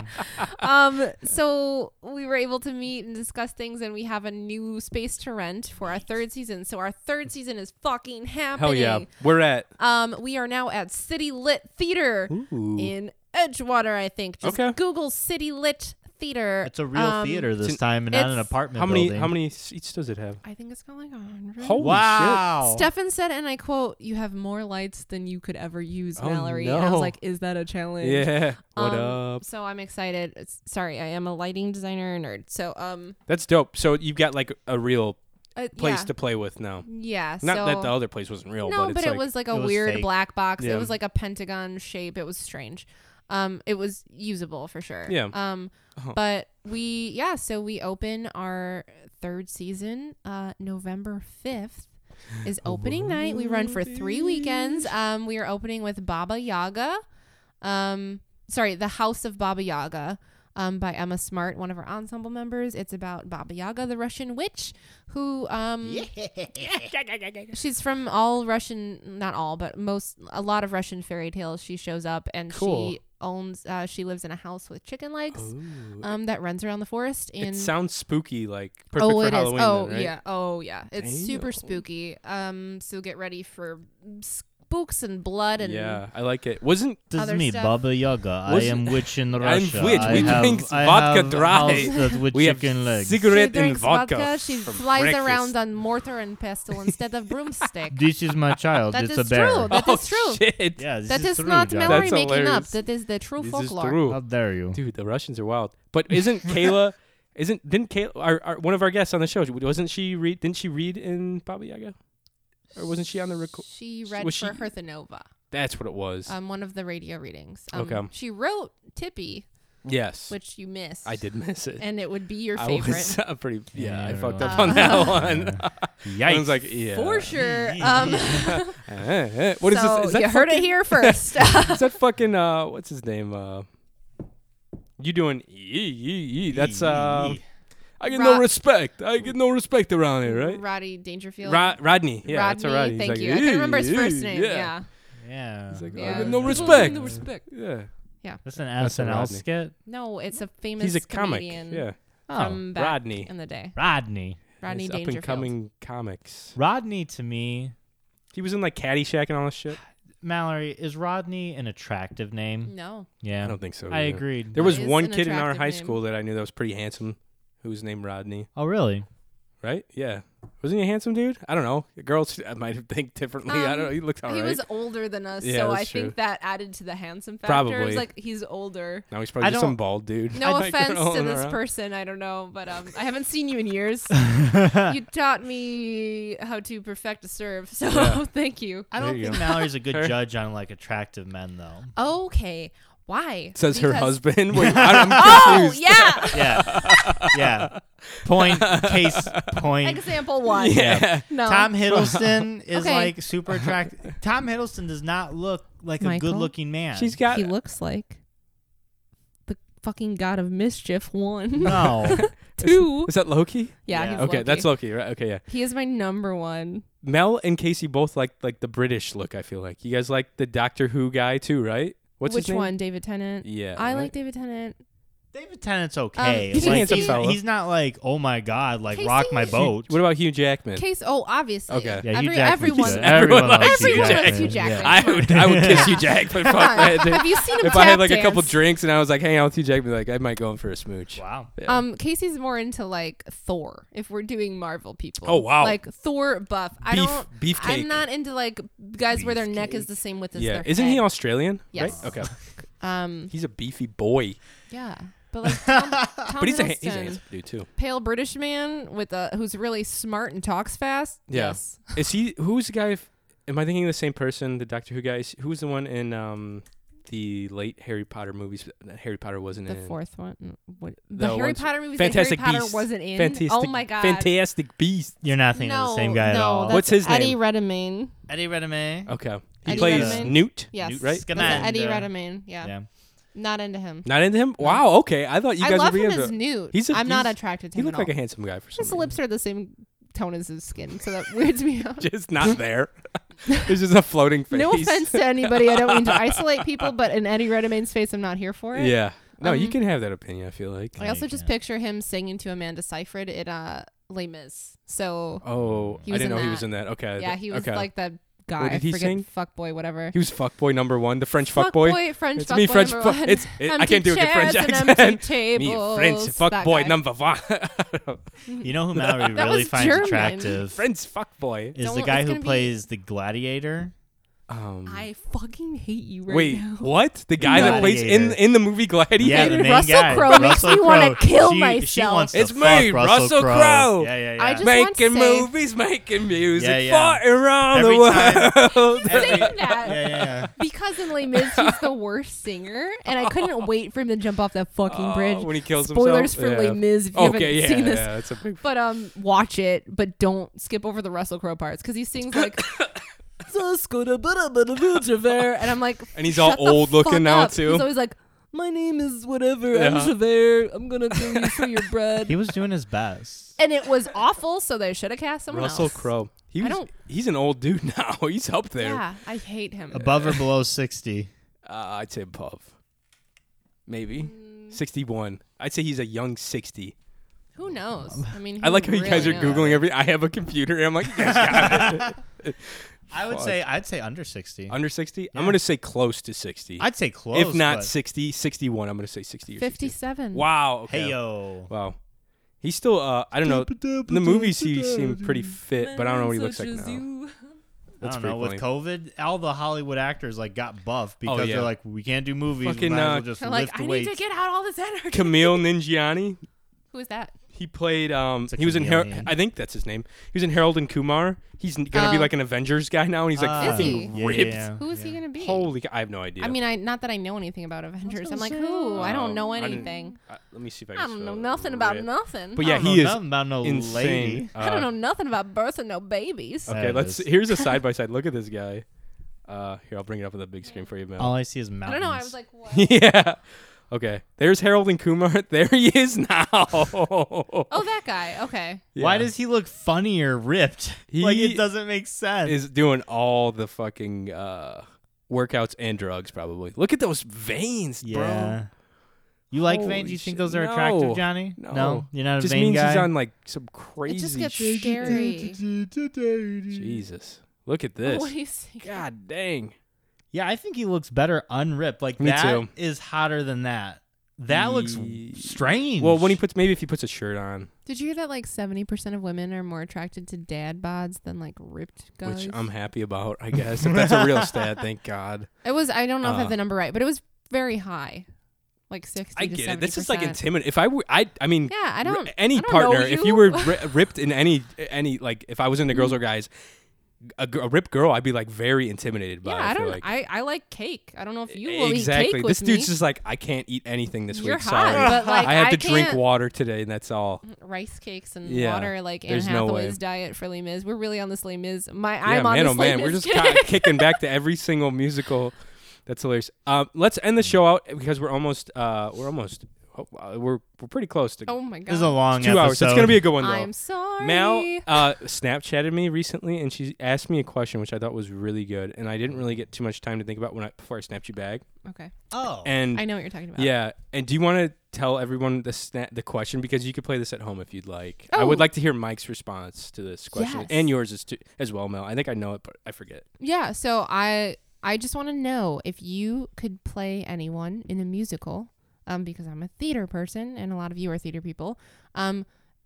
B: um, so we were able to meet and discuss things, and we have a new space to rent for our third season. So our third season is fucking
A: Hell
B: happening.
A: yeah. We're at.
B: Um, we are now at City Lit Theater
A: Ooh.
B: in Edgewater, I think. Just
A: Okay.
B: Google City Lit Theater.
C: It's a real
B: Um,
C: theater this
A: an-
C: time, and not an
B: it's-
C: apartment
A: How many
C: building.
A: how many seats does it have?
B: I think it's got like a hundred.
A: Holy
C: Wow.
B: Stefan said, and I quote, "You have more lights than you could ever use,
A: Oh,
B: Mallory." And I
A: no.
B: was like, "Is that a challenge?"
A: shit. Yeah. What
B: Um,
A: up?
B: So I'm excited. It's, sorry, I am a lighting designer nerd. So um,
A: That's dope. So you've got like a real
B: uh,
A: place
B: yeah.
A: to play with now.
B: yeah.
A: Not
B: so
A: that the other place wasn't real,
B: no,
A: but
B: but,
A: it's
B: it
A: like
B: was like
C: It
B: a
C: was
B: weird
C: fake.
B: black box.
A: Yeah.
B: It was like a pentagon shape. It was strange. Um, it was usable for sure.
A: Yeah.
B: Um,
A: Uh-huh.
B: but we yeah, so we open our third season, uh, November fifth. Is opening night. We run for three weekends. Um, we are opening with Baba Yaga. Um, sorry, The House of Baba Yaga um, by Emma Smart, one of our ensemble members. It's about Baba Yaga, the Russian witch, who um, she's from all Russian, not all, but most, a lot of Russian fairy tales. She shows up and
A: Cool.
B: she owns, uh, she lives in a house with chicken legs um, that runs around the forest. And
A: it sounds spooky, like perfect
B: oh,
A: for
B: it is.
A: Halloween. then,
B: Oh,
A: right?
B: yeah. Oh, yeah. It's super
A: Damn.
B: spooky. Um, so get ready for spooks and blood and
A: yeah, I like it. Wasn't
C: This is
B: other
C: me,
B: stuff.
C: Baba Yaga. I
A: Wasn't-
C: am witch in
A: I'm
C: Russia.
A: witch.
C: I
A: We
C: have,
A: drinks
C: I
A: vodka
C: have
A: dry.
C: house that with
A: we have
C: chicken legs.
A: cigarette
B: she
A: and
B: drinks
A: vodka?
B: She
A: for
B: flies
A: breakfast.
B: around on mortar and pestle instead of broomstick.
C: This is my child.
B: That
C: it's
B: is
C: a bear.
B: true. That
A: oh
B: is true.
A: shit!
C: Yeah, this
B: That
C: is
B: is
C: true,
B: not
C: Josh.
B: Mallory
A: That's
B: making up.
A: hilarious.
B: That is the true
A: This is
B: folklore.
A: true,
C: How dare you?
A: dude. The Russians are wild. But isn't Kayla? Isn't didn't Kayla? Our, our, one of our guests on the show wasn't she? Read didn't she read in Baba Yaga? Or wasn't she on the record?
B: She read
A: Was
B: for
A: she-
B: Herthanova,
A: That's what it was.
B: um, one of the radio readings. Um,
A: Okay.
B: She wrote Tippy,
A: yes,
B: which you missed.
A: I did miss it.
B: And it would be your
A: I
B: favorite. Uh,
A: was uh, pretty. Yeah, I
C: Yeah.
A: fucked up on that one. I was
C: Yikes.
A: like, yeah.
B: For sure. Um,
A: Eh, eh. What is
B: so
A: this? Is that
B: you heard it
A: fucking-
B: here first.
A: Is that fucking uh what's his name? Uh you doing ee, ee, ee. that's uh I get no
B: Ro-
A: respect. I get no respect around here, right?
B: Roddy Dangerfield.
A: Ro- Rodney. Yeah, that's
B: Rodney,
A: a Rodney. He's
B: thank
A: like,
B: you. I couldn't remember his
A: "Ee,
B: first
A: ee,
B: name. Yeah.
C: yeah.
A: He's like, "Oh,
B: Yeah.
A: I get no
B: People
A: respect.
B: No respect.
A: Yeah.
C: That's an
A: That's a
C: SNL
A: Rodney.
C: skit. Oh.
B: No, it's a famous
A: He's a comic.
B: comedian
A: Yeah. Oh,
B: from back
A: Rodney.
B: in the day.
C: Rodney.
B: Rodney
A: He's up
B: Dangerfield.
A: and coming comics.
C: Rodney to me,
A: He was in like Caddyshack and all this shit.
C: Mallory, is Rodney an attractive name?
B: No.
C: Yeah.
A: I don't think so.
C: I
A: yeah.
C: agreed.
A: There was
B: is
A: one
B: an
A: kid in our
B: attractive
A: high
B: name.
A: school that I knew that was pretty handsome, who was named Rodney.
C: Oh, really?
A: Right? Yeah. Wasn't he a handsome dude? I don't know. Girls uh, might think differently. I don't know.
B: Um,
A: He looked all right.
B: He was older than us,
A: Yeah,
B: so I
A: that's true.
B: think that added to the handsome factor. It
A: Probably.
B: was like he's older.
A: Now he's
C: I
A: probably just
C: don't-
A: some bald dude.
B: No
A: Like,
B: offense to
A: rolling
B: this
A: around.
B: person, I don't know, but um, I haven't seen you in years. you taught me how to perfect a serve, so
A: Yeah.
B: thank you.
C: I
A: There
C: don't
A: you go.
C: think Mallory's a good
A: Her-
C: judge on like attractive men though.
B: Okay, why?
A: Says her
B: Because-
A: husband. Wait, I'm I'm
B: Oh
A: confused.
B: yeah.
C: Yeah. yeah. Point case point.
B: Example one.
A: Yeah.
B: No.
C: Tom Hiddleston is
B: Okay.
C: like super attractive. Tom Hiddleston does not look like
B: Michael?
C: a good-looking man.
A: She's got.
B: he looks like the fucking god of mischief. One.
C: no.
B: two.
A: Is that Loki?
B: Yeah,
C: Yeah.
B: he's
A: Okay, that's
B: Loki.
A: Loki, right? Okay, yeah.
B: he is my number one.
A: Mel and Casey both like like the British look. I feel like you guys like the Doctor Who guy too, right? What's
B: Which
A: his name?
B: one, David Tennant?
A: Yeah,
B: I
A: right.
B: like David Tennant.
C: David Tennant's okay.
B: Um, He's
A: a
C: Like,
A: handsome
C: he's,
A: fella.
C: he's not like, oh my god, like
B: Casey-
C: rock my boat.
A: What about Hugh Jackman?
B: Case. Oh, obviously.
A: Okay.
C: Yeah, Hugh
B: Every, everyone.
C: Jackman's good.
A: Everyone
C: likes
B: everyone
C: Hugh
B: likes Hugh
C: Jackman.
B: Jackman.
A: I would I would kiss
B: Yeah.
A: Hugh Jackman. Fuck
B: Come on.
A: that, dude.
B: Have you seen him
A: If I had
B: tap
A: like a couple
B: dance?
A: drinks and I was like hanging out with Hugh Jackman, like I might go in for a smooch.
C: Yeah. Wow.
B: Um, Casey's more into like Thor. If we're doing Marvel people,
A: Oh, wow.
B: like Thor buff. I
A: Beef-
B: don't.
A: beefcake.
B: I'm not into like guys where their neck is the same width as
A: Yeah,
B: their.
A: isn't he
B: head.
A: Australian?
B: Yes.
A: Right? Okay,
B: Um,
A: he's a beefy boy,
B: yeah, but like Tom, Tom
A: but he's a, ha- he's a
B: Hiddleston,
A: handsome dude too.
B: pale British man with a who's really smart and talks fast.
A: Yeah.
B: Yes,
A: Is he who's the guy? If, am I thinking of the same person? The Doctor Who guy? Is- Who was the one in um the late Harry Potter movies that Harry Potter wasn't
B: the
A: in?
B: fourth one. mm, What,
A: The
B: the, Harry
A: ones-
B: Potter movies.
A: Fantastic
B: that Harry Potter
A: Beasts.
B: wasn't in.
A: Fantastic,
B: oh my god.
A: Fantastic Beast.
C: You're not thinking
B: No,
C: of the same guy
B: no,
C: at all.
B: that's
A: What's his
B: Eddie
A: name?
B: Redmayne.
C: Eddie Redmayne?
A: Okay, he
B: Eddie
A: plays
B: Redmayne?
A: Newt.
B: Yes,
C: Newt
A: right?
B: That's a Eddie
C: Scamander.
B: Redmayne. Yeah.
C: Yeah.
B: not into him.
A: Not into him. Wow. Okay, I thought you
B: I
A: guys
B: love
A: were
B: him
A: into.
B: as Newt.
A: He's a-
B: I'm not
A: he's-
B: attracted to
A: he
B: him.
A: looked
B: at all.
A: like a handsome guy for some
B: His
A: reason.
B: lips are the same tone as his skin, so that weirds me out.
A: just not there. There's just a floating face.
B: No offense to anybody. I don't mean to isolate people, but in Eddie Redmayne's face, I'm not here for it.
A: Yeah. No, you
B: Um,
A: can have that opinion. I feel like.
B: I also just
C: Yeah.
B: picture him singing to Amanda Seyfried in uh, Les Mis. So
A: Oh,
B: He
A: I
B: was
A: didn't know
B: in
A: he was
B: that.
A: in that. Okay.
B: yeah, he was
A: okay.
B: like that guy.
A: What did he
B: I forget
A: sing?
B: fuckboy, whatever.
A: He was fuckboy number one, the French
B: Fuck
A: fuckboy.
B: boy, French
A: it's me,
B: fuckboy
A: French
B: number
A: fuck.
B: one.
A: It's it, I
B: Empty
A: can't do a good French
B: chairs and
A: accent.
B: empty
A: me, French
B: tables. That
A: fuckboy
B: guy.
A: number one.
C: You know who Mallory
B: That
C: really
B: was
C: finds
B: German.
C: attractive
A: French fuckboy.
C: is the
B: Don't-
C: guy
B: it's
C: who
B: gonna be-
C: plays the gladiator.
A: Um,
B: I fucking hate you right
A: wait,
B: now.
A: what? The guy that plays in
C: Gladiator.
A: in the movie Gladiator?
C: Yeah, the main
B: Russell
C: guy.
B: Crowe makes
C: Russell
B: me wanna
C: Crowe.
B: kill
C: she, She
B: myself.
C: wants to
A: It's
C: fuck
A: me, Russell
C: Russell
A: Crowe.
C: Yeah, yeah, yeah.
B: I just want to
A: making
B: say-
A: movies, making music,
C: Yeah, yeah.
A: far around
C: Every
A: the
C: time-
A: world.
B: saying that.
C: Every- Yeah, yeah, yeah.
B: Because in Les Mis, he's the worst singer, and I couldn't wait for him to jump off that fucking
A: Oh,
B: bridge.
A: when he kills
B: Spoilers
A: himself?
B: for
A: Yeah.
B: Les Mis if you
A: okay,
B: haven't
A: yeah,
B: seen this.
A: yeah, that's a big.
B: But um, watch it, but don't skip over the Russell Crowe parts because he sings like. "Let's go to bada bada bada there," and I'm like,
A: And he's
B: "Shut
A: all
B: the
A: old looking
B: fuck
A: now,
B: up."
A: too.
B: He's always like, "My name is whatever.
A: Yeah.
B: I'm Javert. I'm gonna kill you for your bread."
C: He was doing his best.
B: and it was awful, so they should have cast someone
A: Russell
B: else.
A: Crowe. He
B: I
A: was,
B: don't-
A: he's an old dude now. He's up there.
B: Yeah, I hate him.
C: Above or below 60.
A: Uh, I'd say above. Maybe. 61. I'd say he's a young 60.
B: Who knows? I mean,
A: I like how
B: who
A: you guys are
B: really knows?
A: Googling every. I have a computer. And I'm like, you guys got it.
C: I would say I'd say under 60.
A: under 60? I'm going to say close to 60.
C: I'd say close.
A: if not
C: but-
A: 60, 61. I'm going to say 60 or 60.
B: 57.
A: Wow. Okay.
C: Hey yo.
A: Wow. He's still, uh, I don't know. In the movies, he seemed pretty fit, but I don't know what he looks like now.
C: I
A: That's
C: don't know. With
A: pretty funny. Oh,
C: COVID, all the Hollywood actors like got buff because
A: yeah.
C: they're like, we can't do movies.
A: Fucking,
C: we might as
A: uh,
C: well just
B: They're
C: lift
B: like, I
C: the
B: need
C: weights.
B: to get out all this energy.
A: Camille Ningiani.
B: Who is that?
A: He played. Um,
C: It's a
A: he was in. Har-
C: chameleon.
A: I think that's his name. He was in Harold and Kumar. He's n- gonna be
B: Oh.
A: like an Avengers guy now, and he's like
C: Ah,
B: Is he?
A: fucking
C: yeah,
A: ripped.
C: yeah,
B: Who is he
C: yeah.
B: going to be?
A: Holy, c- I have no idea.
B: I mean, I not that I know anything about Avengers. I'm like,
C: gonna
B: who? I don't
A: Um,
B: know
A: I didn't-
B: anything.
A: I- let me see if I
B: I,
A: can.
B: don't know
A: spell
B: nothing about
A: rip.
B: nothing.
A: But
B: I
A: yeah,
B: don't
C: know
A: he is
C: nothing about no
A: insane.
C: lady.
B: know- I don't
A: Uh,
B: know nothing about birthing no babies.
C: Uh,
A: Okay,
C: That
A: let's.
C: is-
A: Here's a side by side. Look at this guy. Uh, here I'll bring it up on the big screen for you, Mel.
C: All I see is
B: I
C: mountains.
B: don't know. I was like, what?
A: yeah. Okay. There's Harold and Kumar. There he is now.
B: oh, that guy. Okay.
C: Why
A: Yeah.
C: does he look funnier ripped? like
A: He
C: it doesn't make sense.
A: is doing all the fucking uh, workouts and drugs probably. Look at those veins,
C: yeah. You like veins?
A: Holy
C: You think
A: shit.
C: those are
A: No.
C: attractive, Johnny?
A: bro. No,
C: you're not a
A: just
C: vein
A: means
C: guy.
A: he's on like some crazy.
B: It just gets
A: shit.
B: scary.
A: Jesus, look at this.
B: what do you think?
A: God dang.
C: Yeah, I think he looks better unripped. Like
A: Me
C: that is
A: too.
C: hotter than that. That looks
A: Ye-
C: strange.
A: Well, when he puts maybe if he puts a shirt on,
B: Did you hear that like 70% of women are more attracted to dad bods than like ripped guys?
A: which um, I'm happy about, I guess. if that's a real stat, thank God.
B: It was. I don't know if I
A: Uh,
B: have the number right, but it was very high, like sixty.
A: I
B: to
A: get it. This is like
B: 70%.
A: intimidating. If I were, I, I mean,
B: Yeah, I
A: r-
B: don't-
A: any
B: I don't know
A: partner. If you
B: you. Mm.
A: were ri- ripped in any, any like, if I was into girls or guys, a, gr- a ripped girl, I'd be like very intimidated by.
B: Yeah,
A: it,
B: I
A: feel
B: don't.
A: like. E,
B: I, I like cake. I don't know if you will
A: exactly.
B: eat cake
A: this
B: with
A: dude's
B: me.
A: just like, I can't eat anything this
B: You're
A: week.
B: hot,
A: Sorry,
B: but, like,
A: I have
B: I
A: to drink
B: can't- Mm,
A: water today, and that's all.
B: rice cakes and
A: Yeah,
B: water, like Anne
A: there's no way.
B: Hathaway's diet for Les Mis. We're really on this Les Mis. My
A: yeah,
B: I'm on
A: man, oh
B: this Les
A: man, we're
B: Mis
A: just
B: kick.
A: ki- kicking back to every single musical. That's hilarious. Um, let's end the show out because we're almost, uh, we're almost oh, uh, we're we're pretty close to
B: Oh my god.
C: This is a long
A: two
C: episode.
A: hours. It's gonna be a good one though.
B: I'm sorry.
A: Mal uh, Snapchatted me recently, and she asked me a question which I thought was really good, and I didn't really get too much time to think about when I before I snapped you back.
B: okay.
C: oh.
A: And
B: I know what you're talking about.
A: yeah, and do you want to tell everyone the sna- the question because you could play this at home if you'd like. I
B: Oh.
A: would like to hear Mike's response to this question
B: Yes.
A: and yours is too, as well, Mel. I think I know it, but I forget.
B: Yeah, so I I just want to know if you could play anyone in a musical, um, because I'm a theater person and a lot of you are theater people. Um,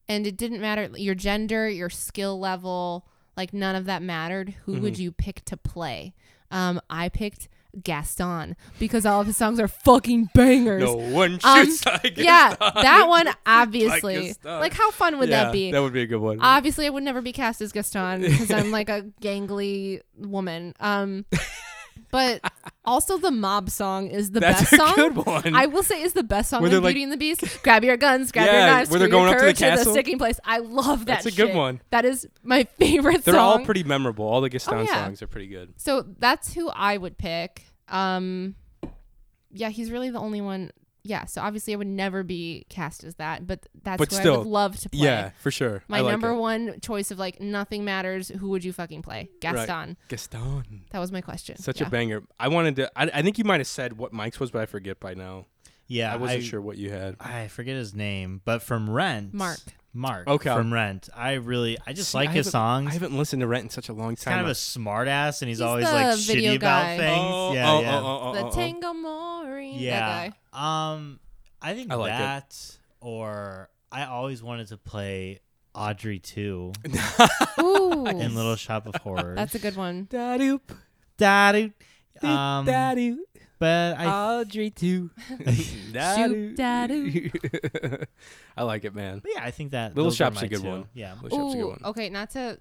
B: and it didn't matter your gender, your skill level, like none of that mattered. Who would you pick to play? Um, I picked Gaston because all of his songs are fucking bangers.
A: one
B: Um, yeah, that one obviously.
A: Gaston.
B: Like, how fun would that be?
A: That would be a good one.
B: Obviously, I would never be cast as Gaston because I'm like a gangly woman. Um, but also the mob song is the
A: That's
B: best
A: a
B: song.
A: good one.
B: I will say is the best song
A: Where
B: in
A: they're
B: Beauty
A: like-
B: and the Beast. Grab your guns, grab your
A: Yeah,
B: knives,
A: where they're
B: screw your
A: going up to the
B: courage the
A: castle.
B: sticking place. I love that.
A: That's a good
B: shit.
A: one.
B: That is my favorite.
A: They're
B: song. Oh,
A: all pretty memorable. All the Gaston
B: yeah.
A: songs are pretty good.
B: So that's who I would pick. Um, yeah, he's really the only one. Yeah, so obviously I would never be cast as that, but that's
A: But
B: who I
A: still,
B: would love to play.
A: Yeah, for sure.
B: My
A: I like
B: number
A: it.
B: one choice of like nothing matters. Who would you fucking play?
A: Right.
B: Gaston.
A: Gaston.
B: That was my question.
A: Such
B: Yeah.
A: a banger. I wanted to. I, I think you might have said what Mike's was, but I forget by now.
C: yeah,
A: I wasn't sure what you had.
C: I forget his name, but from Rent.
B: Mark.
C: Mark.
A: Okay.
C: From Rent. I really, I just
A: See,
C: like
A: I
C: his
A: haven't-
C: songs.
A: I haven't listened to Rent in such a long
C: He's kind
A: time.
C: of a smart ass, and he's,
B: He's
C: always
B: the
C: like
B: video
C: shitty
B: guy.
C: about things.
A: oh,
C: yeah,
A: oh,
C: yeah,
A: oh, oh, oh,
B: The
A: oh.
B: Tango Mori.
C: yeah.
B: That guy.
C: Um, I think
A: I like it.
C: that, or I always wanted to play Audrey too
B: Ooh.
C: in Little Shop of Horrors.
B: That's a good one.
A: Da-doop,
C: Daddy.
A: doop,
C: Um,
A: da-doop,
C: but
B: Uh,
C: I,
A: Audrey too. Da-doop. I like it, man.
C: but yeah, I think that
A: Little
C: those were
A: Shop's a
C: my
A: good
C: two.
A: one.
C: Yeah,
A: Little Shop's a good
B: Ooh.
A: one.
B: Okay, not to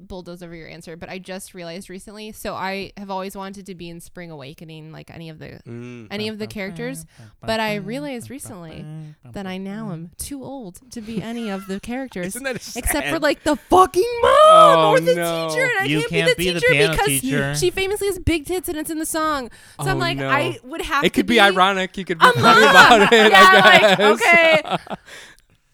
B: bulldoze over your answer, but I just realized recently. So I have always wanted to be in Spring Awakening, like any of the
A: Mm.
B: any of the characters. But I realized recently that I now am too old to be any of the characters.
A: Isn't that sad?
B: Except for like the fucking mom
A: Oh,
B: or the
A: no.
B: teacher, and I
C: You
B: can't,
C: can't
B: be
C: be
B: the
C: the
B: teacher
C: piano
B: because
C: teacher.
B: she famously has big tits, and it's in the song. So
A: Oh,
B: I'm like,
A: no.
B: I would have.
A: It
B: to
A: could be, ironic. You could be
B: A
A: funny
B: mom.
A: about it.
B: yeah,
A: I guess.
B: like okay.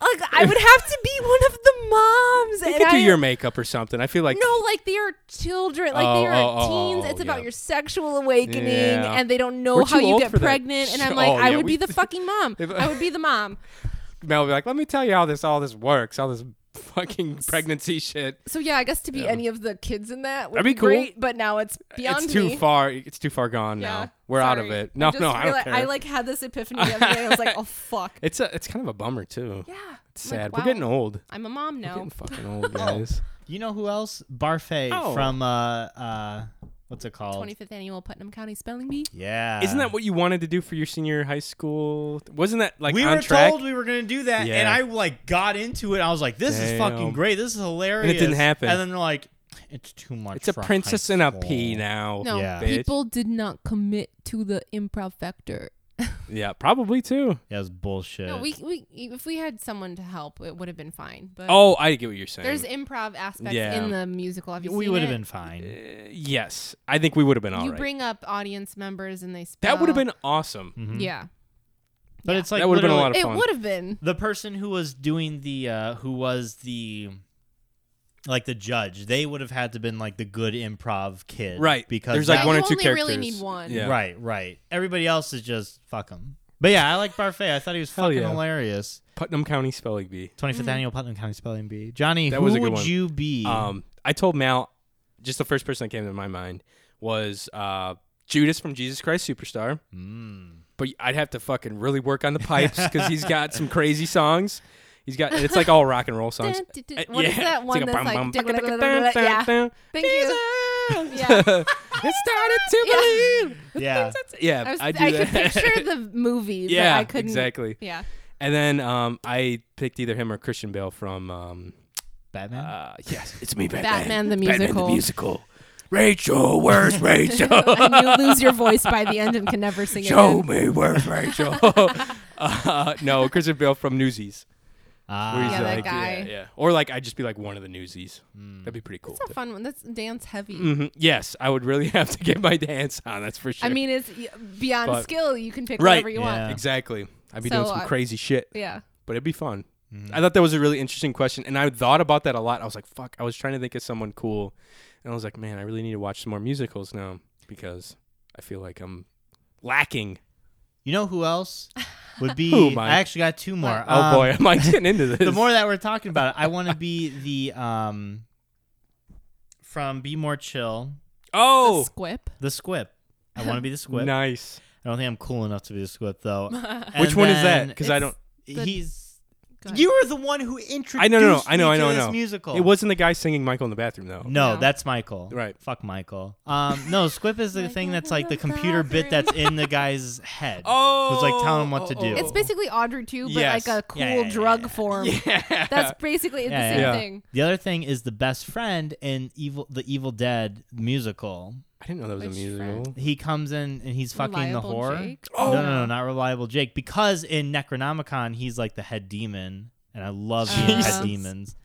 B: Like I would have to be one of the moms.
A: You
B: and
A: could do
B: I-
A: your makeup or something. I feel like
B: no, like they are children, like
A: Oh,
B: they are
A: oh, oh,
B: teens.
A: oh,
B: it's
A: oh,
B: about
A: yeah.
B: your sexual awakening,
A: Yeah.
B: and they don't know
A: We're
B: how
A: too
B: you
A: old
B: get
A: for that
B: pregnant. And I'm
A: show.
B: like,
A: Oh,
B: I
A: yeah,
B: would
A: we-
B: be the fucking mom.
A: If-
B: I would be the mom.
A: Mel would be like, "Let me tell you how this all this works. All this fucking pregnancy shit.
B: So yeah, I guess to be any of the kids in that would
A: That'd be
B: be
A: cool.
B: great, but now it's beyond
A: it's too
B: me.
A: far. It's too far gone
B: Yeah,
A: now. We're out of
B: sorry.
A: it. No,
B: just
A: no, I don't
B: reali-
A: care.
B: I like had this epiphany the other day. and I was like, oh fuck.
A: It's a, it's kind of a bummer too.
B: Yeah.
A: It's
B: I'm like,
A: sad.
B: wow,
A: We're getting old.
B: I'm a mom
A: We're
B: now.
A: getting fucking old, guys.
C: You know who else? Barfay
A: Oh.
C: from uh uh what's it called?
B: 25th annual Putnam County Spelling Bee.
C: Yeah.
A: Isn't that what you wanted to do for your senior high school? Wasn't that like
C: we
A: on
C: were
A: track?
C: told we were gonna do that and
A: Yeah.
C: I like got into it. I was like, this is
A: Damn.
C: fucking great. This is hilarious.
A: didn't happen.
C: And then they're like, it's too much.
A: it's a
C: for high
A: princess and a
C: school."
A: pea now.
B: No,
C: Yeah.
A: bitch.
B: people did not commit to the improv factor.
A: Yeah, probably too.
C: That was bullshit.
B: No, we, we if we had someone to help, it would have been fine. But
A: Oh, I get what you're saying.
B: there's improv aspects
A: Yeah.
B: in the musical. Have you
C: we
B: seen
C: would have
B: it?
C: been fine.
A: Uh, yes, I think we would have been all
B: You
A: right.
B: bring up audience members and they spell.
A: that would have been awesome.
C: Mm-hmm.
B: Yeah,
C: But it's like
A: That would've been a
C: literally-
A: lot of
B: it
A: fun.
B: would have been.
C: the person who was doing the uh who was the like the judge, they would have had to been like the good improv kid,
A: Right.
C: Because
A: there's like
C: that-
A: one
B: You
A: or two
B: only
A: characters.
B: really need one.
A: Yeah.
C: Right, right. Everybody else is just fuck them. But yeah, I like Parfait. I thought he was
A: Hell
C: fucking
A: yeah.
C: hilarious.
A: Putnam County Spelling Bee.
C: 25th
B: Mm-hmm.
C: annual Putnam County Spelling Bee. Johnny,
A: That
C: who
A: was a good
C: would
A: one.
C: you be?
A: Um, I told Mal, just the first person that came to my mind was uh, Judas from Jesus Christ Superstar.
C: Mm.
A: But I'd have to fucking really work on the pipes because he's got some crazy songs. He's got it's like all rock and roll songs.
B: Dun, dun, dun.
A: Uh,
B: What is that
A: it's
B: one
A: a
B: that's
A: bum,
B: like-
A: bum,
B: dun,
A: fucking dun,
B: dun, dun,
A: dun,
B: dun, yeah.
A: dun,
B: Thank you.
A: Jesus.
B: Yeah.
A: It started to
B: Yeah.
A: believe.
C: Yeah.
A: Yeah,
B: I, was,
A: I
B: I,
A: do
B: could
A: that.
B: picture the movie.
A: yeah,
B: but I couldn't.
A: exactly.
B: Yeah.
A: And then um, I picked either him or Christian Bale from um,
C: Batman?
A: uh, yes, it's me,
B: Batman the
A: Batman
B: musical.
A: the musical. Rachel, where's Rachel?
B: and you lose your voice by the end and can never sing
A: Show
B: again.
A: me where's Rachel. uh, no, Christian Bale from Newsies.
C: Ah.
A: Where he's
B: Yeah, that
A: like,
B: guy. Hmm.
A: Yeah, yeah. Or like, I'd just be like one of the Newsies. That'd be pretty cool.
B: That's a fun one. That's dance heavy.
C: Mm.
A: Mhm. Yes, I would really have to get my dance on. That's for sure.
B: I mean, it's beyond
A: But-
B: skill. You can pick
A: Right.
B: whatever you want.
C: Yeah.
A: exactly. I'd be
B: So,
A: doing some
B: uh, Hmm.
A: crazy shit,
B: Yeah.
A: but it'd be fun. I thought that was a really interesting question, and I thought about that a lot. I was like, "Fuck!" I was trying to think of someone cool, and I was like, "Man, I really need to watch some more musicals now because I feel like I'm lacking."
C: You know who else would be?
A: Who, Mike?
C: I actually got two more.
A: Oh
C: Um,
A: boy, am I getting into this?
C: the more that we're talking about it, I want to be the um from Be More Chill,
A: oh,
B: The squip.
C: the Squip. I want to be the Squip.
A: nice.
C: I don't think I'm cool enough to be the Squip though.
A: Which
C: And
A: one is that?
C: then
A: Because I don't.
B: the-
C: it's- he's.
B: Go ahead.
C: You were the one who introduced.
A: I know, no, no. I know,
C: me
A: I
C: to
A: know, I
C: this
A: know.
C: Musical.
A: It wasn't the guy singing Michael in the bathroom though.
C: No,
B: No.
C: that's Michael.
A: Right.
C: Fuck Michael. Um, no, Squip is the
B: Michael
C: thing that's like the
B: in the
C: computer bit that's in the guy's head. Who's like telling him what to
A: Oh, oh,
C: do.
A: oh,
B: It's basically Audrey too, but
A: Yes.
B: like a cool
C: Yeah, yeah, yeah,
B: drug
C: yeah.
B: form.
A: Yeah.
B: That's basically
C: Yeah,
B: the same
A: yeah.
B: thing.
C: The other thing is the best friend in Evil the Evil Dead musical.
A: I didn't know that was a
B: Which
A: musical.
C: He comes in and he's fucking
B: Reliable
C: the whore.
B: Jake?
A: Oh.
C: No, no, no, not reliable Jake. Because in Necronomicon he's like the head demon, and I love being
A: Jesus.
C: head demons.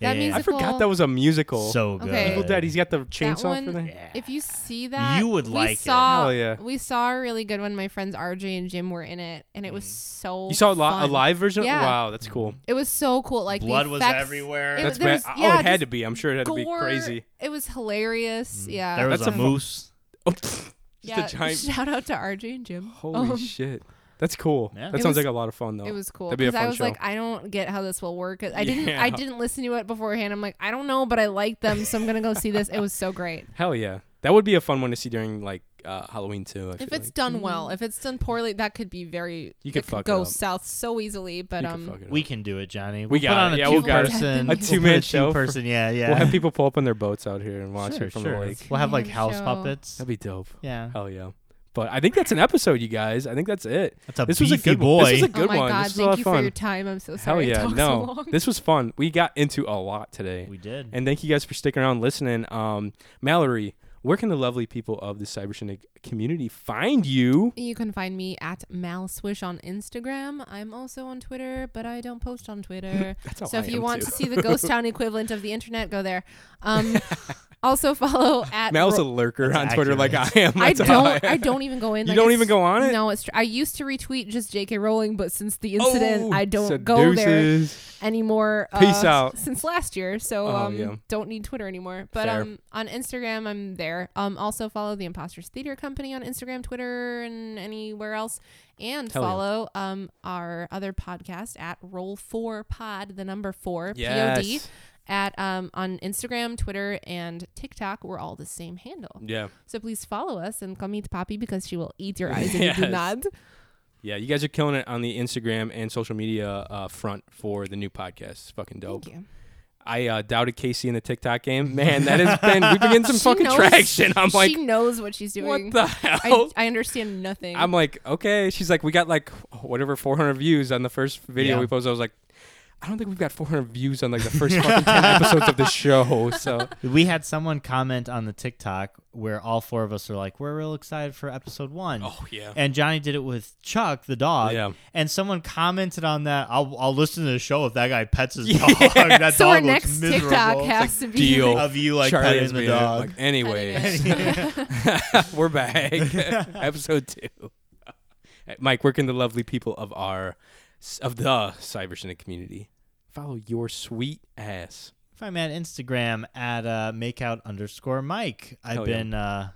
B: That
C: Yeah,
A: I
B: music-
A: forgot
B: Musical.
A: that was a musical.
C: so good.
B: Okay.
A: Evil Dead. He's got the chainsaw
B: that one,
A: for the.
B: if you see that,
C: You would
B: we
C: like it.
B: Saw,
A: Hell yeah.
B: We saw a really good one. My friends RJ and Jim were in it, and
C: Mm.
B: it was so.
A: You saw a, li- a
B: fun.
A: live version?
B: Yeah.
A: Wow, that's cool.
B: It was so cool. Like the
C: blood was
B: effects-
C: everywhere.
B: It-
A: That's
B: there
A: ma-
B: was-
A: oh,
B: yeah,
A: it had to
B: just
A: be. I'm sure it had to be
B: gore.
A: crazy.
B: It was hilarious. Yeah.
C: Mm. there was
A: That's
C: a,
A: a fu-
C: moose.
A: Oh, just
B: yeah.
A: a giant.
B: Shout out to RJ and Jim.
A: Holy
B: Um,
A: shit. That's cool.
C: Yeah.
A: That
B: It
A: sounds
B: was-
A: like a lot of fun though.
B: It was cool
A: That'd be a
B: because
A: fun
B: I was
A: show.
B: like, I don't get how this will work. 'Cause I didn't, I
A: Yeah.
B: didn't listen to it beforehand. I'm like, I don't know, but I like them, so I'm gonna go see this. It was so great.
A: Hell yeah. That would be a fun one to see during like uh, Halloween too. I feel
B: If it's
A: like. mm-hmm.
B: done well, if it's done poorly, that could be very.
A: You could
B: it
A: fuck it
B: go
A: up.
B: south so easily, but
A: You could
B: um,
A: fuck it up.
C: We can do it, Johnny.
A: We
C: We'll
A: got
C: put on
A: it.
C: a
A: Yeah,
C: two
A: we'll got it.
C: person,
B: A
A: two-man show for-
C: person. Yeah, yeah.
A: We'll have people pull up on their boats out here and watch
C: Sure,
A: it from
C: sure.
A: the lake.
C: We'll have like
B: Two-man
C: house
B: show.
C: puppets.
A: That'd be dope.
C: Yeah,
A: Hell yeah. But I think that's an episode, you guys. I think that's it.
C: that's a
A: This was
C: beefy
A: a good
C: boy.
A: one. This was a
B: oh
A: good
B: my
A: one.
B: god,
A: This was a lot
B: thank
A: of
B: you
A: fun.
B: for your time. I'm so
A: Hell
B: sorry. I
A: yeah.
B: talked
A: No.
B: so long.
A: This was fun. We got into a lot today.
C: we did.
A: And thank you guys for sticking around listening. Um, Mallory, where can the lovely people of the Cyber Shindig community find you?
B: You can find me at Mal Swish on Instagram. I'm also on Twitter, but I don't post on Twitter.
A: That's how
B: so
A: I
B: if you
A: am,
B: want
A: too.
B: to see the ghost town equivalent of the internet, go there. Um, also follow at
A: Mal's a
B: Ro-
A: lurker on
C: That's
A: Twitter like I
C: accurate.
A: am.
B: I
A: That's how
B: don't.
A: am.
B: I don't even go in.
A: You
B: like,
A: don't
B: it's-
A: even go on it?
B: No, it's. Tr- I used to retweet just J.K. Rowling, but since the
A: Oh,
B: incident, I don't
A: so
B: go there
A: deuces.
B: anymore. uh,
A: Peace out.
B: Since last year, so
A: Oh,
B: um,
A: yeah.
B: don't need Twitter anymore. But
A: Fair.
B: um, on Instagram, I'm there. Um, also follow the Imposters Theater Company on Instagram, Twitter, and anywhere else, and
A: Hell yeah.
B: follow um our other podcast at Roll Four Pod, the number four P O D.
A: Yes.
B: At um on Instagram, Twitter, and TikTok, we're all the same handle.
A: Yeah.
B: So please follow us and come eat Poppy because she will eat your eyes if you
A: Yes.
B: do not.
A: Yeah. You guys are killing it on the Instagram and social media uh, front for the new podcast. It's fucking dope.
B: Thank you.
A: I uh, doubted Casey in the TikTok game. Man, that has been, we've been getting some
B: She
A: fucking
B: knows-
A: traction. I'm like,
B: she knows what she's doing.
A: what the hell?
B: I, I understand nothing.
A: Oh. I'm like, okay. She's like, we got like whatever 400 views on the first video
C: Yeah.
A: we posted. I was like, I don't think we've got 400 views on like the first fucking 10 episodes of the show. So
C: We had someone comment on the TikTok where all four of us are like, "We're real excited for episode one."
A: Oh, yeah,
C: And Johnny did it with Chuck the dog.
A: Yeah.
C: And someone commented on that. I'll, I'll listen to the show if that guy pets his dog. that
B: so
C: dog
B: our
C: looks
B: next
C: miserable.
B: TikTok
C: It's
B: has to be
A: deal.
C: Of you, like,
A: Charlie
C: petting
A: is
C: the
A: being
C: dog.
A: like, anyway, we're back. Episode two. Mike, where can the lovely people of our of the cyber Shindig community follow your sweet ass?
C: If I'm at Instagram at uh, makeout underscore Mike, I've
A: Hell yeah.
C: been uh,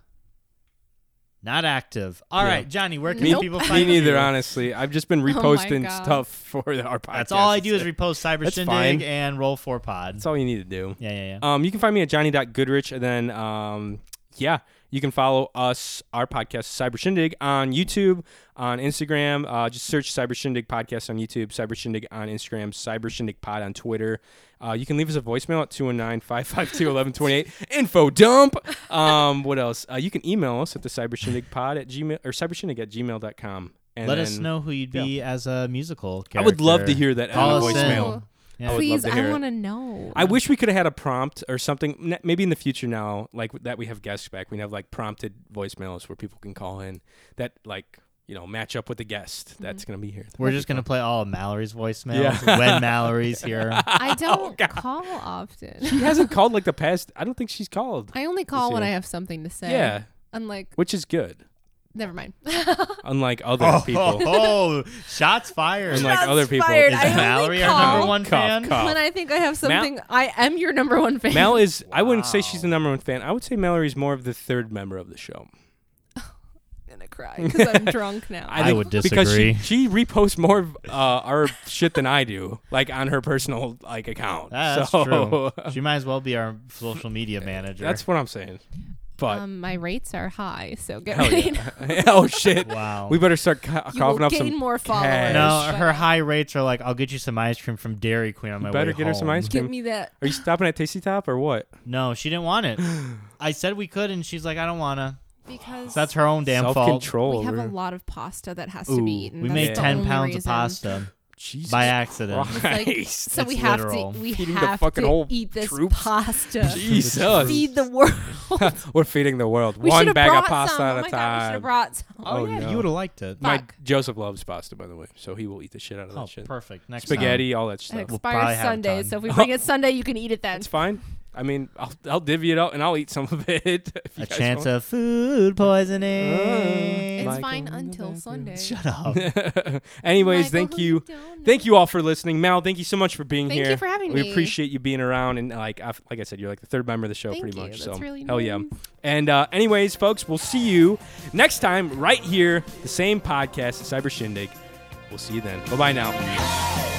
C: not active. All right,
A: Yeah.
C: Johnny, where can
B: Nope.
C: people
B: Me
A: Me
C: find
A: neither,
C: you?
A: honestly. I've just been
B: Oh my
A: reposting
B: God.
A: stuff for our podcast.
C: That's all I do is
A: That's
C: repost Cyber
A: That's
C: Shindig
A: fine.
C: and Roll Four Pod.
A: all you need to do.
C: Yeah, yeah, yeah.
A: Um, you can find me at johnny.goodrich. And then, um, yeah, you can follow us, our podcast, Cyber Shindig, on YouTube, on Instagram. Uh, just search Cyber Shindig Podcast on YouTube, Cyber Shindig on Instagram, Cyber Shindig Pod on Twitter. Uh, you can leave us a voicemail at oh 219 552 1128. Info dump. Um, what else? Uh, you can email us at the Cyber Shindig Pod at gmail or Cyber Shindig at gmail.com. And
C: Let us
A: then-
C: know who you'd be as a musical character.
A: I would love to hear that on
C: Call
A: the
C: us in.
A: voicemail.
C: Yeah.
A: would love
B: Please,
A: to hear
B: I
A: it. Oh
B: want to know.
A: I wish we could have had a prompt or something. N- Maybe in the future now, like that we have guests back, we can have like prompted voicemails where people can call in that like you know match up with the guest that's gonna be here.
C: We're just gonna play all of Mallory's voicemails
A: Yeah.
C: when Mallory's here.
B: I don't call often.
A: She hasn't called like the past. I don't think she's called.
B: I only call when
A: year.
B: I have something to say.
A: Yeah,
B: Unlike
A: which is good.
B: Never mind.
A: unlike other
C: Oh,
A: people.
C: oh, shots fired.
A: Unlike other people.
B: fired.
A: Is
B: I only
C: Mallory our
B: call
C: number one
A: Cuff,
C: fan?
A: cuff.
B: When I think I have something, I am your number one fan.
A: Oh. Mal is. I wouldn't say she's
C: Wow.
A: the number one fan. I would say Mallory's more of the third member of the show.
B: gonna cry because I'm drunk now.
C: I would
A: because she,
C: disagree.
A: she reposts more of uh, our shit than I do, like on her personal like account.
C: Ah, That's
A: so,
C: true. She might as well be our social media manager.
A: that's what I'm saying. But
B: um, my rates are high, so get
A: hell
B: ready.
A: yeah. oh shit!
C: Wow.
A: We better start ca-
B: You
A: coughing
B: will
A: up some
B: gain more
A: cash.
B: followers.
C: no,
B: Shut
C: her
B: up.
C: high rates are like, I'll get you some ice cream from Dairy Queen on my way
A: better get her some
C: home."
A: ice
B: Give
A: cream.
B: me that.
A: Are you stopping at Tasty Top or what?
C: No, she didn't want it. I said we could, and she's like, I don't wanna.
B: Because
C: So that's her own damn
A: Self
C: fault.
A: control.
B: we have a lot of pasta that has to
A: Ooh,
B: be eaten.
C: Oh, We
B: That's
C: made
B: the
C: ten
B: only
C: pounds
B: reason.
C: of pasta
A: Jesus
C: by accident.
A: Christ.
B: Like, so we
C: It's
B: have
C: literal.
B: to. We
A: Feeding the
B: have
A: fucking
B: to
A: whole
B: eat this
A: troops.
B: pasta.
A: Jesus.
B: Feed the world.
A: We're feeding the world
B: we
A: one
B: should've
A: bag
B: brought
A: of pasta
B: some.
A: at
B: oh
A: a
B: my God, we should
A: time.
B: have brought some.
A: Oh, yeah, no.
C: you would have liked it.
A: My
B: Fuck.
A: Joseph loves pasta, by the way, so he will eat the shit out of that
C: Oh,
A: shit.
C: perfect. Next time.
A: Spaghetti, all that
B: It
A: stuff.
C: We'll
B: expires
C: probably have a
B: Sunday,
C: ton.
B: so if we bring it Sunday, you can eat it then.
A: It's fine. I mean, I'll, I'll divvy it out and I'll eat some of it. if you
C: A
A: guys
C: chance
A: want. Uh,
C: of food
A: It's
C: poisoning.
A: Michael
B: It's fine
A: in the
B: until
A: bathroom.
B: Sunday.
C: Shut up.
A: Anyways,
B: Michael,
A: thank
B: who
A: you.
B: don't
A: Thank you all for listening. Mal, thank you so much for being
B: Thank
A: here.
B: you for having
A: we
B: me.
A: appreciate you being around and like I, like I said, you're like the third member of the show
B: Thank
A: pretty
B: you.
A: much.
B: That's
A: so
B: really
A: hell yeah.
B: nice.
A: And uh, anyways, folks, we'll see you next time right here, the same podcast, the Cyber Shindig. We'll see you then. Bye bye now.